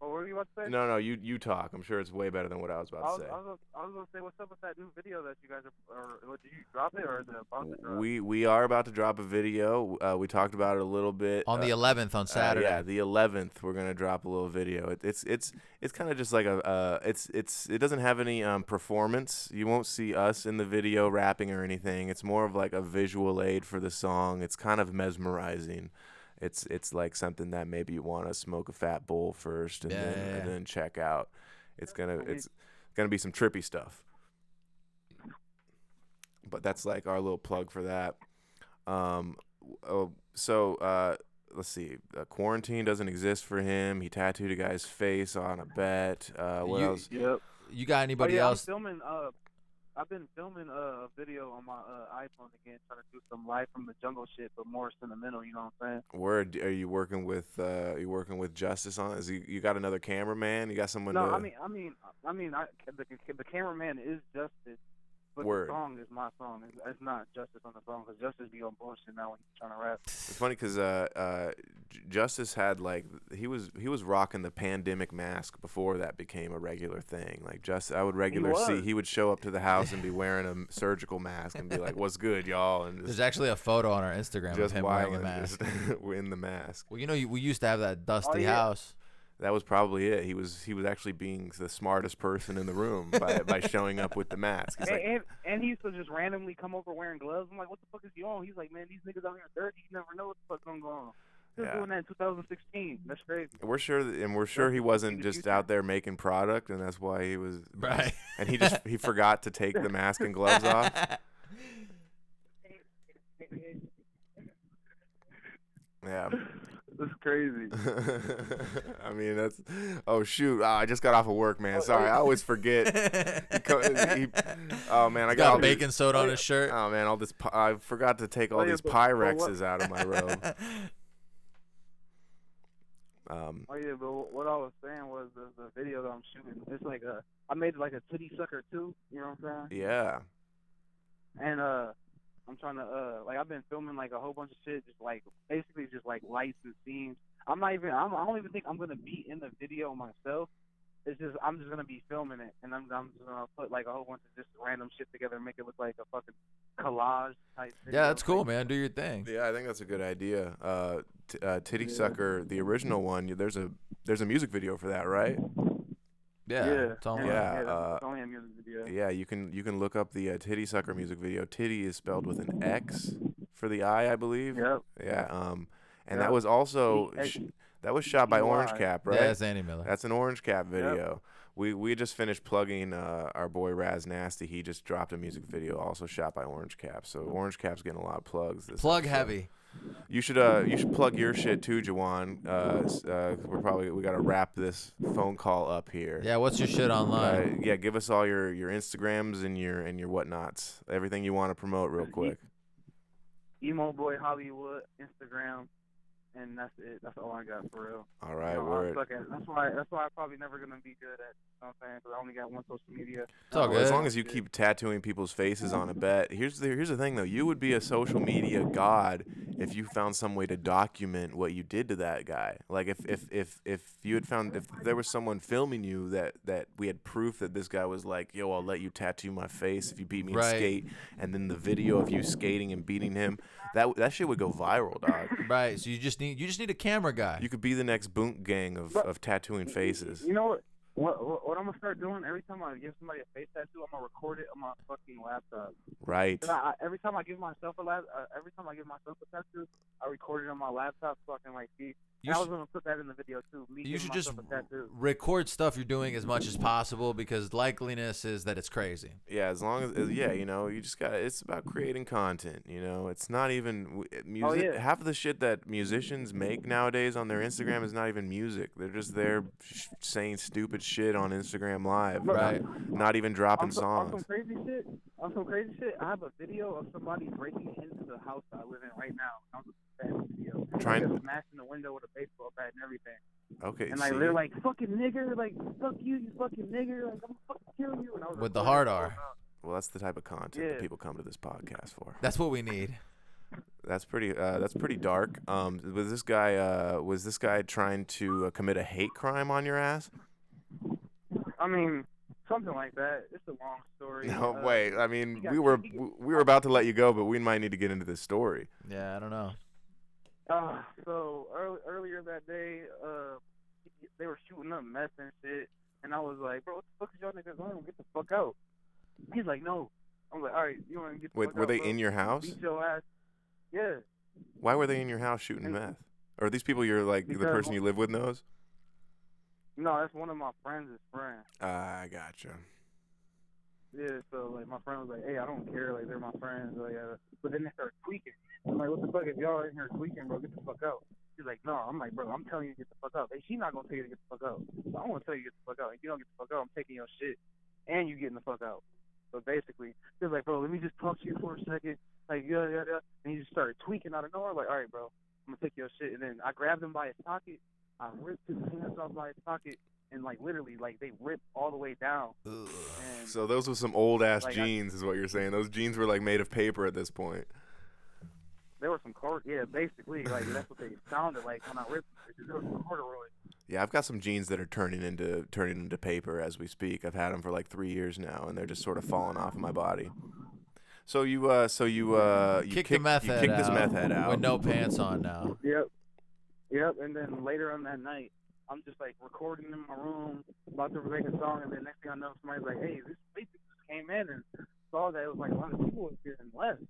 [SPEAKER 5] What were you about to say?
[SPEAKER 3] No, no. You you talk. I'm sure it's way better than what I was
[SPEAKER 5] I
[SPEAKER 3] about
[SPEAKER 5] was,
[SPEAKER 3] to say.
[SPEAKER 5] I, was, gonna- I was gonna say, what's up with that new video that you guys are? Or, or did you drop it or is it about to drop?
[SPEAKER 3] We we are about to drop a video. Uh, we talked about it a little bit
[SPEAKER 4] On the
[SPEAKER 3] uh,
[SPEAKER 4] 11th on
[SPEAKER 3] Uh,
[SPEAKER 4] Saturday.
[SPEAKER 3] yeah, the eleventh, we're gonna drop a little video. It, it's it's it's kind of just like a uh, it's it's it doesn't have any um, performance. You won't see us in the video rapping or anything. It's more of like a visual aid for the song. It's kind of mesmerizing. It's it's like something that maybe you want to smoke a fat bowl first and,
[SPEAKER 4] Yeah,
[SPEAKER 3] then,
[SPEAKER 4] yeah, yeah.
[SPEAKER 3] and then check out. It's gonna
[SPEAKER 5] Definitely.
[SPEAKER 3] it's gonna be some trippy stuff. But that's like our little plug for that. Um, w- oh, so uh, let's see. Uh, quarantine doesn't exist for him. He tattooed a guy's face on a bet. Uh, what
[SPEAKER 4] You-
[SPEAKER 3] else?
[SPEAKER 5] Yep.
[SPEAKER 4] You got anybody
[SPEAKER 5] oh, yeah,
[SPEAKER 4] else?
[SPEAKER 5] I'm filming. Uh, I've been filming uh, a video on my uh, iPhone again, trying to do some live from the jungle shit, but more sentimental. You know what I'm saying?
[SPEAKER 3] Where d- are you working with? Uh, you working with Justice on? Is he, you got another cameraman? You got someone?
[SPEAKER 5] no,
[SPEAKER 3] to,
[SPEAKER 5] I mean, I mean, I mean, I, the, the cameraman is Justice, but
[SPEAKER 3] Word.
[SPEAKER 5] the song is my song. It's, it's not Justice on the song because Justice be on bullshit now when he's trying to rap.
[SPEAKER 3] It's funny because uh, uh, J- Justice had like he was he was rocking the pandemic mask before that became a regular thing. Like just I would regular see
[SPEAKER 5] was.
[SPEAKER 3] he would show up to the house and be wearing a m- surgical mask and be like, "What's good, y'all?" And
[SPEAKER 4] There's
[SPEAKER 3] just,
[SPEAKER 4] actually a photo on our Instagram of
[SPEAKER 3] just
[SPEAKER 4] him wearing a
[SPEAKER 3] wilding,
[SPEAKER 4] mask.
[SPEAKER 3] just in the mask.
[SPEAKER 4] Well, you know, you, we used to have that dusty
[SPEAKER 5] Oh, yeah.
[SPEAKER 4] house.
[SPEAKER 3] That was probably it. He was he was actually being the smartest person in the room by, by showing up with the mask. He's
[SPEAKER 5] And,
[SPEAKER 3] like,
[SPEAKER 5] and and he used to just randomly come over wearing gloves. I'm like, what the fuck is you on? He's like, man, these niggas out here dirty. You never know what the fuck's going on. Still
[SPEAKER 3] Yeah.
[SPEAKER 5] doing that in 2016. That's crazy.
[SPEAKER 3] we're sure, that, and we're sure he wasn't
[SPEAKER 5] the
[SPEAKER 3] just
[SPEAKER 5] future.
[SPEAKER 3] out there making product, and that's why he was.
[SPEAKER 4] Right.
[SPEAKER 3] And he just he forgot to take the mask and gloves off. Yeah.
[SPEAKER 5] That's crazy.
[SPEAKER 3] I mean, that's. Oh shoot! Ah, I just got off of work, man. Sorry, I always forget. He co- he- oh man, I
[SPEAKER 4] got
[SPEAKER 3] all these-
[SPEAKER 4] baking soda on his shirt.
[SPEAKER 3] Oh man, all this. pi- I forgot to take all
[SPEAKER 5] Oh, yeah,
[SPEAKER 3] these
[SPEAKER 5] but- but what-
[SPEAKER 3] Pyrexes out of my robe. Um,
[SPEAKER 5] Oh yeah, but what I was saying was the, the video that I'm shooting. It's like a I made like a titty sucker too. You know what I'm saying?
[SPEAKER 3] yeah.
[SPEAKER 5] And uh, I'm trying to uh, like I've been filming like a whole bunch of shit, just like basically just like lights and scenes. I'm not even I'm, I don't even think I'm gonna be in the video myself. It's just I'm just gonna be filming it, and I'm I'm just gonna put like a whole bunch of just random shit together, and make it look like a fucking collage type. thing.
[SPEAKER 4] yeah, that's cool, man. Do your thing.
[SPEAKER 3] Yeah, I think that's a good idea. Uh, t- uh, Titty Sucker, the original one. y- There's a there's a music video for that, right?
[SPEAKER 4] Yeah.
[SPEAKER 5] yeah,
[SPEAKER 4] It's all
[SPEAKER 5] yeah,
[SPEAKER 4] right.
[SPEAKER 3] Yeah,
[SPEAKER 5] yeah,
[SPEAKER 3] uh,
[SPEAKER 5] that's- it's only a music video.
[SPEAKER 3] Yeah, you can you can look up the uh, Titty Sucker music video. Titty is spelled with an X for the I, I believe.
[SPEAKER 5] Yep. E,
[SPEAKER 3] Yeah. Um, and
[SPEAKER 5] Yeah.
[SPEAKER 3] that was also
[SPEAKER 5] T-
[SPEAKER 3] oh, sh- that was shot by Orange
[SPEAKER 5] TTY.
[SPEAKER 3] Cap,
[SPEAKER 4] Yeah,
[SPEAKER 3] right?
[SPEAKER 4] that's Andy Miller.
[SPEAKER 3] That's an Orange Cap video. We we just finished plugging uh, our boy Raz Nasty. He just dropped a music video, also shot by Orange Cap. So Orange Cap's getting a lot of plugs. This
[SPEAKER 4] Plug
[SPEAKER 3] episode.
[SPEAKER 4] heavy.
[SPEAKER 3] You should uh you should plug your shit too, Jawan. Uh, s- uh we're probably we gotta wrap this phone call up here.
[SPEAKER 4] Yeah, what's your shit
[SPEAKER 3] Uh,
[SPEAKER 4] online?
[SPEAKER 3] yeah, give us all your your Instagrams and your and your whatnots, everything you want to promote, real quick.
[SPEAKER 5] Emo Boy Hollywood Instagram, and that's it. That's all I got for real.
[SPEAKER 3] All
[SPEAKER 5] You
[SPEAKER 3] right,
[SPEAKER 5] know, I
[SPEAKER 3] word.
[SPEAKER 5] suck at- that's why. That's why I'm probably never gonna be good at. You know what I'm saying? 'Cause I only got one social media.
[SPEAKER 4] It's all
[SPEAKER 3] Well,
[SPEAKER 4] good.
[SPEAKER 3] as long as you keep tattooing people's faces on a bet, here's the here's the thing though. You would be a social media god if you found some way to document what you did to that guy. Like if if if if you had found if there was someone filming you that that we had proof that this guy was like, "Yo, I'll let you tattoo my face if you beat me in
[SPEAKER 4] Right.
[SPEAKER 3] skate," and then the video of you skating and beating him, That that shit would go viral, dog.
[SPEAKER 4] Right. So you just need you just need a camera guy.
[SPEAKER 3] You could be the next boot gang of, of tattooing faces.
[SPEAKER 5] You know what? What, what, what I'm gonna start doing every time I give somebody a face tattoo, I'm gonna record it on my fucking laptop.
[SPEAKER 3] Right.
[SPEAKER 5] 'Cause I, I, every time I give myself a lap, uh, every time I give myself a tattoo, I record it on my laptop so I can like see.
[SPEAKER 4] You
[SPEAKER 5] And I
[SPEAKER 4] sh-
[SPEAKER 5] was gonna put that in the video too. Me
[SPEAKER 4] you
[SPEAKER 5] giving
[SPEAKER 4] should just
[SPEAKER 5] myself a tattoo.
[SPEAKER 4] record stuff you're doing as much as possible because likeliness is that it's crazy.
[SPEAKER 3] Yeah, as long as as- yeah, you know, you just got to it's about creating content, you know. It's not even w- it- music.
[SPEAKER 5] Oh, yeah.
[SPEAKER 3] Half of the shit that musicians make nowadays on their Instagram is not even music. They're just there sh- saying stupid shit on Instagram live, not-
[SPEAKER 4] Right.
[SPEAKER 3] Not even dropping
[SPEAKER 5] On some, on some
[SPEAKER 3] songs.
[SPEAKER 5] crazy shit, on some crazy shit, I have a video of somebody breaking into the house that I live in right now. And I'm just that video.
[SPEAKER 3] Trying-
[SPEAKER 5] They're smashing the window with a baseball bat and everything.
[SPEAKER 3] Okay.
[SPEAKER 5] And
[SPEAKER 3] see?
[SPEAKER 5] like they're like fucking nigger, like fuck you, you fucking nigger, like I'm gonna fucking kill you. And I was
[SPEAKER 4] With the
[SPEAKER 5] recording
[SPEAKER 4] hard
[SPEAKER 5] it
[SPEAKER 4] R.
[SPEAKER 5] all
[SPEAKER 3] well, that's the type of content that
[SPEAKER 5] Yeah.
[SPEAKER 3] people come to this podcast for.
[SPEAKER 4] That's what we need.
[SPEAKER 3] That's pretty. Uh, that's pretty dark. Um, was this guy? Uh, was this guy trying to uh, commit a hate crime on your ass?
[SPEAKER 5] about. I mean, something like that. It's a long story.
[SPEAKER 3] No,
[SPEAKER 5] Uh,
[SPEAKER 3] wait. I mean,
[SPEAKER 5] got-
[SPEAKER 3] we were
[SPEAKER 5] he-
[SPEAKER 3] we we were about to let you go, but we might need to get into this story.
[SPEAKER 4] Yeah, I don't know.
[SPEAKER 5] Uh, so early, earlier that day, uh, they were shooting up meth and shit, and I was like, bro, what the fuck is y'all niggas on? Get the fuck out. He's like, no. I'm like, all right, you want to get the
[SPEAKER 3] Wait,
[SPEAKER 5] fuck
[SPEAKER 3] were
[SPEAKER 5] out,
[SPEAKER 3] they
[SPEAKER 5] bro.
[SPEAKER 3] in your house?
[SPEAKER 5] Beat your ass. Yeah.
[SPEAKER 3] Why were they in your house shooting
[SPEAKER 5] And-
[SPEAKER 3] meth? Or are these people you're like the
[SPEAKER 5] Because-
[SPEAKER 3] person you live with knows?
[SPEAKER 5] No, that's one of my friends' friend.
[SPEAKER 3] Uh, I gotcha.
[SPEAKER 5] Yeah, so like my friend was like, "Hey, I don't care, like they're my friends." Like, uh, but then they started tweaking. I'm like, "What the fuck? If y'all in here tweaking, bro, get the fuck out." She's like, "No." I'm like, "Bro, I'm telling you to get the fuck out." Hey, she's not gonna tell you to get the fuck out. So I'm gonna tell you to get the fuck out. If you don't get the fuck out, I'm taking your shit, and you getting the fuck out. So basically, she was like, "Bro, let me just talk to you for a second. Like, yeah, yeah, yeah. And he just started tweaking out of nowhere. Like, all right, bro, I'm gonna take your shit. And then I grabbed him by his pocket. I ripped his hands off by his pocket, and like literally, like they ripped all the way down. And
[SPEAKER 3] So those were some old ass
[SPEAKER 5] Like, I-
[SPEAKER 3] jeans, is what you're saying. Those jeans were like made of paper at this point.
[SPEAKER 5] There were some cord, yeah, basically, like that's what they sounded like when I ripped it. There was some corduroy.
[SPEAKER 3] Yeah, I've got some jeans that are turning into turning into paper as we speak. I've had them for like three years now, and they're just sort of falling off of my body. So you, uh, so you, uh, you
[SPEAKER 4] kick, the meth
[SPEAKER 3] you
[SPEAKER 4] head
[SPEAKER 3] kicked
[SPEAKER 4] out
[SPEAKER 3] this meth head out.
[SPEAKER 4] with no pants on now.
[SPEAKER 5] Yep. Yep. And then later on that night, I'm just like recording in my room, about to make a song, and then next thing I know, somebody's like, "Hey, this basic just came in and saw that it was like a lot of people was here and left."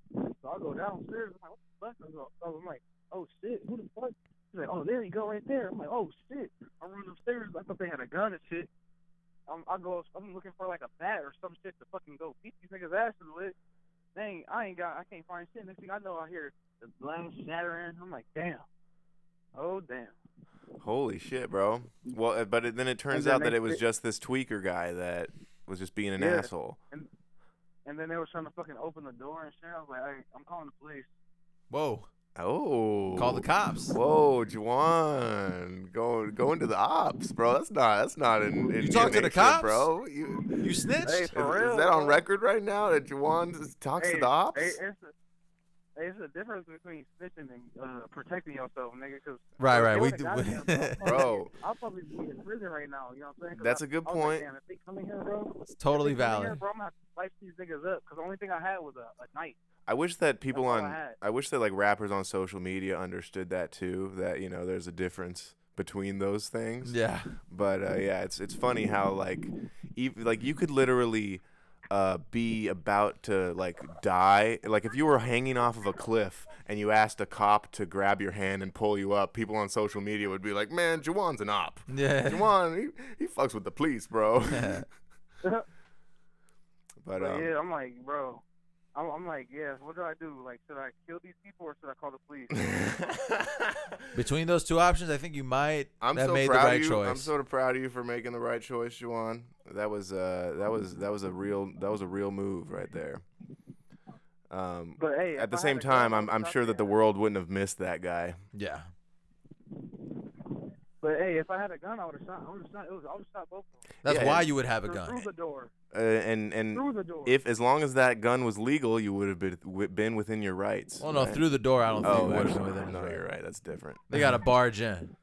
[SPEAKER 5] So I go downstairs. I'm like, "What the fuck?" I go- So I'm like, "Oh shit, who the fuck?" He's like, "Oh, there you go, right there." I'm like, "Oh shit!" I run upstairs. I thought they had a gun and shit. Um, I go. I'm looking for like a bat or some shit to fucking go beat these niggas' asses with. Dang, I ain't got. I can't find shit. Next thing I know, I hear the glass shattering. I'm like, damn. Oh damn.
[SPEAKER 3] Holy shit, bro. Well, uh, but it, then it turns
[SPEAKER 5] then
[SPEAKER 3] out that
[SPEAKER 5] they
[SPEAKER 3] it was
[SPEAKER 5] fi-
[SPEAKER 3] just this tweaker guy that was just being an
[SPEAKER 5] Yeah.
[SPEAKER 3] asshole.
[SPEAKER 5] And then they were trying to fucking open the door and shit. I was like, hey, I'm calling the police.
[SPEAKER 4] Whoa.
[SPEAKER 3] Oh,
[SPEAKER 4] Call the cops.
[SPEAKER 3] Whoa, Juwan, going going to the ops, bro. That's not that's not in. in
[SPEAKER 4] You talk to the
[SPEAKER 3] nature,
[SPEAKER 4] cops?
[SPEAKER 3] bro. You,
[SPEAKER 4] You snitched?
[SPEAKER 5] Hey,
[SPEAKER 3] is,
[SPEAKER 5] For real,
[SPEAKER 3] is that on
[SPEAKER 5] bro.
[SPEAKER 3] record right now that Juwan just talks
[SPEAKER 5] hey,
[SPEAKER 3] to the ops?
[SPEAKER 5] Hey, it's a, hey, it's a difference between snitching and uh, protecting yourself, nigga. Cause
[SPEAKER 4] Right,
[SPEAKER 5] if
[SPEAKER 4] right,
[SPEAKER 5] they
[SPEAKER 4] we
[SPEAKER 5] would've
[SPEAKER 4] do-
[SPEAKER 5] got me, I'll probably-
[SPEAKER 3] Bro.
[SPEAKER 5] I'll probably be in prison right now. You know what I'm saying? 'Cause
[SPEAKER 3] That's
[SPEAKER 5] I-
[SPEAKER 3] a good
[SPEAKER 5] I was like,
[SPEAKER 3] point.
[SPEAKER 5] Damn, if they come in here, bro. if
[SPEAKER 4] it's
[SPEAKER 5] they
[SPEAKER 4] totally
[SPEAKER 5] come in here,
[SPEAKER 4] valid.
[SPEAKER 5] bro, I'm gonna have to slice these niggas up. Cause the only thing I had was a, a knife.
[SPEAKER 3] I wish that people
[SPEAKER 5] That's
[SPEAKER 3] on
[SPEAKER 5] all I had.
[SPEAKER 3] I, wish that like rappers on social media understood that too. That you know, there's a difference between those things.
[SPEAKER 4] Yeah.
[SPEAKER 3] But uh, yeah, it's it's funny how like, ev- like you could literally uh, be about to like die. Like if you were hanging off of a cliff and you asked a cop to grab your hand and pull you up, people on social media would be like, "Man, Jawan's an op.
[SPEAKER 4] Yeah.
[SPEAKER 3] Jawan, he, he fucks with the police, bro." but
[SPEAKER 5] But
[SPEAKER 3] um,
[SPEAKER 5] yeah, I'm like, bro. I'm, I'm like, yeah. What do I do? Like, should I kill these people or should I call the police?
[SPEAKER 4] Between those two options, I think you might
[SPEAKER 3] I'm
[SPEAKER 4] have
[SPEAKER 3] so
[SPEAKER 4] made the
[SPEAKER 3] proud
[SPEAKER 4] right
[SPEAKER 3] of you.
[SPEAKER 4] choice.
[SPEAKER 3] I'm sort of proud of you for making the right choice, Juwan. That was uh that was that was a real that was a real move right there. Um,
[SPEAKER 5] But hey,
[SPEAKER 3] at
[SPEAKER 5] if
[SPEAKER 3] the
[SPEAKER 5] I had
[SPEAKER 3] same
[SPEAKER 5] a gun,
[SPEAKER 3] time,
[SPEAKER 5] I
[SPEAKER 3] I'm
[SPEAKER 5] would've
[SPEAKER 3] I'm
[SPEAKER 5] shot
[SPEAKER 3] sure that the
[SPEAKER 5] man.
[SPEAKER 3] world wouldn't have missed that guy.
[SPEAKER 4] yeah.
[SPEAKER 5] But hey, if I had a gun, I would have shot. I would have shot. It was, I would have shot both of them.
[SPEAKER 4] That's
[SPEAKER 3] Yeah,
[SPEAKER 4] why
[SPEAKER 3] it-
[SPEAKER 4] you would have a
[SPEAKER 5] Through-
[SPEAKER 4] gun.
[SPEAKER 5] Through the door.
[SPEAKER 3] Uh, and
[SPEAKER 5] Through
[SPEAKER 3] and
[SPEAKER 5] the door.
[SPEAKER 3] if as long as that gun was legal, you would have been wi- been within your rights.
[SPEAKER 4] Well, no,
[SPEAKER 3] right?
[SPEAKER 4] through the door, I don't think
[SPEAKER 3] Oh,
[SPEAKER 4] it would have been
[SPEAKER 3] actually,
[SPEAKER 4] within.
[SPEAKER 3] no,
[SPEAKER 4] his
[SPEAKER 3] you're
[SPEAKER 4] right.
[SPEAKER 3] right. That's different.
[SPEAKER 4] They got to barge in.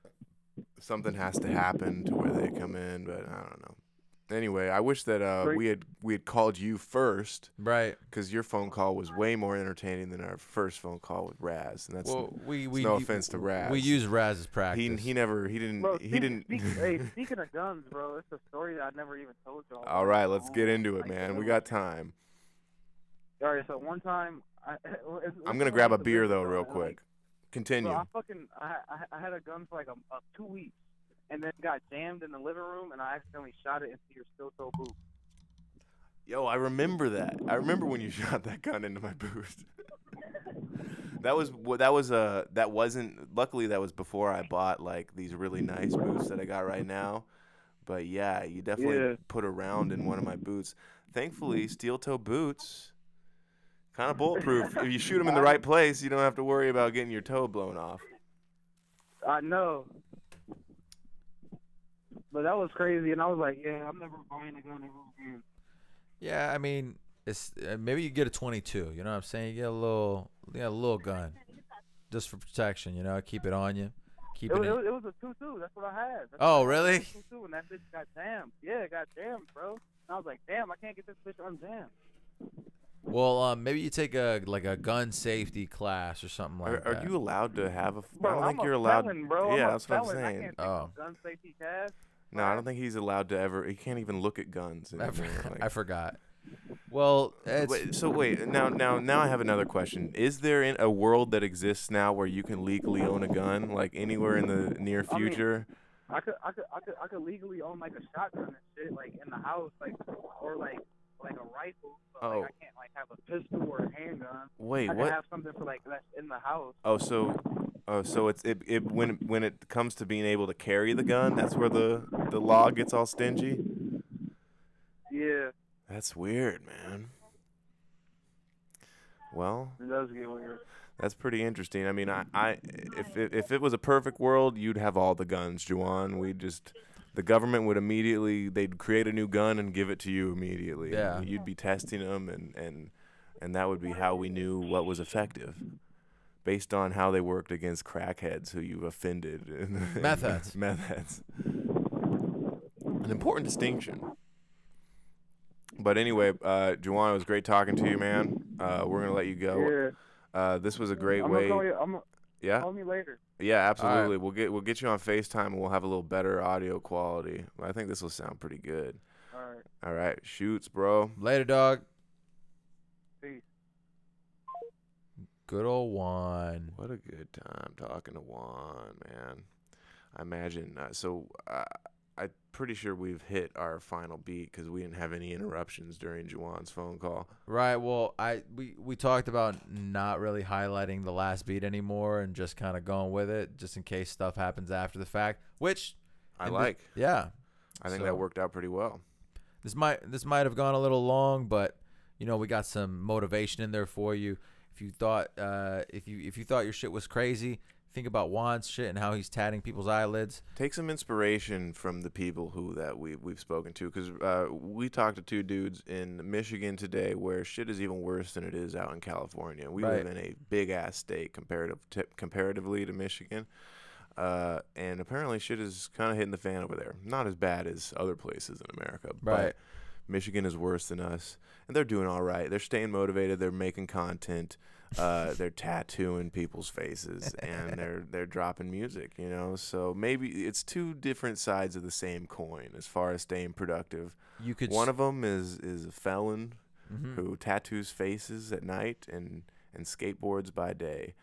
[SPEAKER 3] Something has to happen to where they come in, but I don't know. Anyway, I wish that uh,
[SPEAKER 5] Great.
[SPEAKER 3] we had we had called you first
[SPEAKER 4] Right.
[SPEAKER 3] because your phone call was way more entertaining than our first phone call with Raz, and that's
[SPEAKER 4] Well, we we
[SPEAKER 3] no offense to Raz.
[SPEAKER 4] We use Raz as practice.
[SPEAKER 3] he he never he didn't
[SPEAKER 5] Bro,
[SPEAKER 3] he
[SPEAKER 5] speak-
[SPEAKER 3] didn't.
[SPEAKER 5] Speak, hey, speaking of guns, bro, it's a story that I never even told y'all.
[SPEAKER 3] All right, let's get into
[SPEAKER 5] I
[SPEAKER 3] it, man. We
[SPEAKER 5] know.
[SPEAKER 3] got time.
[SPEAKER 5] All right, so one time, I,
[SPEAKER 3] I'm gonna grab a beer though, real
[SPEAKER 5] Like,
[SPEAKER 3] quick.
[SPEAKER 5] Bro,
[SPEAKER 3] Continue.
[SPEAKER 5] I fucking I, I- I had a gun for like a, a two weeks, and then got jammed in the living room, and I accidentally shot it into your still so boot.
[SPEAKER 3] Yo, I remember that. I remember when you shot that gun into my booth. that was wh- that was uh, that wasn't. Luckily, that was before I bought like these really nice boots that I got right now. But yeah, you definitely
[SPEAKER 5] Yeah.
[SPEAKER 3] put a round in one of my boots. Thankfully, steel toe boots, kind of bulletproof. if you shoot them in the right place, you don't have to worry about getting your toe blown off.
[SPEAKER 5] I know. But that was crazy, and I was like, yeah, I'm never buying a gun ever again.
[SPEAKER 4] yeah, I mean, it's uh, maybe you get a 22. You know what I'm saying? You get a little, yeah, a little gun, just for protection. You know, keep it on you. Keep
[SPEAKER 5] It
[SPEAKER 4] it.
[SPEAKER 5] was, it
[SPEAKER 4] in-
[SPEAKER 5] was, it was a two-two. That's what I had. That's
[SPEAKER 4] Oh,
[SPEAKER 5] what I had.
[SPEAKER 4] really?
[SPEAKER 5] It was a Two-two, and that bitch got jammed. Yeah, it got jammed, bro. And I was like, damn, I can't get this bitch unjammed.
[SPEAKER 4] Well, um, maybe you take a like a gun safety class or something like
[SPEAKER 3] Are,
[SPEAKER 4] that.
[SPEAKER 3] are you allowed to have a? f-
[SPEAKER 5] Bro,
[SPEAKER 3] I don't
[SPEAKER 5] am
[SPEAKER 3] think
[SPEAKER 5] a
[SPEAKER 3] you're allowed.
[SPEAKER 5] Felon, bro.
[SPEAKER 3] yeah,
[SPEAKER 5] I'm a
[SPEAKER 3] that's
[SPEAKER 5] felon.
[SPEAKER 3] what I'm
[SPEAKER 5] I
[SPEAKER 3] saying.
[SPEAKER 5] can't take
[SPEAKER 4] Oh.
[SPEAKER 5] no gun safety test.
[SPEAKER 3] No, I don't think he's allowed to ever. He can't even look at guns.
[SPEAKER 4] I,
[SPEAKER 3] Anymore.
[SPEAKER 4] for-
[SPEAKER 3] like-
[SPEAKER 4] I forgot. Well, it's,
[SPEAKER 3] Wait, so wait, now, now, now I have another question. Is there in a world that exists now where you can legally own a gun, like anywhere in the near
[SPEAKER 5] I mean-
[SPEAKER 3] future?
[SPEAKER 5] I could, I could, I could, I could legally own like a shotgun and shit, like in the house, like or like like a rifle. But,
[SPEAKER 3] Oh.
[SPEAKER 5] like, I can't like have a pistol or a handgun. I
[SPEAKER 3] wait,
[SPEAKER 5] could
[SPEAKER 3] what?
[SPEAKER 5] have something for like that's in the house.
[SPEAKER 3] oh, so, oh, so it's it, it when when it comes to being able to carry the gun, that's where the the law gets all stingy.
[SPEAKER 5] Yeah,
[SPEAKER 3] That's weird, man. Well,
[SPEAKER 5] it does get weird.
[SPEAKER 3] That's pretty interesting. I mean, I, I if it, if it was a perfect world, you'd have all the guns, Juwan. We just the government would immediately they'd create a new gun and give it to you immediately.
[SPEAKER 4] Yeah.
[SPEAKER 3] you'd be testing them, and and and that would be how we knew what was effective, based on how they worked against crackheads who you offended. and-
[SPEAKER 4] Meth heads.
[SPEAKER 3] meth heads. An important distinction. But anyway, uh, Juwan, it was great talking to you, man. Uh, we're gonna let you go.
[SPEAKER 5] yeah,
[SPEAKER 3] Uh, this was a great
[SPEAKER 5] I'm
[SPEAKER 3] way.
[SPEAKER 5] gonna call you.
[SPEAKER 3] Uh,
[SPEAKER 5] I'm gonna
[SPEAKER 3] Yeah,
[SPEAKER 5] call me later.
[SPEAKER 3] yeah,
[SPEAKER 4] right.
[SPEAKER 3] absolutely. We'll get we'll get you on Facetime and we'll have a little better audio quality. I think this will sound pretty good.
[SPEAKER 5] All right,
[SPEAKER 3] All right, shoots, bro.
[SPEAKER 4] later, dog.
[SPEAKER 5] peace.
[SPEAKER 4] Good old one.
[SPEAKER 3] What a good time talking to Juan, man. I imagine. Uh, so uh, I'm pretty sure we've hit our final beat because we didn't have any interruptions during Juwan's phone call.
[SPEAKER 4] Right. Well, I we we talked about not really highlighting the last beat anymore and just kind of going with it, just in case stuff happens after the fact. Which
[SPEAKER 3] I
[SPEAKER 4] in the-
[SPEAKER 3] like.
[SPEAKER 4] yeah,
[SPEAKER 3] I think
[SPEAKER 4] so-
[SPEAKER 3] that worked out pretty well.
[SPEAKER 4] this might this might have gone a little long, but you know we got some motivation in there for you. If you thought uh, if you if you thought your shit was crazy, think about Juan's shit and how he's tatting people's eyelids.
[SPEAKER 3] Take some inspiration from the people who that we we've spoken to, because uh, we talked to two dudes in Michigan today, where shit is even worse than it is out in California. We live in
[SPEAKER 4] Right.
[SPEAKER 3] a big ass state comparative to, comparatively to Michigan, uh, and apparently shit is kind of hitting the fan over there. Not as bad as other places in America,
[SPEAKER 4] Right.
[SPEAKER 3] But Michigan is worse than us, and they're doing all right. They're staying motivated. They're making content. Uh, they're tattooing people's faces, and they're they're dropping music. You know, so maybe it's two different sides of the same coin as far as staying productive.
[SPEAKER 4] You could
[SPEAKER 3] One
[SPEAKER 4] s- Mm-hmm.
[SPEAKER 3] of them is is a felon who tattoos faces at night and and skateboards by day,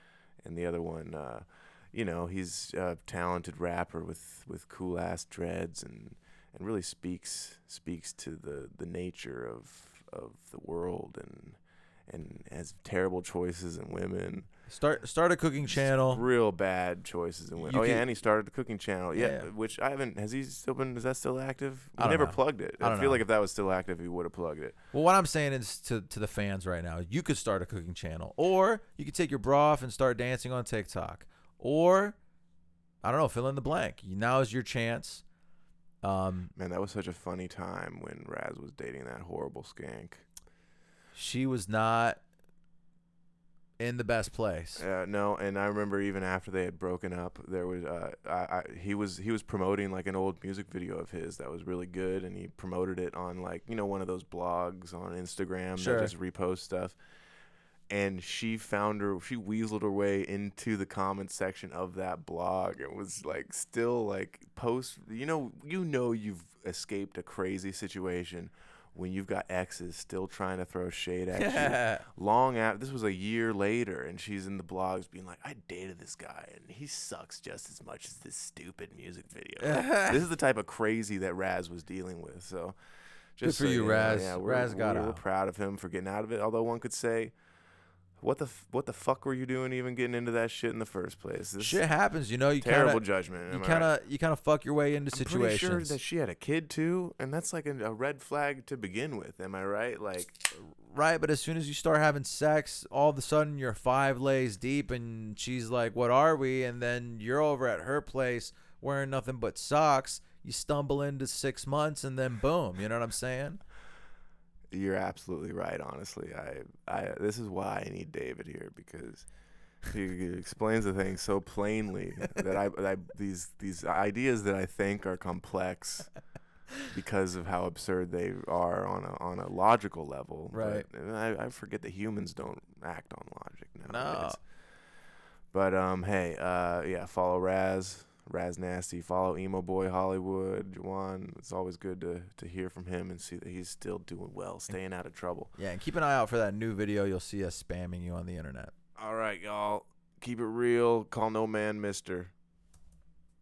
[SPEAKER 3] and the other one. Uh, you know he's a talented rapper with, with cool ass dreads and and really speaks speaks to the, the nature of of the world and and has terrible choices in women,
[SPEAKER 4] start start a cooking channel.
[SPEAKER 3] real bad choices in women.
[SPEAKER 4] You
[SPEAKER 3] oh yeah,
[SPEAKER 4] could-
[SPEAKER 3] and he started the cooking channel. Yeah,
[SPEAKER 4] Yeah.
[SPEAKER 3] which I haven't. Has he still been? Is that still active?
[SPEAKER 4] I
[SPEAKER 3] We
[SPEAKER 4] don't
[SPEAKER 3] never
[SPEAKER 4] know.
[SPEAKER 3] plugged it.
[SPEAKER 4] I
[SPEAKER 3] I,
[SPEAKER 4] don't
[SPEAKER 3] feel
[SPEAKER 4] know.
[SPEAKER 3] like if that was still active, he would have plugged it.
[SPEAKER 4] Well, what I'm saying is to to the fans right now, you could start a cooking channel, or you could take your bra off and start dancing on TikTok, or I don't know, fill in the blank. Now is your chance. Um,
[SPEAKER 3] Man, that was such a funny time when Raz was dating that horrible skank.
[SPEAKER 4] she was not in the best place.
[SPEAKER 3] Uh, no, and I remember even after they had broken up, there was uh, I, I, he was he was promoting like an old music video of his that was really good, and he promoted it on like you know one of those blogs on Instagram
[SPEAKER 4] Sure.
[SPEAKER 3] that just repost stuff. And she found her, she weaseled her way into the comments section of that blog. It was like still like post, you know, you know you've escaped a crazy situation when you've got exes still trying to throw shade at you long after this was a year later and she's in the blogs being like i dated this guy and he sucks just as much as this stupid music video this is the type of crazy that raz was dealing with so just
[SPEAKER 4] for
[SPEAKER 3] so
[SPEAKER 4] you,
[SPEAKER 3] know,
[SPEAKER 4] Raz.
[SPEAKER 3] we're,
[SPEAKER 4] Raz got
[SPEAKER 3] we're, we're
[SPEAKER 4] out.
[SPEAKER 3] proud of him for getting out of it although one could say what the f- what the fuck were you doing even getting into that shit in the first place this
[SPEAKER 4] Shit happens, you know. You
[SPEAKER 3] terrible
[SPEAKER 4] kinda,
[SPEAKER 3] judgment
[SPEAKER 4] You
[SPEAKER 3] am I
[SPEAKER 4] kind
[SPEAKER 3] right?
[SPEAKER 4] of you kind of fuck your way into
[SPEAKER 3] I'm pretty
[SPEAKER 4] situations.
[SPEAKER 3] sure that she had a kid too and that's like a, a red flag to begin with am i right like
[SPEAKER 4] right, but as soon as you start having sex, all of a sudden you're five lays deep, and she's like, "What are we?" And then you're over at her place wearing nothing but socks. You stumble into six months, and then boom. You know what I'm saying?
[SPEAKER 3] You're absolutely right. Honestly, I, I, this is why I need David here because he, he explains the thing so plainly that I, that I, these, these ideas that I think are complex because of how absurd they are on a, on a logical level.
[SPEAKER 4] Right.
[SPEAKER 3] But I, I forget that humans don't act on logic
[SPEAKER 4] No.
[SPEAKER 3] nowadays. But um, hey, uh, yeah, follow Raz, Raz Nasty, follow Emo Boy Hollywood, Juan. It's always good to to hear from him and see that he's still doing well, staying out of trouble.
[SPEAKER 4] Yeah, and keep an eye out for that new video. You'll see us spamming you on the internet.
[SPEAKER 3] All right, y'all, keep it real. Call no man, Mister.